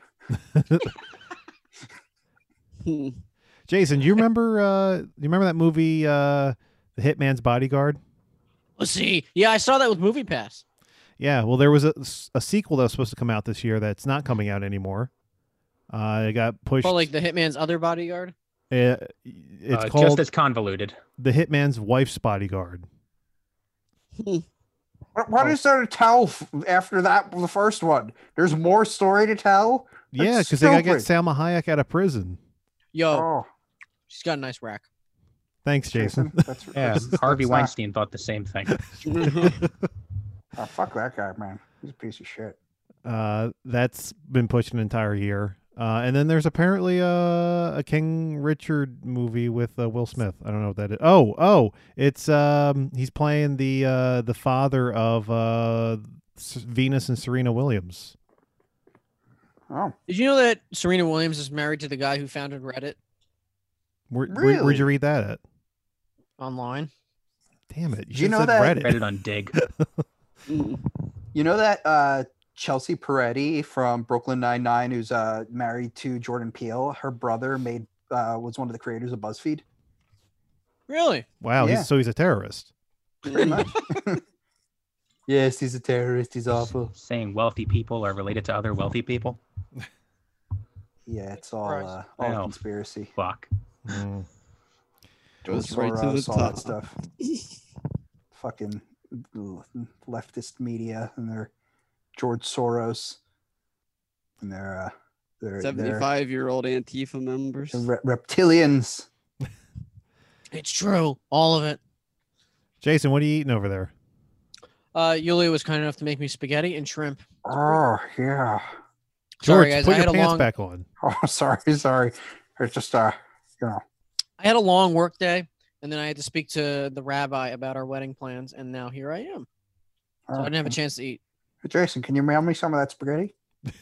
[SPEAKER 7] Jason, do you remember? Uh, you remember that movie, uh, The Hitman's Bodyguard?
[SPEAKER 4] Let's see. Yeah, I saw that with Movie Pass.
[SPEAKER 7] Yeah. Well, there was a, a sequel that was supposed to come out this year that's not coming out anymore. Uh, it got pushed.
[SPEAKER 4] Well, like the Hitman's other bodyguard.
[SPEAKER 7] uh, it's
[SPEAKER 5] uh,
[SPEAKER 7] called
[SPEAKER 5] just as convoluted.
[SPEAKER 7] The Hitman's Wife's Bodyguard.
[SPEAKER 8] Why- Why is there to tell f- after that the first one? There's more story to tell.
[SPEAKER 7] yeah,
[SPEAKER 8] That's
[SPEAKER 7] because they got to get
[SPEAKER 8] stupid.
[SPEAKER 7] Salma Hayek out of prison.
[SPEAKER 4] Yo,
[SPEAKER 8] Oh,
[SPEAKER 4] she's got a nice rack.
[SPEAKER 7] Thanks, Jason.
[SPEAKER 8] <laughs> That's,
[SPEAKER 5] Yeah,
[SPEAKER 7] <laughs>
[SPEAKER 8] that's- that's
[SPEAKER 5] Harvey
[SPEAKER 8] not-
[SPEAKER 5] Weinstein thought the same thing.
[SPEAKER 8] oh, fuck that guy, man. He's a piece of shit.
[SPEAKER 7] Uh, that's been pushed an entire year. Uh, and then there's apparently uh, a, a King Richard movie with uh, Will Smith. I don't know what that is. Oh, oh, it's um, he's playing the uh, the father of uh, S- Venus and Serena Williams.
[SPEAKER 8] Oh,
[SPEAKER 4] Did you know that Serena Williams is married to the guy who founded Reddit
[SPEAKER 7] Where, where, would
[SPEAKER 8] Really?
[SPEAKER 7] you read that at?
[SPEAKER 4] online?
[SPEAKER 7] Damn it! You,
[SPEAKER 8] You
[SPEAKER 7] should've
[SPEAKER 8] know
[SPEAKER 7] said
[SPEAKER 8] that-
[SPEAKER 7] Reddit.
[SPEAKER 5] Read it on Dig.
[SPEAKER 6] Mm.
[SPEAKER 8] you know that uh, Chelsea Peretti from Brooklyn Nine Nine, who's uh, married to Jordan Peele. Her brother made uh, was one of the creators of BuzzFeed.
[SPEAKER 4] Really?
[SPEAKER 7] Wow.
[SPEAKER 8] Yeah.
[SPEAKER 7] He's, so he's a terrorist.
[SPEAKER 8] Pretty much. <laughs> yes, he's a terrorist. He's awful.
[SPEAKER 5] Saying wealthy people are related to other wealthy people.
[SPEAKER 8] Yeah, it's all
[SPEAKER 4] Christ.
[SPEAKER 8] uh, all
[SPEAKER 5] Wow.
[SPEAKER 8] conspiracy.
[SPEAKER 5] Fuck.
[SPEAKER 7] Mm.
[SPEAKER 6] Goes uh, right to the
[SPEAKER 8] Soros, all that
[SPEAKER 6] top.
[SPEAKER 8] stuff. <laughs> Fucking leftist media and their George Soros and their uh, their, their
[SPEAKER 6] 75 year old Antifa members.
[SPEAKER 8] re- reptilians.
[SPEAKER 4] It's true. All of it.
[SPEAKER 7] Jason, what are you eating over there?
[SPEAKER 4] Uh, Yulia was kind enough to make me spaghetti and shrimp.
[SPEAKER 8] Oh yeah. <laughs>
[SPEAKER 7] George,
[SPEAKER 4] Sorry, guys.
[SPEAKER 7] put
[SPEAKER 4] I
[SPEAKER 7] your
[SPEAKER 4] had a
[SPEAKER 7] pants
[SPEAKER 4] long,
[SPEAKER 7] back on.
[SPEAKER 8] Oh sorry, sorry. It's just uh you know.
[SPEAKER 4] I had a long work day, and then I had to speak to the rabbi about our wedding plans, and now here I am. So I didn't have a
[SPEAKER 8] uh,
[SPEAKER 4] chance to eat.
[SPEAKER 8] Jason, can you mail me some of that spaghetti?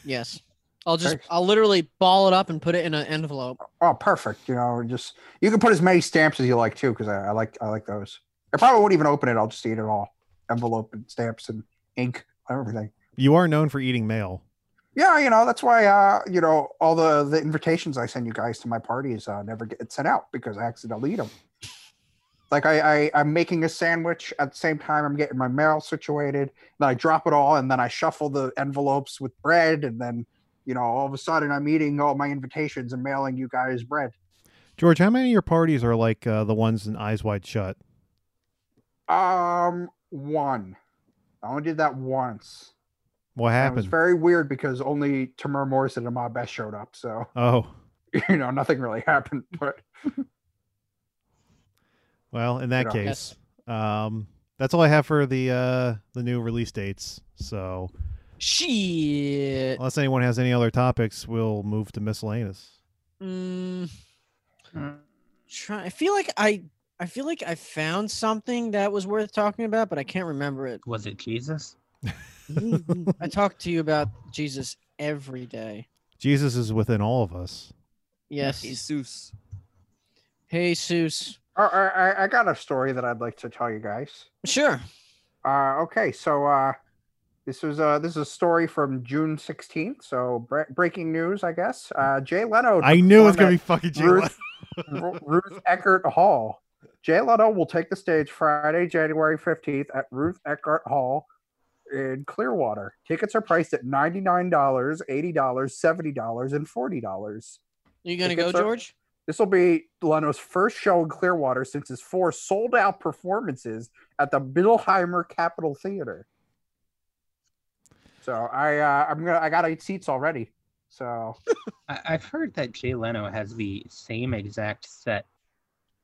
[SPEAKER 4] Yes. I'll just,
[SPEAKER 8] Thanks.
[SPEAKER 4] I'll literally ball it up and put it in an envelope.
[SPEAKER 8] Oh, perfect. You know, just you can put as many stamps as you like too, because I, I like I like those. I probably won't even open it. I'll just eat it all. Envelope and stamps and ink, everything.
[SPEAKER 7] You are known for eating mail.
[SPEAKER 8] Yeah, you know that's why uh, you know all the the invitations I send you guys to my parties uh, never get sent out because I accidentally eat them. Like I, I I'm making a sandwich at the same time I'm getting my mail situated, and I drop it all, and then I shuffle the envelopes with bread, and then you know all of a sudden I'm eating all my invitations and mailing you guys bread.
[SPEAKER 7] George, how many of your parties are like uh, the ones in Eyes Wide Shut?
[SPEAKER 8] Um, one. I only did that once.
[SPEAKER 7] What
[SPEAKER 8] And It was
[SPEAKER 7] happened?
[SPEAKER 8] very weird because only Tamir Morrison and Ma Best showed up, so <laughs>
[SPEAKER 7] oh.
[SPEAKER 8] you know nothing really happened. But
[SPEAKER 7] Well, in that
[SPEAKER 8] Yeah.
[SPEAKER 7] case, um, that's all I have for the uh, the new release dates. So,
[SPEAKER 4] Shit.
[SPEAKER 7] unless anyone has any other topics, we'll move to miscellaneous.
[SPEAKER 4] Mm, trying. Mm. I feel like I. I feel like I found something that was worth talking about, but I can't remember
[SPEAKER 5] <laughs>
[SPEAKER 4] it.
[SPEAKER 5] Was it Jesus?
[SPEAKER 6] <laughs>
[SPEAKER 4] I talk to you about Jesus every day.
[SPEAKER 7] Jesus is within all of us.
[SPEAKER 4] Yes.
[SPEAKER 6] Jesus.
[SPEAKER 4] Hey, Seuss.
[SPEAKER 8] Uh, I, I, I got a story that I'd like to tell you guys.
[SPEAKER 4] Sure.
[SPEAKER 8] Uh, okay, so uh, this was uh, this is a story from June sixteenth. So bre- breaking news, I guess. Uh, Jay Leno.
[SPEAKER 7] I
[SPEAKER 8] took
[SPEAKER 7] knew it was
[SPEAKER 8] on
[SPEAKER 7] gonna be
[SPEAKER 8] at
[SPEAKER 7] fucking Jesus.
[SPEAKER 8] Ruth, Ru- Ruth Eckert Hall. Jay Leno will take the stage Friday, January fifteenth at Ruth Eckert Hall in Clearwater. Tickets are priced at ninety nine dollars, eighty dollars, seventy dollars, and forty dollars.
[SPEAKER 4] You gonna
[SPEAKER 8] Think
[SPEAKER 4] go,
[SPEAKER 8] it's a-
[SPEAKER 4] George?
[SPEAKER 8] This will be Leno's first show in Clearwater since his four sold out performances at the Biddleheimer Capitol Theater. So I uh, I'm gonna I got eight seats already. So
[SPEAKER 5] I- I've heard that Jay Leno has the same exact set,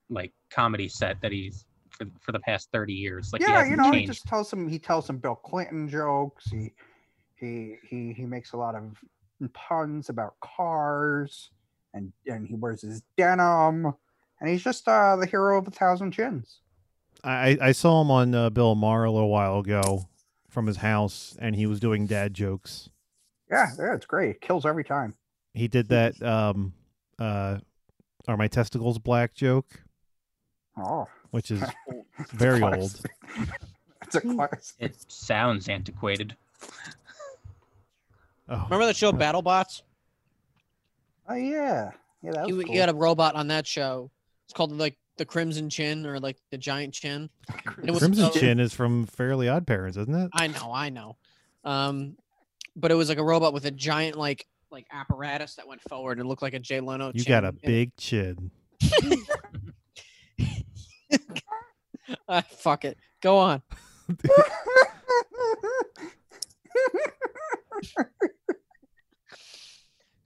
[SPEAKER 5] like comedy set that he's for, for the past thirty years. Like he
[SPEAKER 8] yeah,
[SPEAKER 5] hasn't
[SPEAKER 8] you know, he
[SPEAKER 5] changed.
[SPEAKER 8] just tells some he tells some Bill Clinton jokes. He he he he makes a lot of puns about cars and and he wears his denim and he's just uh the hero of a thousand chins.
[SPEAKER 7] <laughs> I, I saw him on uh, Bill Maher a little while ago from his house, and he was doing dad jokes.
[SPEAKER 8] Yeah, yeah, it's great. It kills every time.
[SPEAKER 7] He did that. Um, uh, are my testicles black joke,
[SPEAKER 8] Oh.
[SPEAKER 7] which is very old.
[SPEAKER 8] <laughs> It's a
[SPEAKER 4] Hmm.
[SPEAKER 8] classic.
[SPEAKER 5] It sounds antiquated.
[SPEAKER 7] Oh,
[SPEAKER 4] Remember that show BattleBots?
[SPEAKER 8] Oh yeah, yeah. That was
[SPEAKER 4] You,
[SPEAKER 8] cool.
[SPEAKER 4] you
[SPEAKER 11] <laughs>
[SPEAKER 4] had a robot on that show. It's called like the Crimson Chin or like the Giant Chin. And it was
[SPEAKER 7] Crimson
[SPEAKER 4] so-
[SPEAKER 7] Chin is from Fairly Odd Parents, isn't it?
[SPEAKER 4] I know, I know. Um, but it was like a robot with a giant like like apparatus that went forward. It looked like a Jay Leno.
[SPEAKER 7] You got a
[SPEAKER 4] chin. <laughs>
[SPEAKER 7] big chin.
[SPEAKER 4] Uh, fuck it. Go on.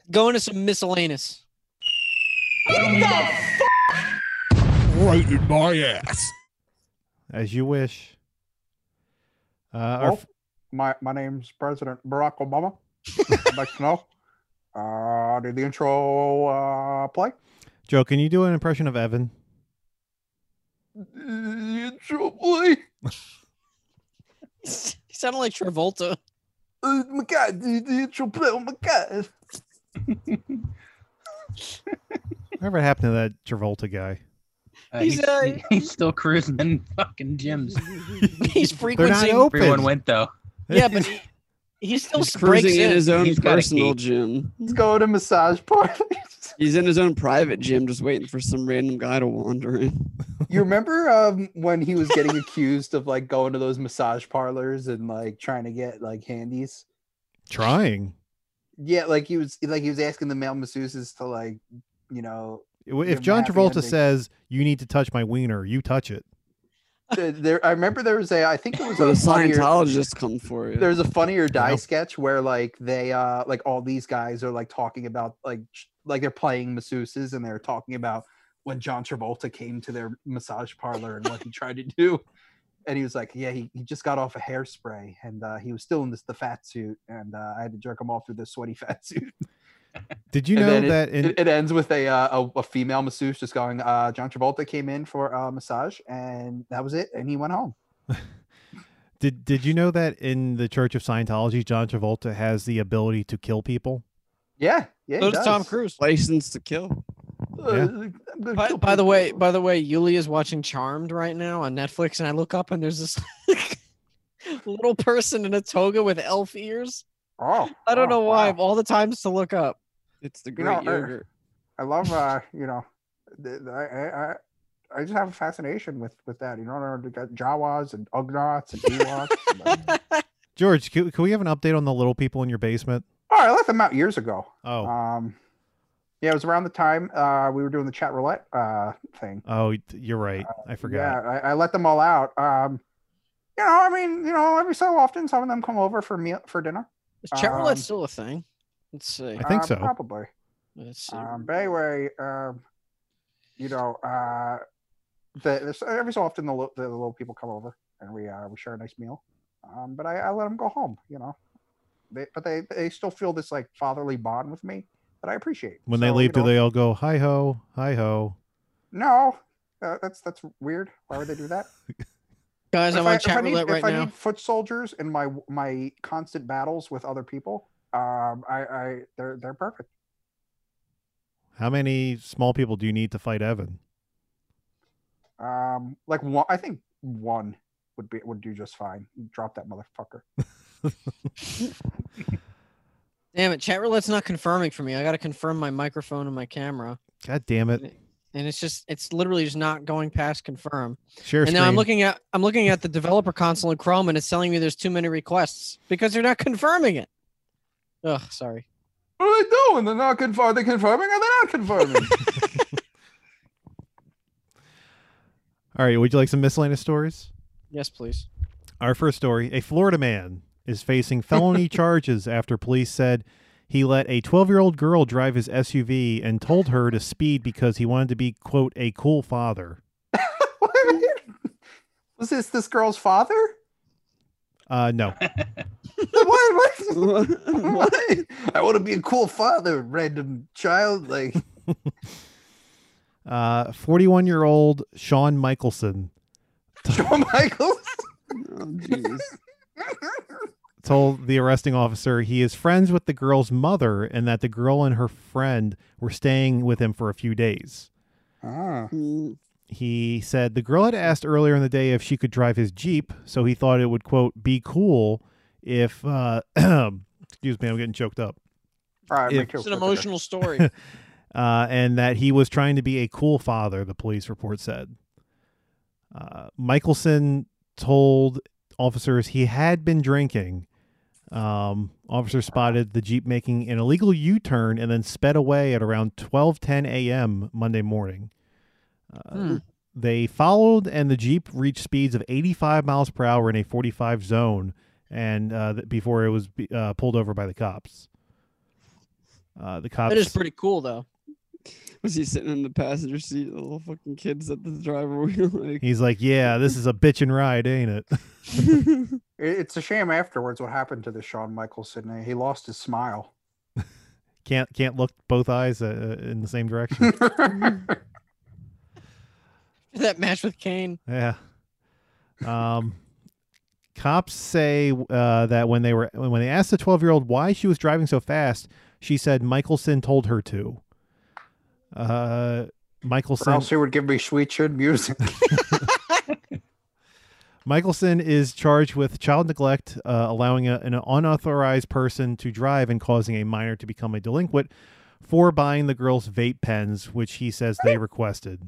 [SPEAKER 4] Go into some miscellaneous. <laughs>
[SPEAKER 12] Right in my ass.
[SPEAKER 7] As you wish. Uh, our
[SPEAKER 8] Well, my my name's President Barack Obama. I'd like to know. Uh, did the intro uh, play?
[SPEAKER 7] Joe, can you do an impression of Evan?
[SPEAKER 11] The intro play.
[SPEAKER 4] he sounded like Travolta. <laughs>
[SPEAKER 11] Oh my god, the, the intro play. Oh my god.
[SPEAKER 7] Whatever happened to that Travolta guy?
[SPEAKER 5] Uh,
[SPEAKER 4] He's,
[SPEAKER 5] he's,
[SPEAKER 4] uh,
[SPEAKER 5] he- <laughs> he's still cruising in fucking gyms.
[SPEAKER 4] He's
[SPEAKER 7] They're not
[SPEAKER 4] frequency.
[SPEAKER 7] open.
[SPEAKER 5] Everyone went though.
[SPEAKER 4] Yeah, but he, he still
[SPEAKER 6] He's
[SPEAKER 4] breaks
[SPEAKER 6] cruising
[SPEAKER 4] in.
[SPEAKER 6] in his own
[SPEAKER 5] He's got a
[SPEAKER 6] personal
[SPEAKER 5] key.
[SPEAKER 6] gym.
[SPEAKER 8] Let's go to massage parties.
[SPEAKER 6] He's in his own private gym, just waiting for some random guy to wander in.
[SPEAKER 11] <laughs> You remember um, when he was getting accused of like going to those massage parlors and like trying to get like handies?
[SPEAKER 7] Trying.
[SPEAKER 11] Yeah, like he was like he was asking the male masseuses to like, you know,
[SPEAKER 7] If
[SPEAKER 11] Give
[SPEAKER 7] John
[SPEAKER 11] Matt the
[SPEAKER 7] Travolta
[SPEAKER 11] ending.
[SPEAKER 7] says, you need to touch my wiener, you touch it.
[SPEAKER 11] th- there. I remember there was a I think it was
[SPEAKER 6] So <laughs> the
[SPEAKER 11] a funnier,
[SPEAKER 6] Scientologists come for you.
[SPEAKER 11] there's a funnier die
[SPEAKER 7] Yeah.
[SPEAKER 11] sketch where like they uh like all these guys are like talking about like sh- like they're playing masseuses and they're talking about when John Travolta came to their massage parlor and what he tried to do. And he was like, Yeah, he, he just got off a hairspray and uh, he was still in this the fat suit and uh, I had to jerk him off through the sweaty fat suit.
[SPEAKER 7] Did you
[SPEAKER 11] and
[SPEAKER 7] know
[SPEAKER 11] then it,
[SPEAKER 7] that in
[SPEAKER 11] it, it ends with a, uh, a a female masseuse just going, uh, John Travolta came in for a massage and that was it and he went home.
[SPEAKER 7] did did you know that in the Church of Scientology, John Travolta has the ability to kill people?
[SPEAKER 11] Yeah, yeah.
[SPEAKER 4] So
[SPEAKER 11] he
[SPEAKER 4] does Tom
[SPEAKER 11] does.
[SPEAKER 4] Cruise.
[SPEAKER 6] License to kill.
[SPEAKER 11] Uh,
[SPEAKER 7] Yeah.
[SPEAKER 11] I'm gonna
[SPEAKER 4] By,
[SPEAKER 11] kill
[SPEAKER 4] by the
[SPEAKER 11] people.
[SPEAKER 4] way, by the way, Yuli is watching Charmed right now on Netflix, and I look up and there's this <laughs> little person in a toga with elf ears.
[SPEAKER 8] Oh,
[SPEAKER 4] I don't
[SPEAKER 8] oh,
[SPEAKER 4] know why.
[SPEAKER 8] wow.
[SPEAKER 4] Of all the times to
[SPEAKER 8] <laughs>
[SPEAKER 4] look up,
[SPEAKER 6] It's the
[SPEAKER 8] You know,
[SPEAKER 6] great
[SPEAKER 8] er,
[SPEAKER 6] yogurt. <laughs>
[SPEAKER 8] I love uh, you know, th- th- I, I I I just have a fascination with with that. You know, we got Jawas and Ugnaughts and Ewoks. and, uh,
[SPEAKER 7] <laughs> George, can, can we have an update on the little people in your basement?
[SPEAKER 8] oh, I let them out years ago.
[SPEAKER 7] Oh,
[SPEAKER 8] Um, yeah, it was around the time uh, we were doing the chat roulette uh, thing.
[SPEAKER 7] oh, you're right.
[SPEAKER 8] uh,
[SPEAKER 7] I forgot.
[SPEAKER 8] Yeah, I, I let them all out. Um, you know, I mean, you know, every so often some of them come over for meal for dinner.
[SPEAKER 4] is Charlotte
[SPEAKER 8] Um,
[SPEAKER 4] still a thing? Let's see.
[SPEAKER 7] I think
[SPEAKER 8] Um,
[SPEAKER 7] so.
[SPEAKER 8] Probably.
[SPEAKER 4] Let's see.
[SPEAKER 8] Um, but anyway, um, you know, uh, the, there's every so often the, lo- the little people come over and we uh, we share a nice meal. Um, but I, I let them go home, you know. They, but they they still feel this like fatherly bond with me that I appreciate.
[SPEAKER 7] When they
[SPEAKER 8] So,
[SPEAKER 7] leave,
[SPEAKER 8] you know,
[SPEAKER 7] do they all go hi ho, hi ho?
[SPEAKER 8] No, uh, that's that's weird. Why would they do that?
[SPEAKER 4] Guys, I'm
[SPEAKER 8] if
[SPEAKER 4] on
[SPEAKER 8] if
[SPEAKER 4] chat
[SPEAKER 8] need,
[SPEAKER 4] roulette right
[SPEAKER 8] if I
[SPEAKER 4] now.
[SPEAKER 8] need foot soldiers in my my constant battles with other people, um, I, I they're they're perfect.
[SPEAKER 7] How many small people do you need to fight Evan?
[SPEAKER 8] Um, like one, I think one would be would do just fine. Drop that motherfucker.
[SPEAKER 4] Damn it, chat roulette's not confirming for me. I gotta confirm my microphone and my camera.
[SPEAKER 7] God damn it!
[SPEAKER 4] And it's just it's literally just not going past confirm.
[SPEAKER 7] Share
[SPEAKER 4] And
[SPEAKER 7] screen.
[SPEAKER 4] now I'm looking at I'm looking at the developer console in Chrome and it's telling me there's too many requests because they're not confirming it. Ugh, sorry.
[SPEAKER 8] What are they doing? They're not confirming. They're confirming or they're not <laughs> confirming.
[SPEAKER 7] All right, would you like some miscellaneous stories?
[SPEAKER 4] Yes, please.
[SPEAKER 7] Our first story: A Florida man is
[SPEAKER 4] <laughs>
[SPEAKER 7] facing felony charges after police said he let a 12-year-old girl drive his SUV and told her to speed because he wanted to be quote a cool father.
[SPEAKER 8] Was this this girl's father? <laughs>
[SPEAKER 7] Uh,
[SPEAKER 4] <laughs>
[SPEAKER 7] no,
[SPEAKER 8] What? <laughs> what?
[SPEAKER 6] What?
[SPEAKER 8] I want to be a cool father, random child. <laughs> Like,
[SPEAKER 7] Uh, 41 year old Sean Michelson
[SPEAKER 8] Shawn Michaels.
[SPEAKER 6] Oh, jeez.
[SPEAKER 7] told the arresting officer he is friends with the girl's mother and that the girl and her friend were staying with him for a few days.
[SPEAKER 8] <laughs> Ah.
[SPEAKER 6] Mm,
[SPEAKER 7] He said the girl had asked earlier in the day if she could drive his Jeep, so he thought it would, quote, be cool if, uh, <clears throat> excuse me, I'm getting choked up,
[SPEAKER 8] All right,
[SPEAKER 7] If-
[SPEAKER 8] me too.
[SPEAKER 4] It's an emotional <laughs> story.
[SPEAKER 7] uh, and that he was trying to be a cool father, the police report said. Uh, Michelson told officers he had been drinking. Um, officers spotted the Jeep making an illegal U turn and then sped away at around 12:10 a.m. Monday morning. Uh,
[SPEAKER 4] Hmm.
[SPEAKER 7] They followed, and the Jeep reached speeds of 85 miles per hour in a 45 zone, and uh, th- before it was be- uh, pulled over by the cops. Uh, the cops
[SPEAKER 4] that is pretty cool though.
[SPEAKER 6] <laughs>
[SPEAKER 4] <laughs>
[SPEAKER 6] Was he sitting in the passenger seat? The little fucking kids at the driver wheel, <laughs> like.
[SPEAKER 7] He's like, yeah, this is a bitchin' ride, ain't it? <laughs>
[SPEAKER 8] It- It's a shame afterwards what happened to the Shawn Michaels. Sydney. He lost his smile. <laughs>
[SPEAKER 7] can't can't look both eyes uh, uh, in the
[SPEAKER 8] <laughs>
[SPEAKER 7] same direction.
[SPEAKER 4] That match with Kane.
[SPEAKER 7] yeah. Um, cops say uh, that when they were when they asked the twelve year old why she was driving so fast, she said Michelson told her to. Uh,
[SPEAKER 8] or
[SPEAKER 7] Michelson
[SPEAKER 8] else he would give me sweet chin music. <laughs>
[SPEAKER 7] Michelson is charged with child neglect, uh, allowing a, an unauthorized person to drive and causing a minor to become a delinquent for buying the girls vape pens, which he says they requested.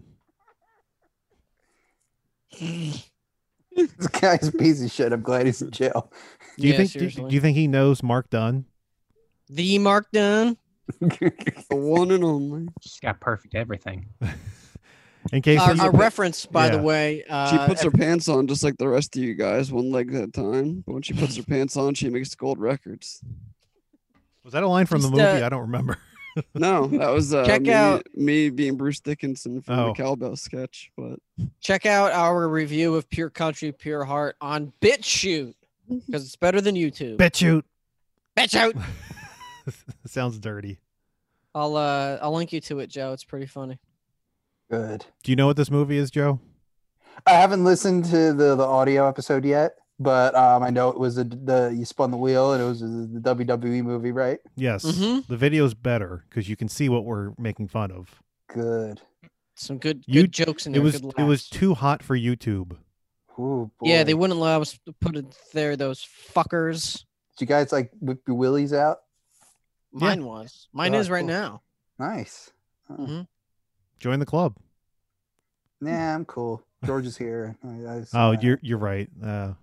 [SPEAKER 8] this guy's a piece of shit. I'm glad he's in jail.
[SPEAKER 7] Do you
[SPEAKER 4] Yeah,
[SPEAKER 7] think? Do,
[SPEAKER 4] seriously.
[SPEAKER 7] do you think he knows Mark Dunn?
[SPEAKER 4] the Mark Dunn.
[SPEAKER 6] The one and only.
[SPEAKER 5] She's got perfect everything.
[SPEAKER 7] In case
[SPEAKER 4] Our,
[SPEAKER 7] there's
[SPEAKER 4] our
[SPEAKER 7] a-
[SPEAKER 4] reference, by the
[SPEAKER 7] yeah.
[SPEAKER 4] way, uh,
[SPEAKER 6] She puts her pants on just like the rest of you guys, one leg at a time. But when she puts her pants on, she makes gold records.
[SPEAKER 7] was that a line from the
[SPEAKER 4] Just,
[SPEAKER 7] movie?
[SPEAKER 4] uh,
[SPEAKER 7] I don't
[SPEAKER 4] <laughs>
[SPEAKER 7] remember.
[SPEAKER 6] No, that was uh,
[SPEAKER 4] Check
[SPEAKER 6] me,
[SPEAKER 4] out-
[SPEAKER 6] me being Bruce Dickinson from
[SPEAKER 7] Oh.
[SPEAKER 6] the Cowbell sketch. But
[SPEAKER 4] check out our review of Pure Country, Pure Heart on BitChute because it's better than YouTube.
[SPEAKER 7] Bet you.
[SPEAKER 4] BitChute.
[SPEAKER 7] <laughs> Sounds dirty.
[SPEAKER 4] I'll uh, I'll link you to it, Joe. It's pretty funny.
[SPEAKER 8] Good.
[SPEAKER 7] Do you know what this movie is, Joe?
[SPEAKER 8] I haven't listened to the, the audio episode yet, but um, I know it was the, the you spun the wheel and it was the WWE movie, right?
[SPEAKER 7] Yes.
[SPEAKER 4] Mhm.
[SPEAKER 7] The video's better because you can see what we're making fun of.
[SPEAKER 8] Good.
[SPEAKER 4] Some good, good
[SPEAKER 7] You-
[SPEAKER 4] jokes in
[SPEAKER 7] It
[SPEAKER 4] there.
[SPEAKER 7] was
[SPEAKER 4] good
[SPEAKER 7] it was
[SPEAKER 4] laughs.
[SPEAKER 7] too hot for YouTube.
[SPEAKER 8] Ooh, boy.
[SPEAKER 4] yeah, they
[SPEAKER 8] Did
[SPEAKER 4] wouldn't allow us to put it there. Those fuckers.
[SPEAKER 8] you guys like whip your willies out?
[SPEAKER 7] Yeah.
[SPEAKER 4] Mine was. Mine
[SPEAKER 8] Oh,
[SPEAKER 4] is right
[SPEAKER 8] cool.
[SPEAKER 4] now.
[SPEAKER 8] Nice.
[SPEAKER 4] Mhm.
[SPEAKER 7] Join the club.
[SPEAKER 8] Nah, I'm cool. George is here. I- I just-
[SPEAKER 7] Oh,
[SPEAKER 8] uh,
[SPEAKER 7] you're you're right. Uh,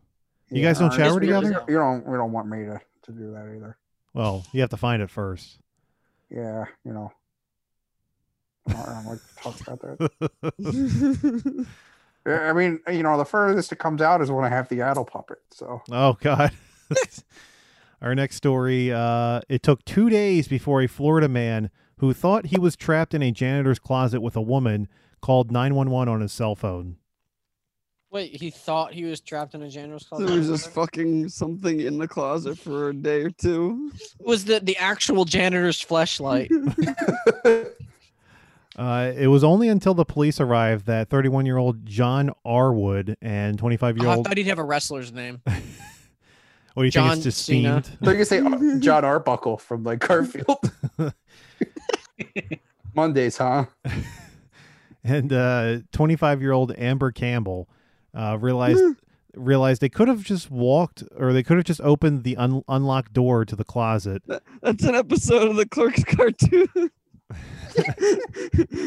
[SPEAKER 7] you
[SPEAKER 8] yeah, uh,
[SPEAKER 7] guys don't
[SPEAKER 8] or-
[SPEAKER 7] shower
[SPEAKER 4] Just-
[SPEAKER 7] together?
[SPEAKER 8] You don't. We don't want me to, to do that either.
[SPEAKER 7] Well, you have to find it first. <laughs>
[SPEAKER 8] Yeah, you know. I don't, I don't like to talk about that.
[SPEAKER 6] <laughs>
[SPEAKER 8] Yeah, I mean, you know, the furthest it comes out is when I have the idol puppet.
[SPEAKER 5] <laughs>
[SPEAKER 8] So
[SPEAKER 7] oh
[SPEAKER 4] <laughs>
[SPEAKER 7] God. Our next story. Uh, it took two days before a Florida man who thought he was trapped in a janitor's closet with a woman called 911 on his cell phone.
[SPEAKER 4] Wait, he thought he was trapped in a janitor's
[SPEAKER 6] so
[SPEAKER 4] closet.
[SPEAKER 6] there's just fucking something in the closet for a day or two.
[SPEAKER 7] <laughs>
[SPEAKER 4] was the the actual janitor's flashlight?
[SPEAKER 7] Uh, it was only until the police arrived that 31 year old John Arwood and 25 year
[SPEAKER 4] Oh, I
[SPEAKER 7] old.
[SPEAKER 4] thought he'd have a
[SPEAKER 7] <laughs>
[SPEAKER 4] wrestle's name. <laughs>
[SPEAKER 7] What do Oh, you think?
[SPEAKER 4] John
[SPEAKER 7] It's just
[SPEAKER 4] Cena.
[SPEAKER 7] themed?
[SPEAKER 8] They're gonna say uh, John Arbuckle from like
[SPEAKER 5] <laughs>
[SPEAKER 8] Garfield. <laughs> Mondays, huh?
[SPEAKER 7] <laughs> and 25 year old Amber Campbell uh, realized
[SPEAKER 4] Hmm.
[SPEAKER 7] realized they could have just walked or they could have just opened the un- unlocked door to the closet.
[SPEAKER 6] That- That's an episode of the Clerks cartoon.
[SPEAKER 8] <laughs>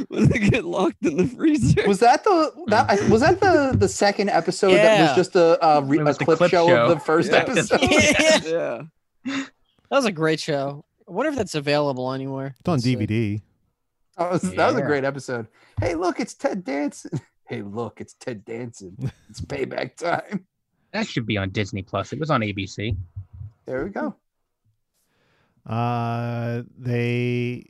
[SPEAKER 6] when they get locked in the freezer.
[SPEAKER 8] Was that the that I- was that the the second episode that
[SPEAKER 4] Yeah.
[SPEAKER 8] was just a, a, re,
[SPEAKER 5] It
[SPEAKER 8] a
[SPEAKER 5] was the
[SPEAKER 8] clip,
[SPEAKER 5] clip
[SPEAKER 8] show,
[SPEAKER 5] show.
[SPEAKER 8] of the first
[SPEAKER 5] <laughs>
[SPEAKER 6] Yeah.
[SPEAKER 8] episode?
[SPEAKER 4] that
[SPEAKER 6] <laughs> yeah.
[SPEAKER 4] was a great show. I wonder if that's available anywhere.
[SPEAKER 7] It's on
[SPEAKER 4] Let's see.
[SPEAKER 7] DVD.
[SPEAKER 8] That was, that was a
[SPEAKER 5] Yeah.
[SPEAKER 8] great episode. Hey, look, it's Ted Danson. <laughs> Hey, look, it's Ted Danson. It's payback time.
[SPEAKER 5] That should be on Disney Plus. It was
[SPEAKER 8] <laughs>
[SPEAKER 5] on <laughs> ABC.
[SPEAKER 8] There we go.
[SPEAKER 7] Uh, they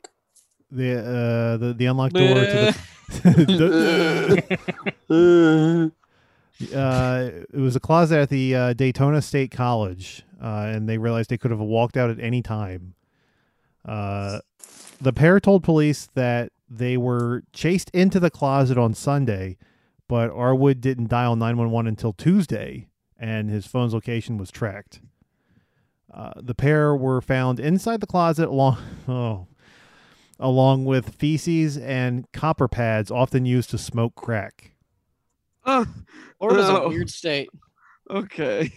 [SPEAKER 7] the uh the, the unlocked door to <laughs> the,
[SPEAKER 8] <laughs>
[SPEAKER 5] <laughs>
[SPEAKER 7] uh it was a closet at the uh, Daytona State College uh and they realized they could have walked out at any time. Uh the pair told police that they were chased into the closet on Sunday, but Arwood didn't dial 911 until Tuesday and his phone's location was tracked. Uh, the pair were found inside the closet along <laughs> oh, along with feces and copper pads often used to smoke crack.
[SPEAKER 6] Oh,
[SPEAKER 4] Orb is a
[SPEAKER 6] No.
[SPEAKER 4] weird state.
[SPEAKER 6] okay.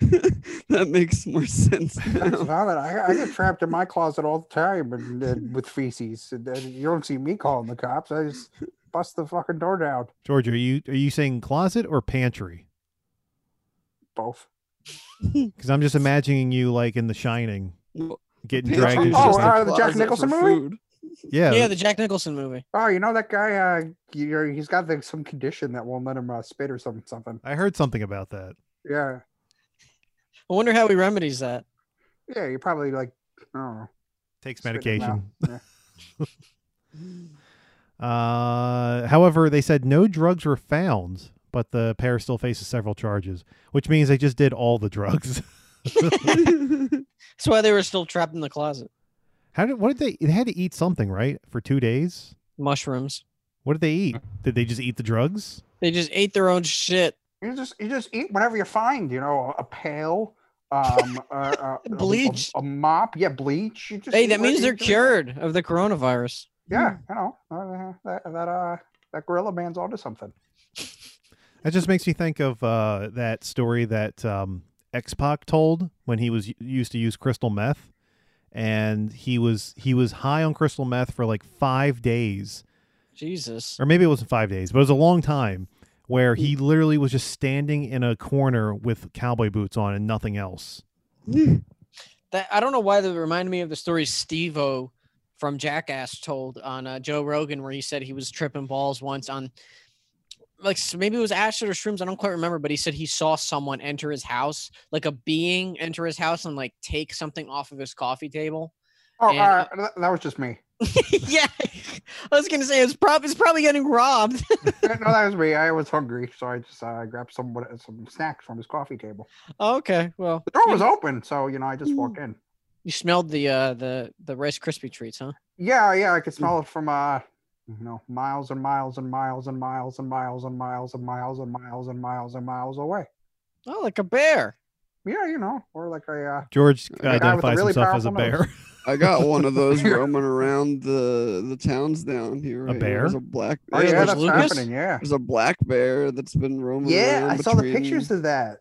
[SPEAKER 6] <laughs> that makes more sense.
[SPEAKER 8] <laughs>
[SPEAKER 7] <laughs>
[SPEAKER 8] That's
[SPEAKER 6] Now.
[SPEAKER 8] valid. I, I get trapped in my closet all the time and, and with feces. And, then you don't see me calling the cops. I just bust the fucking door down.
[SPEAKER 7] George, are you are you saying closet or pantry?
[SPEAKER 8] Both.
[SPEAKER 7] Because I'm just imagining you like in The Shining,
[SPEAKER 6] Well,
[SPEAKER 7] getting
[SPEAKER 6] pantry
[SPEAKER 7] dragged
[SPEAKER 6] is
[SPEAKER 7] into.
[SPEAKER 8] Oh,
[SPEAKER 7] the-
[SPEAKER 6] just a
[SPEAKER 8] uh, the Jack
[SPEAKER 6] closet for
[SPEAKER 8] Nicholson movie?
[SPEAKER 6] food.
[SPEAKER 7] yeah,
[SPEAKER 4] Yeah, the Jack Nicholson movie.
[SPEAKER 8] Oh, you know that guy? Uh, you know, he's got like some condition that won't let him uh, spit or something. Something.
[SPEAKER 7] I heard something about that.
[SPEAKER 8] Yeah,
[SPEAKER 4] I wonder how he remedies
[SPEAKER 7] <laughs>
[SPEAKER 4] that.
[SPEAKER 8] yeah. You probably like. I don't know.
[SPEAKER 7] Takes
[SPEAKER 8] Spit in his mouth.
[SPEAKER 7] medication. Uh, however, they said no drugs were found, but the pair still faces several charges, which means they just did all the drugs. <laughs>
[SPEAKER 4] That's why they were still trapped in the closet.
[SPEAKER 7] How did what did they? They had to eat something, right? For two days.
[SPEAKER 4] Mushrooms.
[SPEAKER 7] What did they eat? Did they just eat the drugs?
[SPEAKER 4] They just ate their own shit.
[SPEAKER 8] You just you just eat whatever you find. You know, a pail,
[SPEAKER 7] <laughs>
[SPEAKER 8] um, uh, uh, a- a-
[SPEAKER 4] Bleach.
[SPEAKER 8] a, mop. Yeah, bleach. You just
[SPEAKER 4] Hey,
[SPEAKER 8] eat
[SPEAKER 4] that
[SPEAKER 8] what
[SPEAKER 4] means
[SPEAKER 8] you
[SPEAKER 4] they're
[SPEAKER 8] can.
[SPEAKER 4] cured of the coronavirus.
[SPEAKER 8] Yeah, you know uh, that that uh that gorilla man's onto something.
[SPEAKER 7] That just makes me think of uh, that story that um, X Pac told when he was used to use crystal meth, and he was he was high on crystal meth for like five days,
[SPEAKER 4] Jesus.
[SPEAKER 7] or maybe it wasn't five days, but it was a long time where he
[SPEAKER 8] Mm.
[SPEAKER 7] literally was just standing in a corner with cowboy boots on and nothing else.
[SPEAKER 4] That I don't know why that reminded me of the story Steve O from Jackass told on uh, Joe Rogan, where he said he was tripping balls once on like s- maybe it was acid or shrooms. I don't quite remember, but he said he saw someone enter his house, like a being enter his house and like take something off of his coffee table. <laughs>
[SPEAKER 8] Oh,
[SPEAKER 4] And-
[SPEAKER 8] uh, that, that was just me.
[SPEAKER 4] yeah, I was gonna say it's probably it's probably getting robbed. <laughs>
[SPEAKER 8] no, that was me. I was hungry, so I just uh, grabbed some what- some snacks from his coffee table.
[SPEAKER 4] okay, well
[SPEAKER 8] The door was open, so you know I just walked in.
[SPEAKER 4] you smelled the uh the the Rice Krispie treats, huh?
[SPEAKER 8] Yeah, yeah, I could
[SPEAKER 6] Mm.
[SPEAKER 8] smell it from uh, you know, miles and miles and miles and miles and miles and miles and miles and miles and miles and miles away.
[SPEAKER 4] Oh, like a bear.
[SPEAKER 8] Yeah, you know, or like a uh,
[SPEAKER 7] George
[SPEAKER 6] The guy with
[SPEAKER 8] the
[SPEAKER 7] identifies
[SPEAKER 8] really
[SPEAKER 7] himself as a
[SPEAKER 8] powerful
[SPEAKER 7] bear.
[SPEAKER 6] <laughs>
[SPEAKER 7] <laughs>
[SPEAKER 6] I got one of those roaming around the the towns down here. right now. There's
[SPEAKER 7] bear?
[SPEAKER 6] a black.
[SPEAKER 8] oh
[SPEAKER 6] yeah,
[SPEAKER 8] yeah,
[SPEAKER 4] George
[SPEAKER 8] that's
[SPEAKER 4] Lucas?
[SPEAKER 8] happening. Yeah,
[SPEAKER 6] There's a black bear that's been roaming
[SPEAKER 8] yeah,
[SPEAKER 6] around
[SPEAKER 8] I saw the
[SPEAKER 6] between
[SPEAKER 8] pictures of that.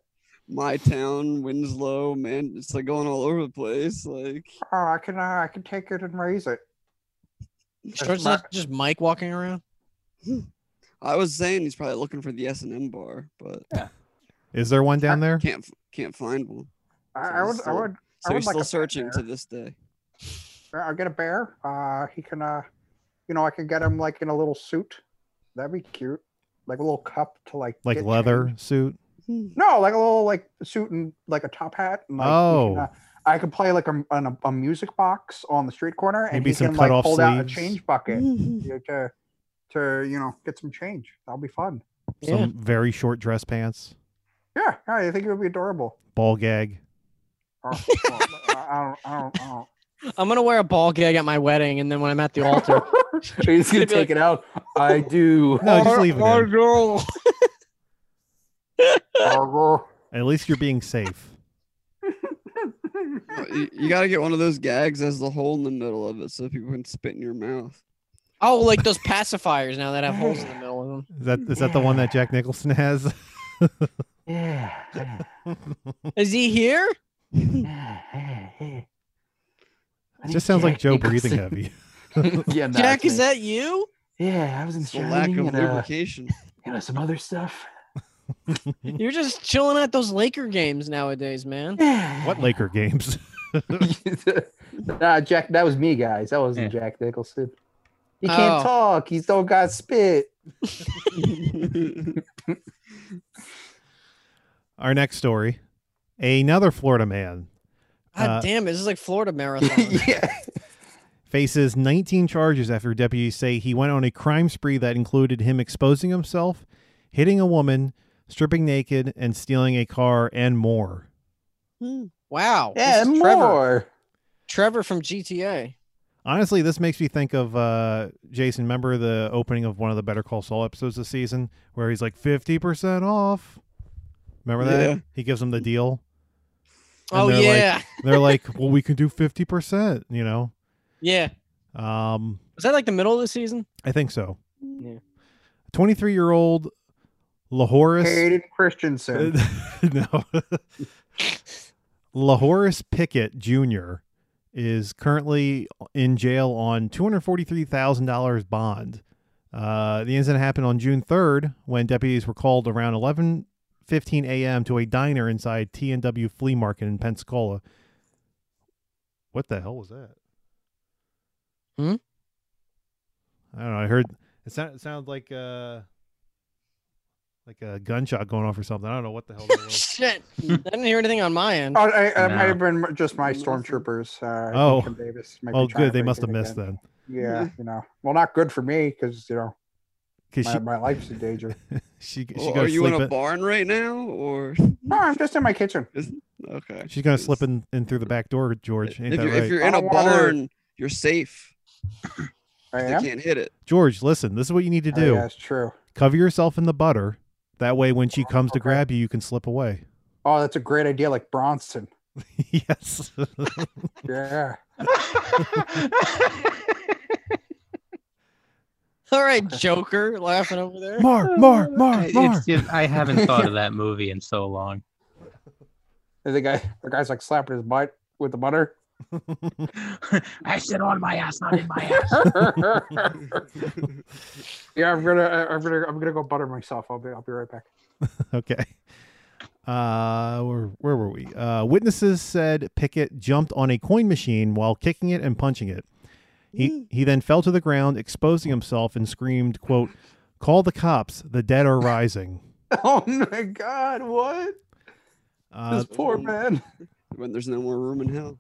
[SPEAKER 6] my town, Winslow, man. It's like going all over the place. Like,
[SPEAKER 8] Oh, I can uh, I can take it and raise it.
[SPEAKER 4] Sure, it's
[SPEAKER 8] my-
[SPEAKER 4] not just Mike walking around.
[SPEAKER 6] I was saying, he's probably looking for the S and M bar, but
[SPEAKER 7] Is there one down there?
[SPEAKER 6] can't f- can't find one.
[SPEAKER 8] I, I would I
[SPEAKER 6] So-
[SPEAKER 8] would I
[SPEAKER 6] So
[SPEAKER 8] would
[SPEAKER 6] he's
[SPEAKER 8] like
[SPEAKER 6] still
[SPEAKER 8] a pet
[SPEAKER 6] searching
[SPEAKER 8] bear.
[SPEAKER 6] to this day.
[SPEAKER 8] I'll get a bear. Uh, he can uh, you know, I can get him like in a little suit. That'd be cute, like a little cup to like
[SPEAKER 7] Like
[SPEAKER 8] get
[SPEAKER 7] leather
[SPEAKER 8] changed.
[SPEAKER 7] suit?
[SPEAKER 8] No, like a little like suit and like a top hat. And, like, he
[SPEAKER 7] Oh.
[SPEAKER 8] can, uh, I could play like a, an, a music box on the street corner, and
[SPEAKER 7] Maybe
[SPEAKER 8] he
[SPEAKER 7] some
[SPEAKER 8] can like
[SPEAKER 7] cut-off
[SPEAKER 8] hold out a
[SPEAKER 7] sleeves.
[SPEAKER 8] change
[SPEAKER 6] <laughs>
[SPEAKER 8] bucket you know, to to you know get some change. That'll be fun.
[SPEAKER 4] Yeah.
[SPEAKER 7] Some very short dress pants,
[SPEAKER 8] Yeah, yeah, I think it would be adorable.
[SPEAKER 7] ball gag.
[SPEAKER 8] Or, well, <laughs> I I don't, I don't, I
[SPEAKER 4] I'm gonna wear a ball gag at my wedding, and then when I'm at the altar,
[SPEAKER 8] don't.
[SPEAKER 1] <laughs> He's gonna
[SPEAKER 4] They'd be like-
[SPEAKER 1] take it out. I do.
[SPEAKER 7] No, just leave it in.
[SPEAKER 4] no.
[SPEAKER 7] At least you're being safe.
[SPEAKER 6] you, you gotta get one of those gags as the hole in the middle of it so people can spit in your mouth.
[SPEAKER 4] <laughs> Oh, like those pacifiers now that have holes in the middle of them.
[SPEAKER 7] Is that is that the one that Jack Nicholson has?
[SPEAKER 1] Yeah.
[SPEAKER 4] <laughs> Is he here?
[SPEAKER 7] just sounds like Joe breathing heavy.
[SPEAKER 1] <laughs> yeah, no,
[SPEAKER 4] Jack, is
[SPEAKER 1] it's me.
[SPEAKER 4] that you?
[SPEAKER 1] <laughs> Yeah, I was in
[SPEAKER 6] It's the lack
[SPEAKER 1] Shining
[SPEAKER 6] of
[SPEAKER 1] and uh,
[SPEAKER 7] <laughs>
[SPEAKER 6] lubrication.
[SPEAKER 1] you know, some other stuff.
[SPEAKER 4] You're just chilling at those Laker games nowadays, man.
[SPEAKER 1] Yeah.
[SPEAKER 7] What Laker games? <laughs>
[SPEAKER 1] nah, Jack, that was me, guys. That wasn't Jack Nicholson. He can't
[SPEAKER 4] Oh.
[SPEAKER 1] talk. He's don't got spit.
[SPEAKER 7] Our next story. Another Florida man
[SPEAKER 4] God
[SPEAKER 7] Uh,
[SPEAKER 4] damn it! This is like
[SPEAKER 1] <laughs>
[SPEAKER 4] Florida
[SPEAKER 7] Oh,
[SPEAKER 8] <laughs>
[SPEAKER 4] Marathon.
[SPEAKER 1] yeah.
[SPEAKER 7] faces 19 charges after deputies say he went on a crime spree that included him exposing himself, hitting a woman, stripping naked, and stealing a car and more.
[SPEAKER 4] wow.
[SPEAKER 1] Yeah,
[SPEAKER 4] this
[SPEAKER 1] and
[SPEAKER 4] is Trevor.
[SPEAKER 1] more.
[SPEAKER 4] Trevor from GTA.
[SPEAKER 7] Honestly, this makes me think of uh, Jason. Remember the opening of one of the Better Call Saul episodes this season where he's like 50% off? Remember that?
[SPEAKER 6] Yeah.
[SPEAKER 7] He gives them the deal. And
[SPEAKER 4] Oh
[SPEAKER 7] they're
[SPEAKER 4] yeah,
[SPEAKER 7] Like, they're like, well, we can do 50%, you know?
[SPEAKER 4] yeah.
[SPEAKER 7] Um,
[SPEAKER 4] Was that like the middle of the
[SPEAKER 1] <laughs>
[SPEAKER 4] season?
[SPEAKER 7] I think so.
[SPEAKER 4] Yeah.
[SPEAKER 7] 23 year old Lahoris.
[SPEAKER 8] Hayden
[SPEAKER 7] <laughs>
[SPEAKER 8] Christensen.
[SPEAKER 7] no. Lahoris Pickett Jr. is currently in jail on $243,000 bond. Uh, the incident happened on June 3rd when deputies were called around 11:15 a.m. to a diner inside T&W Flea Market in Pensacola. What the hell was that?
[SPEAKER 4] Hmm?
[SPEAKER 7] I don't know. I heard it sound, it sounded like uh like a gunshot going off or something. I don't know what the hell that was.
[SPEAKER 4] Shit, I didn't hear anything on my
[SPEAKER 1] <laughs>
[SPEAKER 4] end.
[SPEAKER 8] Oh, I, I
[SPEAKER 5] No.
[SPEAKER 8] might have been just my stormtroopers. Uh, I think
[SPEAKER 7] Oh.
[SPEAKER 8] Kim Davis <laughs> might be
[SPEAKER 7] Oh,
[SPEAKER 8] trying to
[SPEAKER 7] good. They
[SPEAKER 8] break
[SPEAKER 7] must have
[SPEAKER 8] in
[SPEAKER 7] missed
[SPEAKER 8] again.
[SPEAKER 7] then.
[SPEAKER 8] Yeah, you know, well, not good for me because you
[SPEAKER 7] <laughs>
[SPEAKER 8] know
[SPEAKER 7] Cause
[SPEAKER 8] my, my life's in danger.
[SPEAKER 7] she she, she
[SPEAKER 6] Well,
[SPEAKER 7] gotta
[SPEAKER 6] Oh, are you
[SPEAKER 7] slip
[SPEAKER 6] in a
[SPEAKER 7] in-
[SPEAKER 6] barn right now, or <laughs>
[SPEAKER 8] No, I'm just in my kitchen.
[SPEAKER 6] okay?
[SPEAKER 7] She's gonna slip in, in through the back door, George. Ain't
[SPEAKER 6] if
[SPEAKER 7] that
[SPEAKER 6] you're
[SPEAKER 7] right?
[SPEAKER 6] if you're in
[SPEAKER 8] I
[SPEAKER 6] a
[SPEAKER 8] don't wanna-
[SPEAKER 6] barn, you're safe.
[SPEAKER 8] I
[SPEAKER 6] They
[SPEAKER 8] am.
[SPEAKER 6] can't hit it.
[SPEAKER 7] George, listen. This is what you need to
[SPEAKER 8] Oh,
[SPEAKER 7] do:
[SPEAKER 8] yeah, it's true.
[SPEAKER 7] cover yourself in the butter. That way, when she comes to
[SPEAKER 8] okay.
[SPEAKER 7] grab you, you can slip away. <laughs>
[SPEAKER 8] Oh, that's a great idea, like Bronson.
[SPEAKER 7] yes. <laughs>
[SPEAKER 8] Yeah. <laughs>
[SPEAKER 4] All right, Joker, laughing over there.
[SPEAKER 7] Mar,
[SPEAKER 5] <laughs>
[SPEAKER 7] Mar, Mar, Mar.
[SPEAKER 5] It's just- I
[SPEAKER 8] <laughs>
[SPEAKER 5] haven't thought of that movie in so long. <laughs>
[SPEAKER 8] And the guy, the guy's like slapping his butt with the butter.
[SPEAKER 5] I sit on my ass, not in my
[SPEAKER 8] <laughs>
[SPEAKER 5] ass.
[SPEAKER 8] yeah, I'm gonna, I- I'm gonna, I'm gonna go butter myself. I'll be, I'll be right back.
[SPEAKER 7] <laughs> okay. Uh, where where were we? Uh, witnesses said Pickett jumped on a coin machine while kicking it and punching it. He he then fell to the ground, exposing himself, and screamed, "Quote, call the cops. The dead are rising."
[SPEAKER 8] <laughs> Oh my God! What?
[SPEAKER 7] Uh, <laughs>
[SPEAKER 8] this poor man.
[SPEAKER 6] When there's no more room in hell.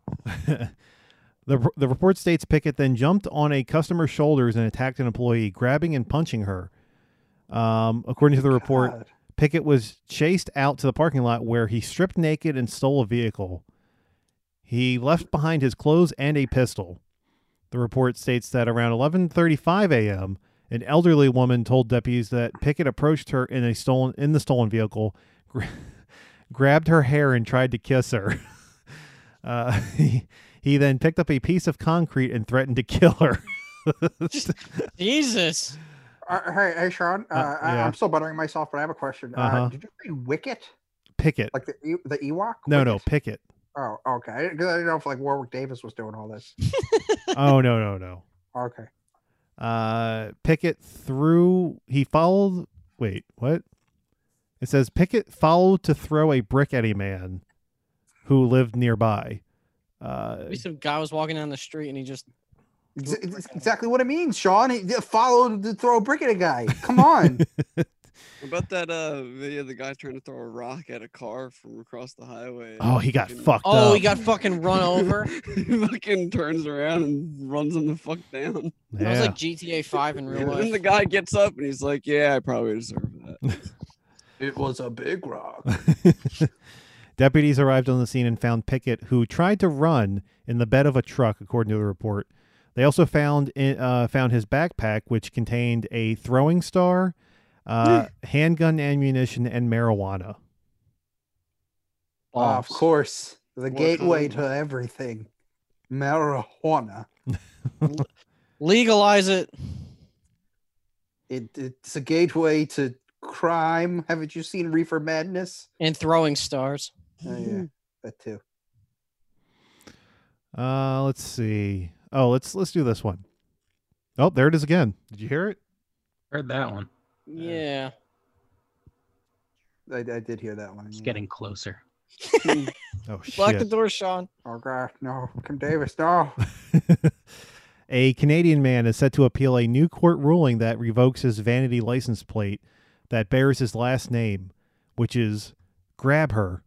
[SPEAKER 7] the, the report states Pickett then jumped on a customer's shoulders and attacked an employee, grabbing and punching her. Um, according
[SPEAKER 5] Oh
[SPEAKER 7] to the report,
[SPEAKER 8] God.
[SPEAKER 7] Pickett was chased out to the parking lot where he stripped naked and stole a vehicle. He left behind his clothes and a pistol. The report states that around 11:35 a.m., an elderly woman told deputies that Pickett approached her in a stolen in the stolen vehicle, gra- <laughs> grabbed her hair and tried to kiss her. <laughs> Uh, he, he then picked up a piece of concrete and threatened to kill her. <laughs>
[SPEAKER 1] <laughs>
[SPEAKER 4] Jesus.
[SPEAKER 8] Uh, hey, hey, Sean. Uh,
[SPEAKER 7] Uh,
[SPEAKER 8] I,
[SPEAKER 7] yeah.
[SPEAKER 8] I'm still buttering myself, but I have a question. uh
[SPEAKER 7] Uh-huh.
[SPEAKER 8] did you say Wicket?
[SPEAKER 7] Pickett.
[SPEAKER 8] Like the E- the Ewok?
[SPEAKER 7] No, no,
[SPEAKER 8] Wicket?
[SPEAKER 7] Pickett.
[SPEAKER 8] Oh, okay. I didn't 'cause I didn't know if like Warwick Davis was doing all this.
[SPEAKER 7] Oh, no, no, no.
[SPEAKER 8] Okay.
[SPEAKER 7] Uh, Pickett threw. He followed. Wait, what? It says Pickett followed to throw a brick at a man who lived nearby. Uh,
[SPEAKER 4] Maybe Some guy was walking down the street and he just
[SPEAKER 8] Ex- ex- exactly what it means, Sean. He followed the throw a brick at a guy. Come
[SPEAKER 7] <laughs>
[SPEAKER 8] on.
[SPEAKER 6] What about that uh video of the guy trying to throw a rock at a car from across the highway?
[SPEAKER 7] oh, he got
[SPEAKER 6] Fucking-
[SPEAKER 7] fucked
[SPEAKER 4] Oh,
[SPEAKER 7] up.
[SPEAKER 4] he got fucking run over.
[SPEAKER 6] <laughs> he fucking turns around and runs him the fuck down.
[SPEAKER 4] That was
[SPEAKER 7] yeah.
[SPEAKER 4] like GTA 5 in real
[SPEAKER 6] And <laughs> then
[SPEAKER 4] life.
[SPEAKER 6] the guy gets up and he's like, "Yeah, I probably deserve that."
[SPEAKER 1] It was a big rock.
[SPEAKER 7] <laughs> Deputies arrived on the scene and found Pickett, who tried to run in the bed of a truck, according to the report. They also found in, uh, found his backpack, which contained a throwing star, uh,
[SPEAKER 4] Hmm.
[SPEAKER 7] handgun ammunition, and marijuana.
[SPEAKER 8] of course, the gateway to everything, marijuana.
[SPEAKER 4] Legalize it.
[SPEAKER 8] It, it's a gateway to crime. Haven't you seen Reefer Madness?
[SPEAKER 4] And throwing stars.
[SPEAKER 6] Hmm.
[SPEAKER 8] Oh, yeah, that too.
[SPEAKER 7] Uh, let's see. Oh, let's let's do this one. Oh, there it is again. Did you hear it?
[SPEAKER 5] Heard that one.
[SPEAKER 4] Yeah.
[SPEAKER 8] I, I did hear that one.
[SPEAKER 5] It's
[SPEAKER 8] yeah.
[SPEAKER 5] getting closer.
[SPEAKER 7] Oh shit.
[SPEAKER 4] Lock the door, <laughs> Sean.
[SPEAKER 8] Oh god, no, Kim Davis, <laughs> no.
[SPEAKER 7] <laughs> a Canadian man is set to appeal a new court ruling that revokes his vanity license plate that bears his last name, which is Grab Her.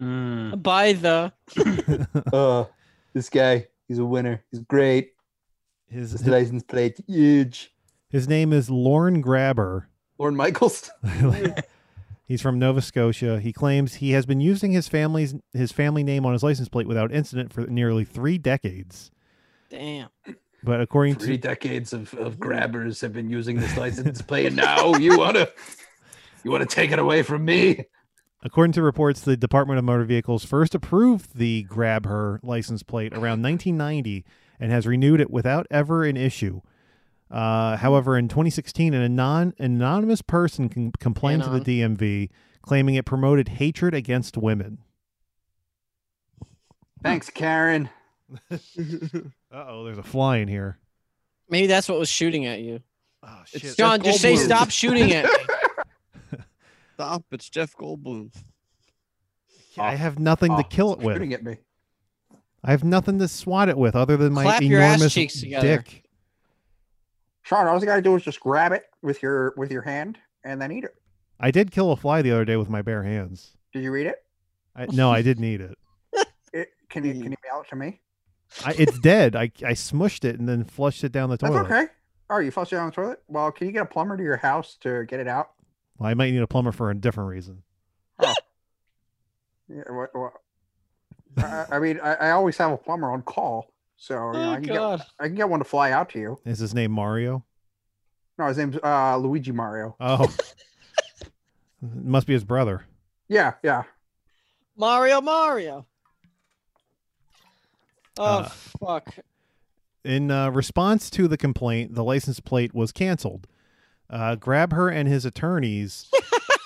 [SPEAKER 5] Mm.
[SPEAKER 4] By the
[SPEAKER 8] uh, this guy, he's a winner. He's great.
[SPEAKER 7] His
[SPEAKER 8] His license plate, huge.
[SPEAKER 7] his name is Lorne Grabber.
[SPEAKER 8] Lorne Michaels.
[SPEAKER 7] <laughs>
[SPEAKER 8] <laughs>
[SPEAKER 7] He's from Nova Scotia. He claims he has been using his family's his family name on his license plate without incident for nearly three decades.
[SPEAKER 4] damn.
[SPEAKER 7] But according
[SPEAKER 8] Three
[SPEAKER 7] to
[SPEAKER 8] decades of, of grabbers have been using this license plate, and now you wanna you wanna take it away from me?
[SPEAKER 7] according to reports, the Department of Motor Vehicles first approved the Grab Her license plate around 1990 and has renewed it without ever an issue. Uh, however, in 2016, an anon- anonymous person con- complained to
[SPEAKER 4] Anon.
[SPEAKER 7] the DMV claiming it promoted hatred against women.
[SPEAKER 8] Thanks, Karen.
[SPEAKER 7] Uh oh, there's a fly in here.
[SPEAKER 4] Maybe that's what was shooting at you.
[SPEAKER 7] Oh,
[SPEAKER 4] It's
[SPEAKER 7] shit.
[SPEAKER 4] John, just say
[SPEAKER 6] Goldblum.
[SPEAKER 4] stop shooting at me.
[SPEAKER 6] <laughs> Stop! It's Jeff Goldblum.
[SPEAKER 7] I have nothing to
[SPEAKER 8] Oh,
[SPEAKER 7] kill it with.
[SPEAKER 8] Shooting at me.
[SPEAKER 7] I have nothing to swat it with other than my
[SPEAKER 4] Clap your ass
[SPEAKER 7] enormous
[SPEAKER 4] cheeks together.
[SPEAKER 7] dick.
[SPEAKER 8] Sean, all you gotta do is just grab it with your with your
[SPEAKER 4] <laughs>
[SPEAKER 8] hand and then eat it.
[SPEAKER 7] I did kill a fly the other day with my bare hands.
[SPEAKER 8] Did you eat it?
[SPEAKER 7] I, no, I didn't eat it.
[SPEAKER 8] it can you can you mail it to me?
[SPEAKER 7] I, it's dead. I, I smushed it and then flushed it down the
[SPEAKER 8] That's
[SPEAKER 7] toilet.
[SPEAKER 8] okay. Oh, you flushed it down the toilet? Well, can you get a plumber to your house to get it out?
[SPEAKER 7] Well, I might need a plumber for a different reason.
[SPEAKER 8] Yeah, what, what? I, I mean, I, I always have a plumber on call, so you know,
[SPEAKER 4] Oh
[SPEAKER 8] I, can get,
[SPEAKER 4] god.
[SPEAKER 8] I can get one to fly out to you.
[SPEAKER 7] Is his name Mario?
[SPEAKER 8] No, his name's uh, Luigi Mario.
[SPEAKER 7] Oh, it must be his brother.
[SPEAKER 8] Yeah, yeah.
[SPEAKER 4] <laughs> Mario Mario. Oh
[SPEAKER 7] Uh,
[SPEAKER 4] fuck.
[SPEAKER 7] In uh, response to the complaint, the license plate was canceled. Uh, grab her and his attorneys
[SPEAKER 8] <laughs>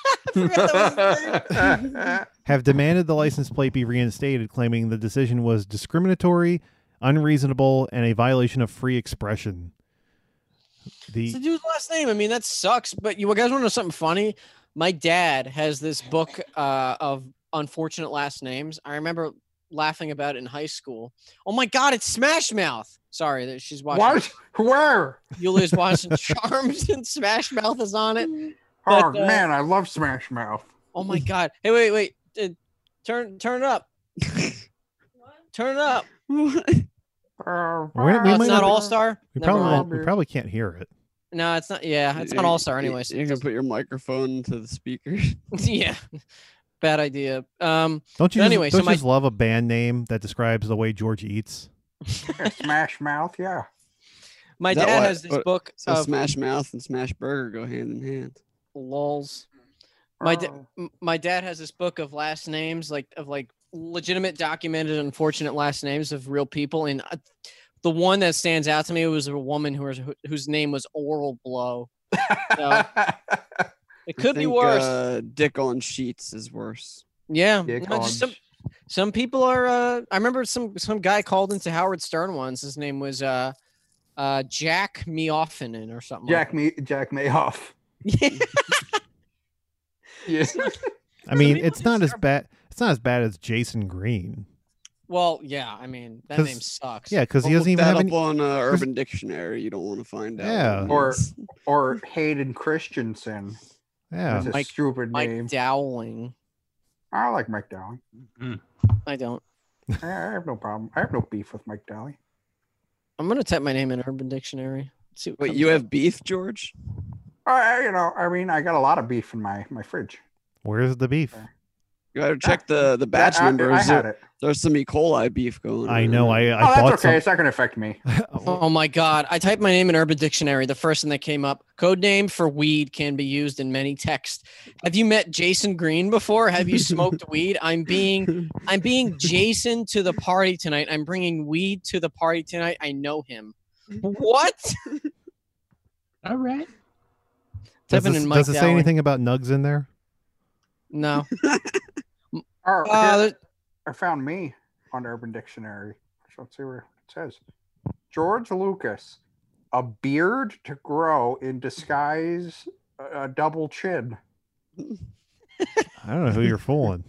[SPEAKER 4] <laughs>
[SPEAKER 8] Uh,
[SPEAKER 7] have demanded the license plate be reinstated, claiming the decision was discriminatory, unreasonable, and a violation of free expression. The
[SPEAKER 4] It's the dude's last name. I mean, that sucks. But you guys want to know something funny? My dad has this book uh, of unfortunate last names. I remember laughing about it in high school. Oh my god, it's Smash Mouth. Sorry that she's watching. <laughs>
[SPEAKER 8] what? Where?
[SPEAKER 7] <laughs>
[SPEAKER 4] Yulia's watching Charms and Smash Mouth is on
[SPEAKER 6] <laughs>
[SPEAKER 4] it.
[SPEAKER 8] Oh
[SPEAKER 4] But, uh,
[SPEAKER 8] man, I love Smash Mouth.
[SPEAKER 4] Oh my god. Hey, wait, wait. Uh, turn, turn it up. turn it up.
[SPEAKER 8] Uh,
[SPEAKER 7] We're gonna- we
[SPEAKER 4] Oh,
[SPEAKER 7] might
[SPEAKER 4] it's not
[SPEAKER 7] be-
[SPEAKER 4] All Star.
[SPEAKER 7] we
[SPEAKER 4] Never
[SPEAKER 7] probably
[SPEAKER 4] mind.
[SPEAKER 7] won't- we probably can't hear it.
[SPEAKER 4] No, it's not. Yeah, it's
[SPEAKER 6] You-
[SPEAKER 4] not All Star
[SPEAKER 6] you-
[SPEAKER 4] anyway. so
[SPEAKER 6] You're
[SPEAKER 4] it <laughs>
[SPEAKER 6] gonna put your microphone to the speaker. <laughs>
[SPEAKER 4] doesn't- yeah, bad idea.
[SPEAKER 7] <laughs>
[SPEAKER 4] Um,
[SPEAKER 7] Don't you? just-
[SPEAKER 4] But anyway,
[SPEAKER 7] don't
[SPEAKER 4] so
[SPEAKER 7] you
[SPEAKER 4] my-
[SPEAKER 7] just love a band name that describes the way George eats?
[SPEAKER 8] yeah, Smash Mouth, yeah.
[SPEAKER 4] my
[SPEAKER 6] Is that
[SPEAKER 4] dad
[SPEAKER 6] why-
[SPEAKER 4] has this
[SPEAKER 6] what-
[SPEAKER 4] book
[SPEAKER 6] So
[SPEAKER 4] of
[SPEAKER 6] Smash Mouth and Smash Burger go hand in hand.
[SPEAKER 4] lols. My da-
[SPEAKER 8] Oh.
[SPEAKER 4] m- my dad has this book of last names, like of like legitimate, documented, unfortunate last names of real people, and uh, the one that stands out to me was a woman who was, who- whose name was Oral Blow.
[SPEAKER 6] <laughs>
[SPEAKER 4] So it
[SPEAKER 6] I
[SPEAKER 4] could be
[SPEAKER 6] think,
[SPEAKER 4] worse.
[SPEAKER 6] Uh, Dick on sheets is worse.
[SPEAKER 4] yeah,
[SPEAKER 8] Dick
[SPEAKER 4] no, just
[SPEAKER 8] on-
[SPEAKER 4] some some people are. Uh, I remember some some guy called into Howard Stern once. His name was uh, uh, Jack Meoffinen or something.
[SPEAKER 8] Jack me Jack Mayoff.
[SPEAKER 4] <laughs> Like that.
[SPEAKER 8] Yeah.
[SPEAKER 7] I mean,
[SPEAKER 4] people
[SPEAKER 7] it's
[SPEAKER 4] just
[SPEAKER 7] not as
[SPEAKER 4] are-
[SPEAKER 7] bad. It's not as bad as Jason Green.
[SPEAKER 4] well, yeah. I mean, that
[SPEAKER 7] 'Cause-
[SPEAKER 4] name sucks.
[SPEAKER 7] Yeah, because he
[SPEAKER 6] But
[SPEAKER 7] doesn't
[SPEAKER 6] look
[SPEAKER 7] even have
[SPEAKER 6] that up
[SPEAKER 7] any.
[SPEAKER 6] on uh, Urban Dictionary. You don't want to find out.
[SPEAKER 7] Yeah.
[SPEAKER 6] what it
[SPEAKER 8] Or-
[SPEAKER 6] means.
[SPEAKER 8] <laughs> Or Hayden Christensen.
[SPEAKER 7] Yeah,
[SPEAKER 8] That's a
[SPEAKER 4] Mike-
[SPEAKER 8] stupid
[SPEAKER 4] Mike
[SPEAKER 8] name.
[SPEAKER 4] Dowling.
[SPEAKER 8] I like Mike Dowling.
[SPEAKER 4] I don't.
[SPEAKER 8] I I have no problem. I have no beef with Mike Dowling.
[SPEAKER 4] I'm gonna type my name in Urban Dictionary. Let's see what
[SPEAKER 6] Wait,
[SPEAKER 4] comes
[SPEAKER 6] you
[SPEAKER 4] up.
[SPEAKER 6] have beef, George?
[SPEAKER 8] I, I- you know, I mean, I got a lot of beef in my my fridge.
[SPEAKER 7] where's the beef?
[SPEAKER 6] You gotta check the the batch
[SPEAKER 1] That- I- I,
[SPEAKER 6] numbers.
[SPEAKER 1] had
[SPEAKER 6] There-
[SPEAKER 1] it.
[SPEAKER 6] There's some E. coli beef going.
[SPEAKER 7] I
[SPEAKER 6] on.
[SPEAKER 7] know.
[SPEAKER 6] <laughs>
[SPEAKER 7] I, I
[SPEAKER 1] oh,
[SPEAKER 7] bought
[SPEAKER 1] that's okay.
[SPEAKER 7] some-
[SPEAKER 1] It's not going to affect me.
[SPEAKER 7] <laughs>
[SPEAKER 4] Oh my God. I typed my name in Urban Dictionary. The first thing that came up code name for weed can be used in many texts. Have you met Jason Green before? Have
[SPEAKER 7] <laughs>
[SPEAKER 4] you smoked weed? I'm being, I'm being Jason to the party tonight. I'm bringing weed to the party tonight. I know him. What?
[SPEAKER 5] All right.
[SPEAKER 7] Does,
[SPEAKER 4] Tevin
[SPEAKER 7] this-
[SPEAKER 4] and Mike
[SPEAKER 7] does it say
[SPEAKER 4] Dowling.
[SPEAKER 7] anything about nugs in there?
[SPEAKER 4] No.
[SPEAKER 7] <laughs>
[SPEAKER 1] Oh,
[SPEAKER 4] Uh,
[SPEAKER 1] here-
[SPEAKER 4] there-
[SPEAKER 1] I found me on Urban Dictionary. Let's see where it says. George Lucas, a beard to grow in disguise, a a double chin.
[SPEAKER 7] I don't know who you're fooling.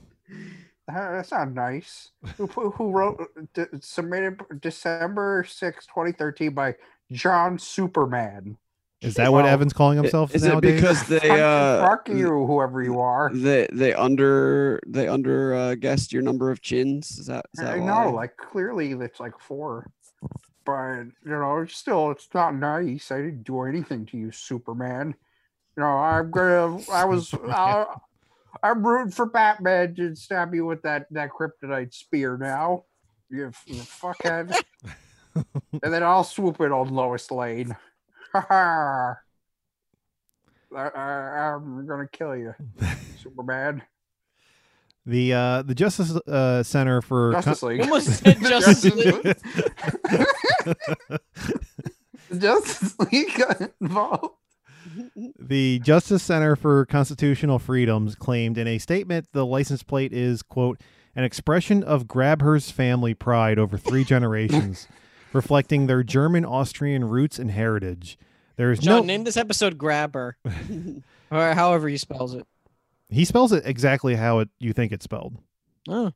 [SPEAKER 1] Uh, That's not nice. Who, pu- who wrote, d- submitted December 6, 2013 by John Superman.
[SPEAKER 7] Is that what
[SPEAKER 1] Wow.
[SPEAKER 7] Evan's calling
[SPEAKER 6] I-
[SPEAKER 7] <laughs> himself
[SPEAKER 6] Is it
[SPEAKER 7] nowadays?
[SPEAKER 6] because they
[SPEAKER 1] Fuck-
[SPEAKER 6] uh
[SPEAKER 1] Fuck you, whoever you are.
[SPEAKER 6] they they under they under uh, guessed your number of chins? Is that is that
[SPEAKER 1] I
[SPEAKER 6] why?
[SPEAKER 1] know,
[SPEAKER 6] <laughs>
[SPEAKER 1] like clearly it's like four, but you know, it's still, it's not nice. I didn't do anything to you, Superman. You know, I'm gonna, I was, uh, I'm rooting for Batman to stab you with that that kryptonite spear now, you, f- you fuckhead. and then I'll swoop in on Lois Lane. Ha ha! I, I, I'm gonna kill you, Superman.
[SPEAKER 7] the uh, the Justice uh, Center for Con-
[SPEAKER 1] Justice League. <laughs>
[SPEAKER 4] Almost said
[SPEAKER 7] <laughs>
[SPEAKER 4] Justice League.
[SPEAKER 1] Justice League got involved.
[SPEAKER 7] The Justice Center for Constitutional Freedoms claimed in a statement the license plate is, quote, an expression of Grabher's family pride over three generations, reflecting their German Austrian roots and heritage. There is
[SPEAKER 4] John,
[SPEAKER 7] no
[SPEAKER 4] name this episode Grabber, or however he spells it.
[SPEAKER 7] he spells it exactly how it you think it's spelled.
[SPEAKER 4] Oh.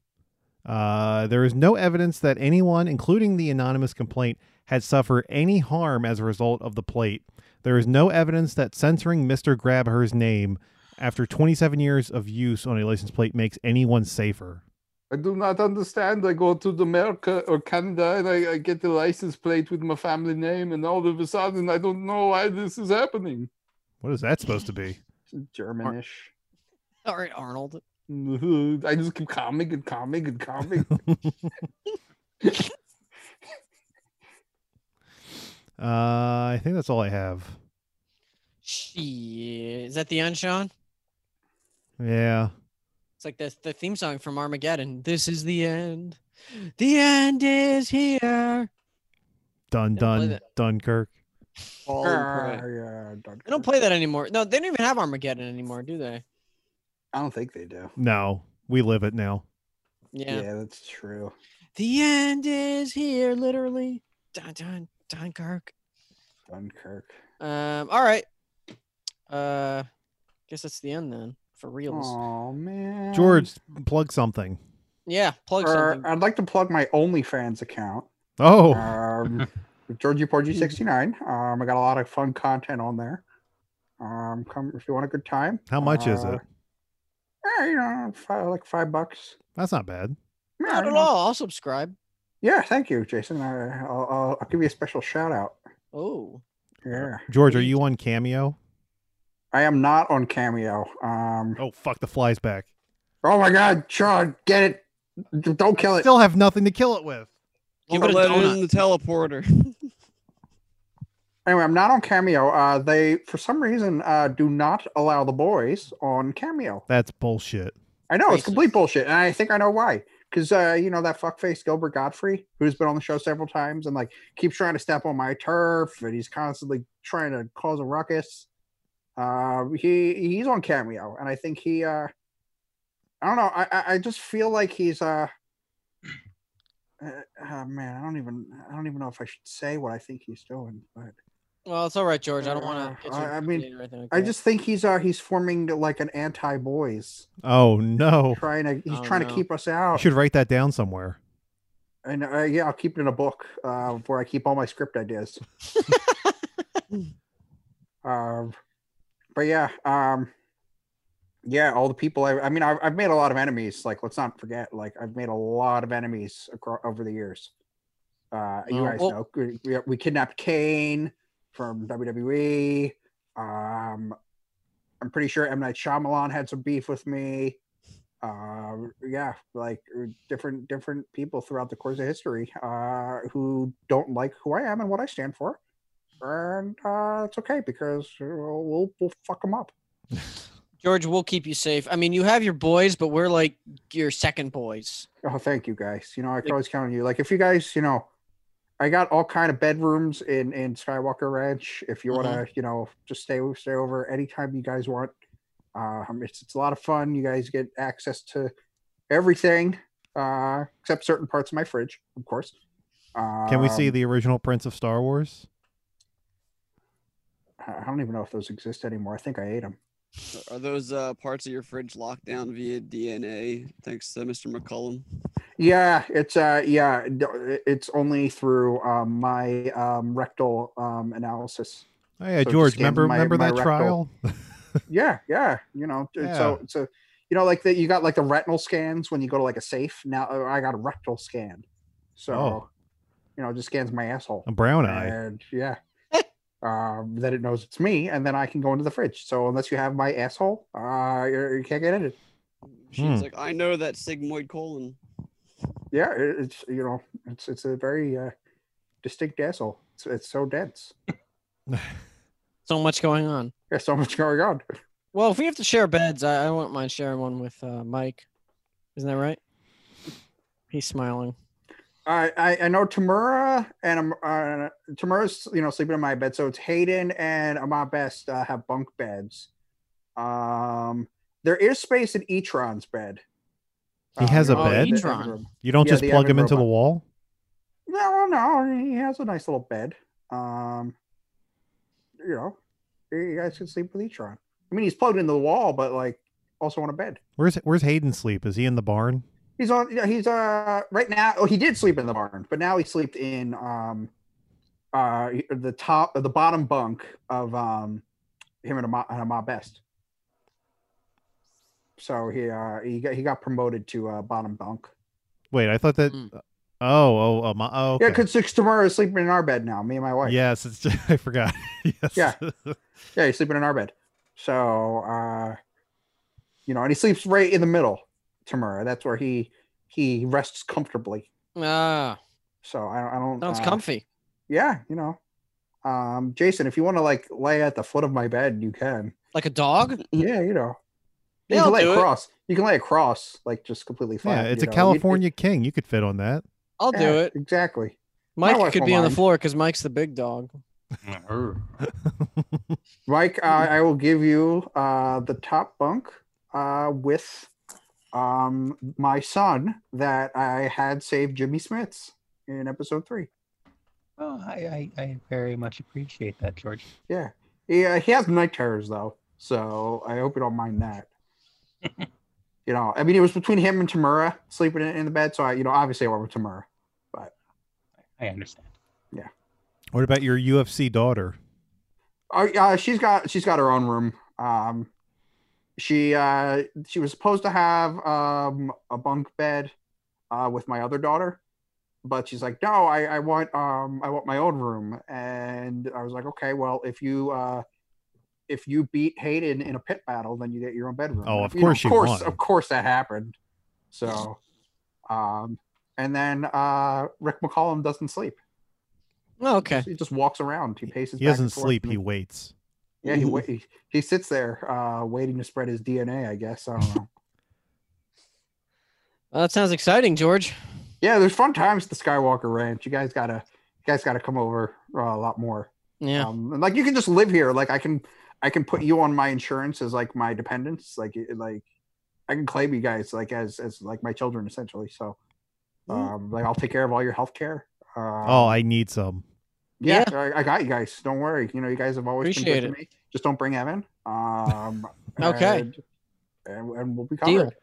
[SPEAKER 7] Uh, there is no evidence that anyone, including the anonymous complaint, had suffered any harm as a result of the plate. There is no evidence that censoring Mr. Grabher's name after 27 years of use on a license plate makes anyone safer.
[SPEAKER 1] I do not understand. I go to America or Canada and I, I get the license plate with my family name, and all of a sudden I don't know why this is happening. <laughs>
[SPEAKER 7] What is that supposed to be?
[SPEAKER 1] Germanish.
[SPEAKER 4] All right, Arnold.
[SPEAKER 1] I just keep coming and coming and coming.
[SPEAKER 7] Uh, I think that's all I have.
[SPEAKER 4] Shit. Is that the end, Sean?
[SPEAKER 7] Yeah.
[SPEAKER 4] It's like the, the theme song from Armageddon. This is the end. The end is here.
[SPEAKER 7] Dun,
[SPEAKER 4] Yeah, play
[SPEAKER 7] dun,
[SPEAKER 4] that.
[SPEAKER 7] Dunkirk.
[SPEAKER 6] Fall and
[SPEAKER 1] Ah,
[SPEAKER 6] pray.
[SPEAKER 1] yeah, don't-
[SPEAKER 4] They don't play that anymore. No, they don't even have Armageddon anymore, do they?
[SPEAKER 1] I don't think they do.
[SPEAKER 7] No, we live it now.
[SPEAKER 4] Yeah.
[SPEAKER 1] Yeah, that's true.
[SPEAKER 4] The end is here, literally. Dun dun dun Kirk.
[SPEAKER 1] Dunkirk.
[SPEAKER 4] Um, all right. Uh guess that's the end then for reals.
[SPEAKER 1] Oh man,
[SPEAKER 7] George, plug something.
[SPEAKER 4] Yeah, plug
[SPEAKER 1] Uh,
[SPEAKER 4] something.
[SPEAKER 1] I'd like to plug my OnlyFans account.
[SPEAKER 7] Oh, <laughs>
[SPEAKER 1] Um, Georgie
[SPEAKER 4] Hmm.
[SPEAKER 1] Porgy 69. Um, I got a lot of fun content on there. Um, come if you want a good time.
[SPEAKER 7] how much is
[SPEAKER 1] uh,
[SPEAKER 7] it?
[SPEAKER 1] Eh, you know, five, like five bucks.
[SPEAKER 7] That's not bad.
[SPEAKER 1] Yeah,
[SPEAKER 4] Not
[SPEAKER 1] you
[SPEAKER 4] at
[SPEAKER 1] know.
[SPEAKER 4] all. I'll subscribe.
[SPEAKER 1] Yeah, thank you, Jason. I, I'll, I'll, I'll give you a special shout out.
[SPEAKER 4] Oh.
[SPEAKER 7] Uh-huh.
[SPEAKER 1] Yeah,
[SPEAKER 7] George, are you on Cameo?
[SPEAKER 1] I am not on Cameo. Um,
[SPEAKER 7] Oh fuck, the flies back.
[SPEAKER 1] oh my God, Sean, get it! D- Don't kill it.
[SPEAKER 7] Still have nothing to kill it with.
[SPEAKER 4] Give
[SPEAKER 6] Or
[SPEAKER 4] it a
[SPEAKER 6] let it
[SPEAKER 4] donut.
[SPEAKER 6] in the teleporter.
[SPEAKER 1] Anyway, I'm not on Cameo. Uh, they for some reason uh do not allow the boys on Cameo.
[SPEAKER 7] That's bullshit.
[SPEAKER 1] I know it's complete
[SPEAKER 4] Racist.
[SPEAKER 1] bullshit, and I think I know why. Because uh, you know that fuckface Gilbert Godfrey, who's been on the show several times and like keeps trying to step on my turf, and he's constantly trying to cause a ruckus. Uh, he he's on cameo, and I think he. Uh, I don't know. I I- I just feel like he's. Uh, uh, oh man, I don't even I don't even know if I should say what I think he's doing, but
[SPEAKER 4] Well, it's all right, George. I don't
[SPEAKER 1] Uh,
[SPEAKER 4] want to.
[SPEAKER 1] I- I mean, I just think he's uh he's forming like an anti boys,
[SPEAKER 7] Oh no.
[SPEAKER 1] trying to he's
[SPEAKER 4] Oh,
[SPEAKER 1] trying
[SPEAKER 4] no.
[SPEAKER 1] to keep us
[SPEAKER 7] You
[SPEAKER 1] out.
[SPEAKER 7] should write that down somewhere.
[SPEAKER 1] And uh, yeah, I'll keep it in a book uh, where I keep all my script ideas. um, but yeah, um, yeah, all the people. I, I mean, I've, I've made a lot of enemies. Like, let's not forget. Like, I've made a lot of enemies across, over the years. Uh, you
[SPEAKER 4] Oh,
[SPEAKER 1] guys
[SPEAKER 4] well-
[SPEAKER 1] know we- we, we kidnapped Kane from E. WWE. Um, I'm pretty sure M Night Shyamalan had some beef with me. uh, yeah, like uh, different different people throughout the course of history uh, who don't like who I am and what I stand for, and uh, it's okay because we'll we'll, we'll fuck them up.
[SPEAKER 4] George, we'll keep you safe. I mean, you have your boys, but we're like your second boys.
[SPEAKER 1] Oh, thank you guys. You know, I can always count on you. Like if you guys, you know, I got all kind of bedrooms in in Skywalker Ranch. If you want to, you know, just stay stay over anytime you guys want. Um, it's it's a lot of fun. You guys get access to everything uh, except certain parts of my fridge, of course. Um,
[SPEAKER 7] Can we see the original Prince of Star Wars?
[SPEAKER 1] I I don't even know if those exist anymore. I think I ate them.
[SPEAKER 6] Are those uh, parts of your fridge locked down via DNA? Thanks to Mr. McCullum.
[SPEAKER 1] Yeah, it's uh yeah, no, it's only through um my um rectal um analysis.
[SPEAKER 7] Oh, yeah,
[SPEAKER 1] So it
[SPEAKER 7] George,
[SPEAKER 1] just gave
[SPEAKER 7] remember
[SPEAKER 1] my-
[SPEAKER 7] remember
[SPEAKER 1] my
[SPEAKER 7] that
[SPEAKER 1] rectal-
[SPEAKER 7] trial?
[SPEAKER 1] Yeah, yeah, you know, t- so it's a you know like that you got like the retinal scans when you go to like a safe. Now uh, I got a rectal scan. So,
[SPEAKER 7] Oh.
[SPEAKER 1] you know, it just scans my asshole.
[SPEAKER 7] A brown eye.
[SPEAKER 1] And yeah. um then it knows it's me and then I can go into the fridge. So unless you have my asshole, uh you you can't get in it.
[SPEAKER 6] She's
[SPEAKER 7] Hmm.
[SPEAKER 6] like, I know that sigmoid colon.
[SPEAKER 1] Yeah, it, it's you know, it's it's a very uh distinct asshole. It's it's so dense.
[SPEAKER 4] So much going on.
[SPEAKER 1] There's so much going on.
[SPEAKER 4] Well, if we have to share beds, I, I wouldn't mind sharing one with uh, Mike. Isn't that right? He's smiling.
[SPEAKER 1] I, I I know Tamura and um, uh, Tamura's you know sleeping in my bed, so it's Hayden and Ahmad Best uh, have bunk beds. Um, there is space in Etron's bed. Um, oh,
[SPEAKER 7] He has a
[SPEAKER 1] you know,
[SPEAKER 7] bed?
[SPEAKER 1] the- the
[SPEAKER 4] Etron.
[SPEAKER 1] room.
[SPEAKER 7] <laughs> You don't
[SPEAKER 1] Yeah,
[SPEAKER 7] just
[SPEAKER 1] the
[SPEAKER 7] plug
[SPEAKER 1] Evan
[SPEAKER 7] him into the
[SPEAKER 1] robot.
[SPEAKER 7] wall?
[SPEAKER 1] No, no, he has a nice little bed. Um, you know, you guys can sleep with Etron. I mean, he's plugged into the wall, but like also on a bed.
[SPEAKER 7] Where's where's Hayden sleep? Is he in the barn?
[SPEAKER 1] He's on. yeah, He's uh right now. Oh, he did sleep in the barn, but now he slept in um, uh the top, the bottom bunk of um, him and Ama, and Ama Best. So he uh he got he got promoted to uh bottom bunk.
[SPEAKER 7] Wait, I thought that. uh,
[SPEAKER 4] Mm.
[SPEAKER 7] Oh, oh, oh, my, oh
[SPEAKER 1] Hmm. Yeah,
[SPEAKER 7] okay.
[SPEAKER 1] because Tamara is sleeping in our bed now. Me and my wife.
[SPEAKER 7] Yes, it's just, <laughs> I forgot. yes. <laughs>
[SPEAKER 1] Yeah. yeah, he's sleeping in our bed. So uh, you know, and he sleeps right in the middle. Tamura. That's where he he rests comfortably.
[SPEAKER 4] Ah,
[SPEAKER 1] So I, don't- I don't.
[SPEAKER 4] sounds
[SPEAKER 1] uh,
[SPEAKER 4] comfy.
[SPEAKER 1] yeah, you know. Um, Jason, if you want to like lay at the foot of my bed, you can.
[SPEAKER 4] Like a dog?
[SPEAKER 1] Yeah, you know. You
[SPEAKER 4] Yeah,
[SPEAKER 1] can
[SPEAKER 4] I'll
[SPEAKER 1] lay
[SPEAKER 4] do it.
[SPEAKER 1] across. You can lay across, like just completely
[SPEAKER 7] yeah,
[SPEAKER 1] flat.
[SPEAKER 7] it's
[SPEAKER 1] you
[SPEAKER 7] a
[SPEAKER 1] know. You-
[SPEAKER 7] California king. You could fit on that. <laughs>
[SPEAKER 4] I'll
[SPEAKER 1] yeah,
[SPEAKER 4] do it.
[SPEAKER 1] Exactly. my
[SPEAKER 4] Mike
[SPEAKER 1] wife
[SPEAKER 4] could
[SPEAKER 1] will
[SPEAKER 4] be on the
[SPEAKER 1] mind.
[SPEAKER 4] floor because Mike's the big dog.
[SPEAKER 1] Mike, uh, I will give you uh the top bunk uh with um my son that I had saved Jimmy Smith's in episode three.
[SPEAKER 5] Oh, I, I, I very much appreciate that, George.
[SPEAKER 1] Yeah. Yeah, he has night terrors though, so I hope you don't mind that. you know, I mean, it was between him and Tamura sleeping in, in the bed, so I, you know, obviously I went with Tamura.
[SPEAKER 5] I understand.
[SPEAKER 7] What about your UFC daughter?
[SPEAKER 1] Uh, uh, she's got she's got her own room. Um, she uh, she was supposed to have um, a bunk bed uh, with my other daughter, but she's like, no, I, I want um, I want my own room. And I was like, okay, well, if you uh, if you beat Hayden in a pit battle, then you get your own bedroom.
[SPEAKER 7] Oh,
[SPEAKER 1] And,
[SPEAKER 7] of
[SPEAKER 1] you know,
[SPEAKER 7] course you
[SPEAKER 1] of course,
[SPEAKER 7] won.
[SPEAKER 1] of course that happened. So, um, and then uh, Rick McCollum doesn't sleep.
[SPEAKER 4] Oh, okay.
[SPEAKER 1] He just walks around. He paces.
[SPEAKER 7] He
[SPEAKER 1] back
[SPEAKER 7] doesn't
[SPEAKER 1] and forth
[SPEAKER 7] sleep.
[SPEAKER 1] and Um,
[SPEAKER 7] He waits.
[SPEAKER 1] yeah,
[SPEAKER 4] Mm-hmm.
[SPEAKER 1] he, wait, he he sits there uh, waiting to spread his DNA. I guess I don't know.
[SPEAKER 4] Well, that sounds exciting, George.
[SPEAKER 1] yeah, there's fun times at the Skywalker Ranch. You guys gotta, you guys gotta come over uh, a lot more.
[SPEAKER 4] Yeah.
[SPEAKER 1] Um, and like you can just live here. Like I can, I can put you on my insurance as like my dependents. Like it- like I can claim you guys like as as like my children essentially. So
[SPEAKER 4] Mm-hmm.
[SPEAKER 1] um, like I'll take care of all your health care. Uh,
[SPEAKER 7] Oh, I need some.
[SPEAKER 1] yeah, I, I got you guys. Don't worry. You know, you guys have always
[SPEAKER 4] Appreciate
[SPEAKER 1] been good to me. Just don't bring Evan. Um,
[SPEAKER 4] <laughs> Okay.
[SPEAKER 1] And, and, and we'll be covered.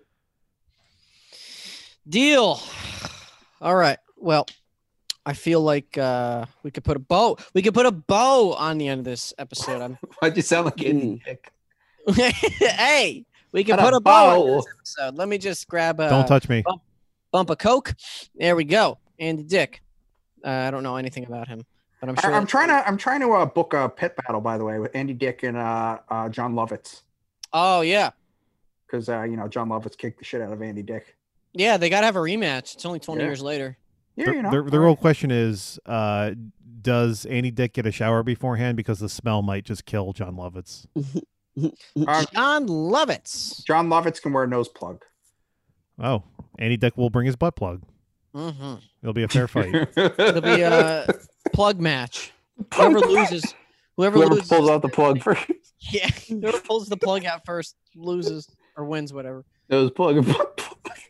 [SPEAKER 4] Deal. Deal. All right. Well, I feel like uh, we could put a bow. We could put a bow on the end of this episode. I'm
[SPEAKER 1] <laughs>
[SPEAKER 4] <laughs>
[SPEAKER 1] Why'd you sound like Indian Dick?
[SPEAKER 4] hey, we can
[SPEAKER 1] Got a
[SPEAKER 4] Hmm. put a bow on
[SPEAKER 1] bow.
[SPEAKER 4] this episode. Let me just grab a
[SPEAKER 1] uh,
[SPEAKER 7] Don't touch me.
[SPEAKER 4] bump of coke. There we go. Andy Dick. Uh, I don't know anything about him, but I'm
[SPEAKER 1] I,
[SPEAKER 4] sure.
[SPEAKER 1] I'm trying to I'm trying to uh, book a pit battle by the way with Andy Dick and uh, uh, John Lovitz.
[SPEAKER 4] Oh yeah,
[SPEAKER 1] because uh, you know John Lovitz kicked the shit out of Andy Dick.
[SPEAKER 4] Yeah, they got to have a rematch. It's only 20
[SPEAKER 1] Yeah.
[SPEAKER 4] years later.
[SPEAKER 1] Yeah,
[SPEAKER 7] The,
[SPEAKER 1] you know
[SPEAKER 7] the, the
[SPEAKER 1] all
[SPEAKER 7] real
[SPEAKER 1] right.
[SPEAKER 7] question is, uh, does Andy Dick get a shower beforehand because the smell might just kill John Lovitz?
[SPEAKER 1] Uh,
[SPEAKER 4] John Lovitz.
[SPEAKER 1] John Lovitz can wear a nose plug.
[SPEAKER 7] Oh, Andy Dick will bring his butt plug.
[SPEAKER 4] hmm
[SPEAKER 7] It'll be a fair
[SPEAKER 1] <laughs>
[SPEAKER 7] fight.
[SPEAKER 4] It'll be a plug match. Whoever loses, whoever,
[SPEAKER 1] Whoever
[SPEAKER 4] loses,
[SPEAKER 1] pulls out the plug first,
[SPEAKER 4] <laughs> yeah, whoever pulls the plug out first loses or wins, whatever.
[SPEAKER 1] nose plug. <laughs>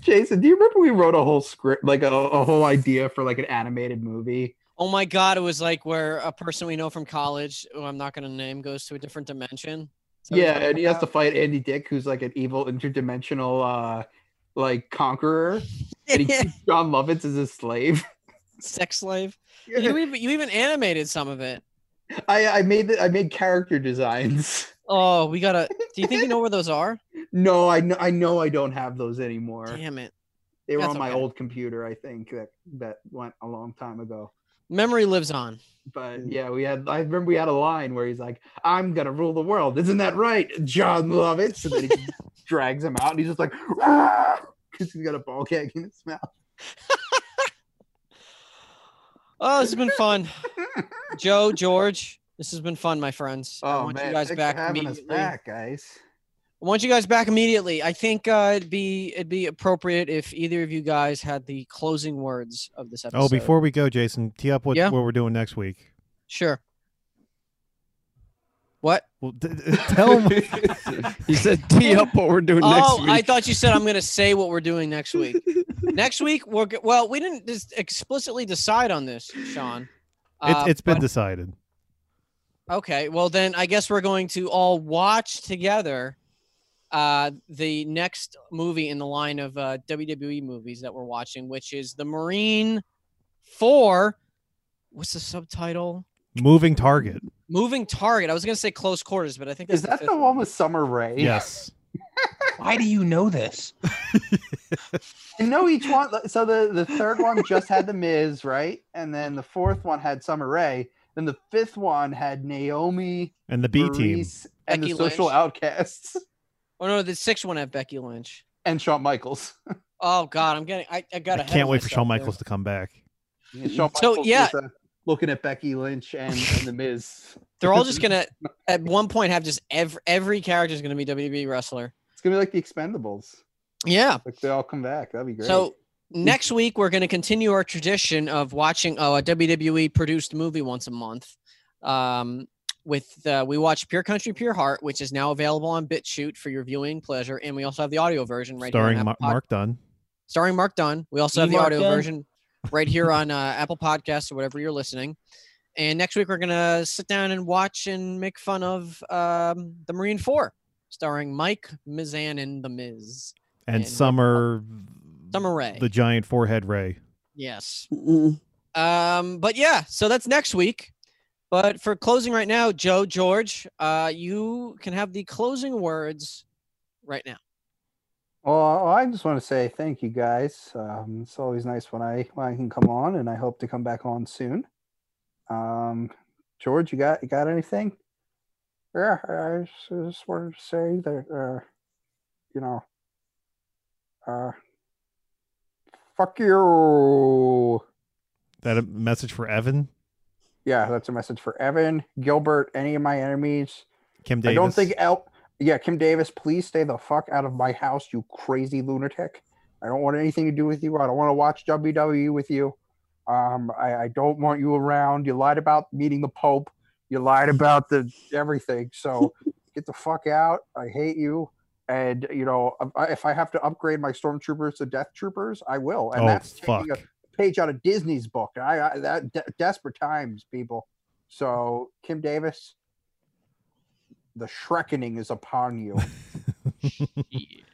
[SPEAKER 1] Jason, do you remember we wrote a whole script, like a, a whole idea for like an animated movie?
[SPEAKER 4] Oh my God! It was like where a person we know from college, who I'm not going to name, goes to a different dimension. Is that what
[SPEAKER 1] Yeah,
[SPEAKER 4] you're
[SPEAKER 1] and he has to
[SPEAKER 4] talking
[SPEAKER 1] fight Andy Dick, who's like an evil interdimensional, uh, like conqueror,
[SPEAKER 4] <laughs>
[SPEAKER 1] and he
[SPEAKER 4] about?
[SPEAKER 1] keeps John Lovitz as his slave.
[SPEAKER 4] Sex
[SPEAKER 1] <laughs>
[SPEAKER 4] slave. You even you even animated some of it.
[SPEAKER 1] I, I made the, I made character designs. <laughs>
[SPEAKER 4] Oh, we gotta. Do you think you know where those are?
[SPEAKER 1] No, I know I know I don't have those anymore.
[SPEAKER 4] Damn it!
[SPEAKER 1] They were
[SPEAKER 4] that's
[SPEAKER 1] on my
[SPEAKER 4] okay.
[SPEAKER 1] old computer, I think that that went a long time ago.
[SPEAKER 4] Memory lives on.
[SPEAKER 1] But
[SPEAKER 4] Mm.
[SPEAKER 1] yeah, we had I remember we had a line where he's like, "I'm gonna rule the world, isn't that right, John Lovitz?" And then he <laughs> drags him out, and he's just like, because he's got a ball gag in his mouth.
[SPEAKER 4] <laughs> Oh, this has been fun.
[SPEAKER 1] <laughs>
[SPEAKER 4] Joe, George, this has been fun, my friends. I
[SPEAKER 1] Oh
[SPEAKER 4] want
[SPEAKER 1] man,
[SPEAKER 4] you guys
[SPEAKER 1] thanks
[SPEAKER 4] back
[SPEAKER 1] for having us
[SPEAKER 4] immediately.
[SPEAKER 1] back, guys.
[SPEAKER 4] I want you guys back immediately. I think uh, it'd be it'd be appropriate if either of you guys had the closing words of this episode.
[SPEAKER 7] oh, before we go, Jason, tee up what,
[SPEAKER 4] Yeah.
[SPEAKER 7] what we're doing next week.
[SPEAKER 4] sure. What?
[SPEAKER 7] Well, d-
[SPEAKER 1] <laughs>
[SPEAKER 7] d- tell him.
[SPEAKER 6] he said, "Tee up what we're doing next
[SPEAKER 4] Oh,
[SPEAKER 6] week."
[SPEAKER 4] I thought you said I'm going to say what we're doing next week.
[SPEAKER 7] <laughs>
[SPEAKER 4] next week, we're g- well, we didn't just explicitly decide on this, Sean. Uh,
[SPEAKER 7] It, it's been
[SPEAKER 4] but-
[SPEAKER 7] decided.
[SPEAKER 4] Okay, well then I guess we're going to all watch together uh, the next movie in the line of uh, WWE movies that we're watching, which is The Marine Four. What's the subtitle?
[SPEAKER 7] Moving target.
[SPEAKER 4] Moving Target. I was gonna say Close Quarters, but I think that's
[SPEAKER 1] Is that
[SPEAKER 4] fifth
[SPEAKER 1] the one with Summer Rae?
[SPEAKER 7] Yes.
[SPEAKER 5] Why do you know this?
[SPEAKER 1] I know each one. So the the third one just had the Miz, right? And then the fourth one had Summer Rae. Then the fifth one had Naomi.
[SPEAKER 7] And the B team.
[SPEAKER 1] Maurice and
[SPEAKER 4] Becky
[SPEAKER 1] the social
[SPEAKER 4] Lynch.
[SPEAKER 1] outcasts
[SPEAKER 4] Oh no, the sixth one have Becky Lynch.
[SPEAKER 1] and Shawn Michaels.
[SPEAKER 4] Oh God, I'm getting. I, I got.
[SPEAKER 7] I can't wait for Shawn Michaels to come back.
[SPEAKER 1] And Shawn
[SPEAKER 4] So,
[SPEAKER 1] Michaels
[SPEAKER 4] yeah.
[SPEAKER 1] was, uh, looking at Becky Lynch and, and the Miz.
[SPEAKER 7] <laughs>
[SPEAKER 4] They're all just gonna at one point have just every every character is gonna be WWE wrestler.
[SPEAKER 1] It's gonna be like the Expendables.
[SPEAKER 4] Yeah.
[SPEAKER 1] Like they all come back. That'd be great.
[SPEAKER 4] So next week we're going to continue our tradition of watching uh, a WWE produced movie once a month. Um, with uh, we watch Pure Country, Pure Heart, which is now available on BitChute for your viewing pleasure, and we also have the audio version right
[SPEAKER 7] Starring
[SPEAKER 4] here on
[SPEAKER 7] Ma-
[SPEAKER 4] Apple Pod-
[SPEAKER 7] Mark Dunn.
[SPEAKER 4] starring Mark Dunn. We also
[SPEAKER 5] Me,
[SPEAKER 4] have the
[SPEAKER 5] Mark
[SPEAKER 4] audio
[SPEAKER 5] Dunn.
[SPEAKER 4] version right here on uh, Apple Podcasts or whatever you're listening. And next week we're gonna sit down and watch and make fun of um, the Marine Four, starring Mike Mizan and the Miz
[SPEAKER 7] And,
[SPEAKER 4] And-
[SPEAKER 7] Summer.
[SPEAKER 4] Summer Rae.
[SPEAKER 7] The giant forehead ray.
[SPEAKER 4] Yes.
[SPEAKER 6] Mm,
[SPEAKER 4] Um, but yeah, so that's next week. But for closing right now, Joe George, uh, you can have the closing words right now.
[SPEAKER 1] Well, I just want to say thank you guys. Um, it's always nice when I when I can come on, and I hope to come back on soon. Um, George, you got you got anything? Yeah, I just- just wanted to say that uh, you know, uh, fuck you.
[SPEAKER 7] That a message for Evan?
[SPEAKER 1] Yeah, that's a message for Evan Gilbert. Any of my enemies?
[SPEAKER 7] Kim Davis.
[SPEAKER 1] I don't think El. Yeah, Kim Davis, please stay the fuck out of my house, you crazy lunatic. I don't want anything to do with you. I don't want to watch WWE with you. Um, I, I don't want you around. You lied about meeting the Pope. You lied about the everything.
[SPEAKER 7] <laughs>
[SPEAKER 1] So get the fuck out. I hate you. And you know, I- if I have to upgrade my stormtroopers to death troopers, I will. And
[SPEAKER 7] Oh,
[SPEAKER 1] that's
[SPEAKER 7] fuck.
[SPEAKER 1] taking a page out of Disney's book. I, I that de- desperate times, people. So Kim Davis, the Shrekening is upon you.
[SPEAKER 3] Yeah.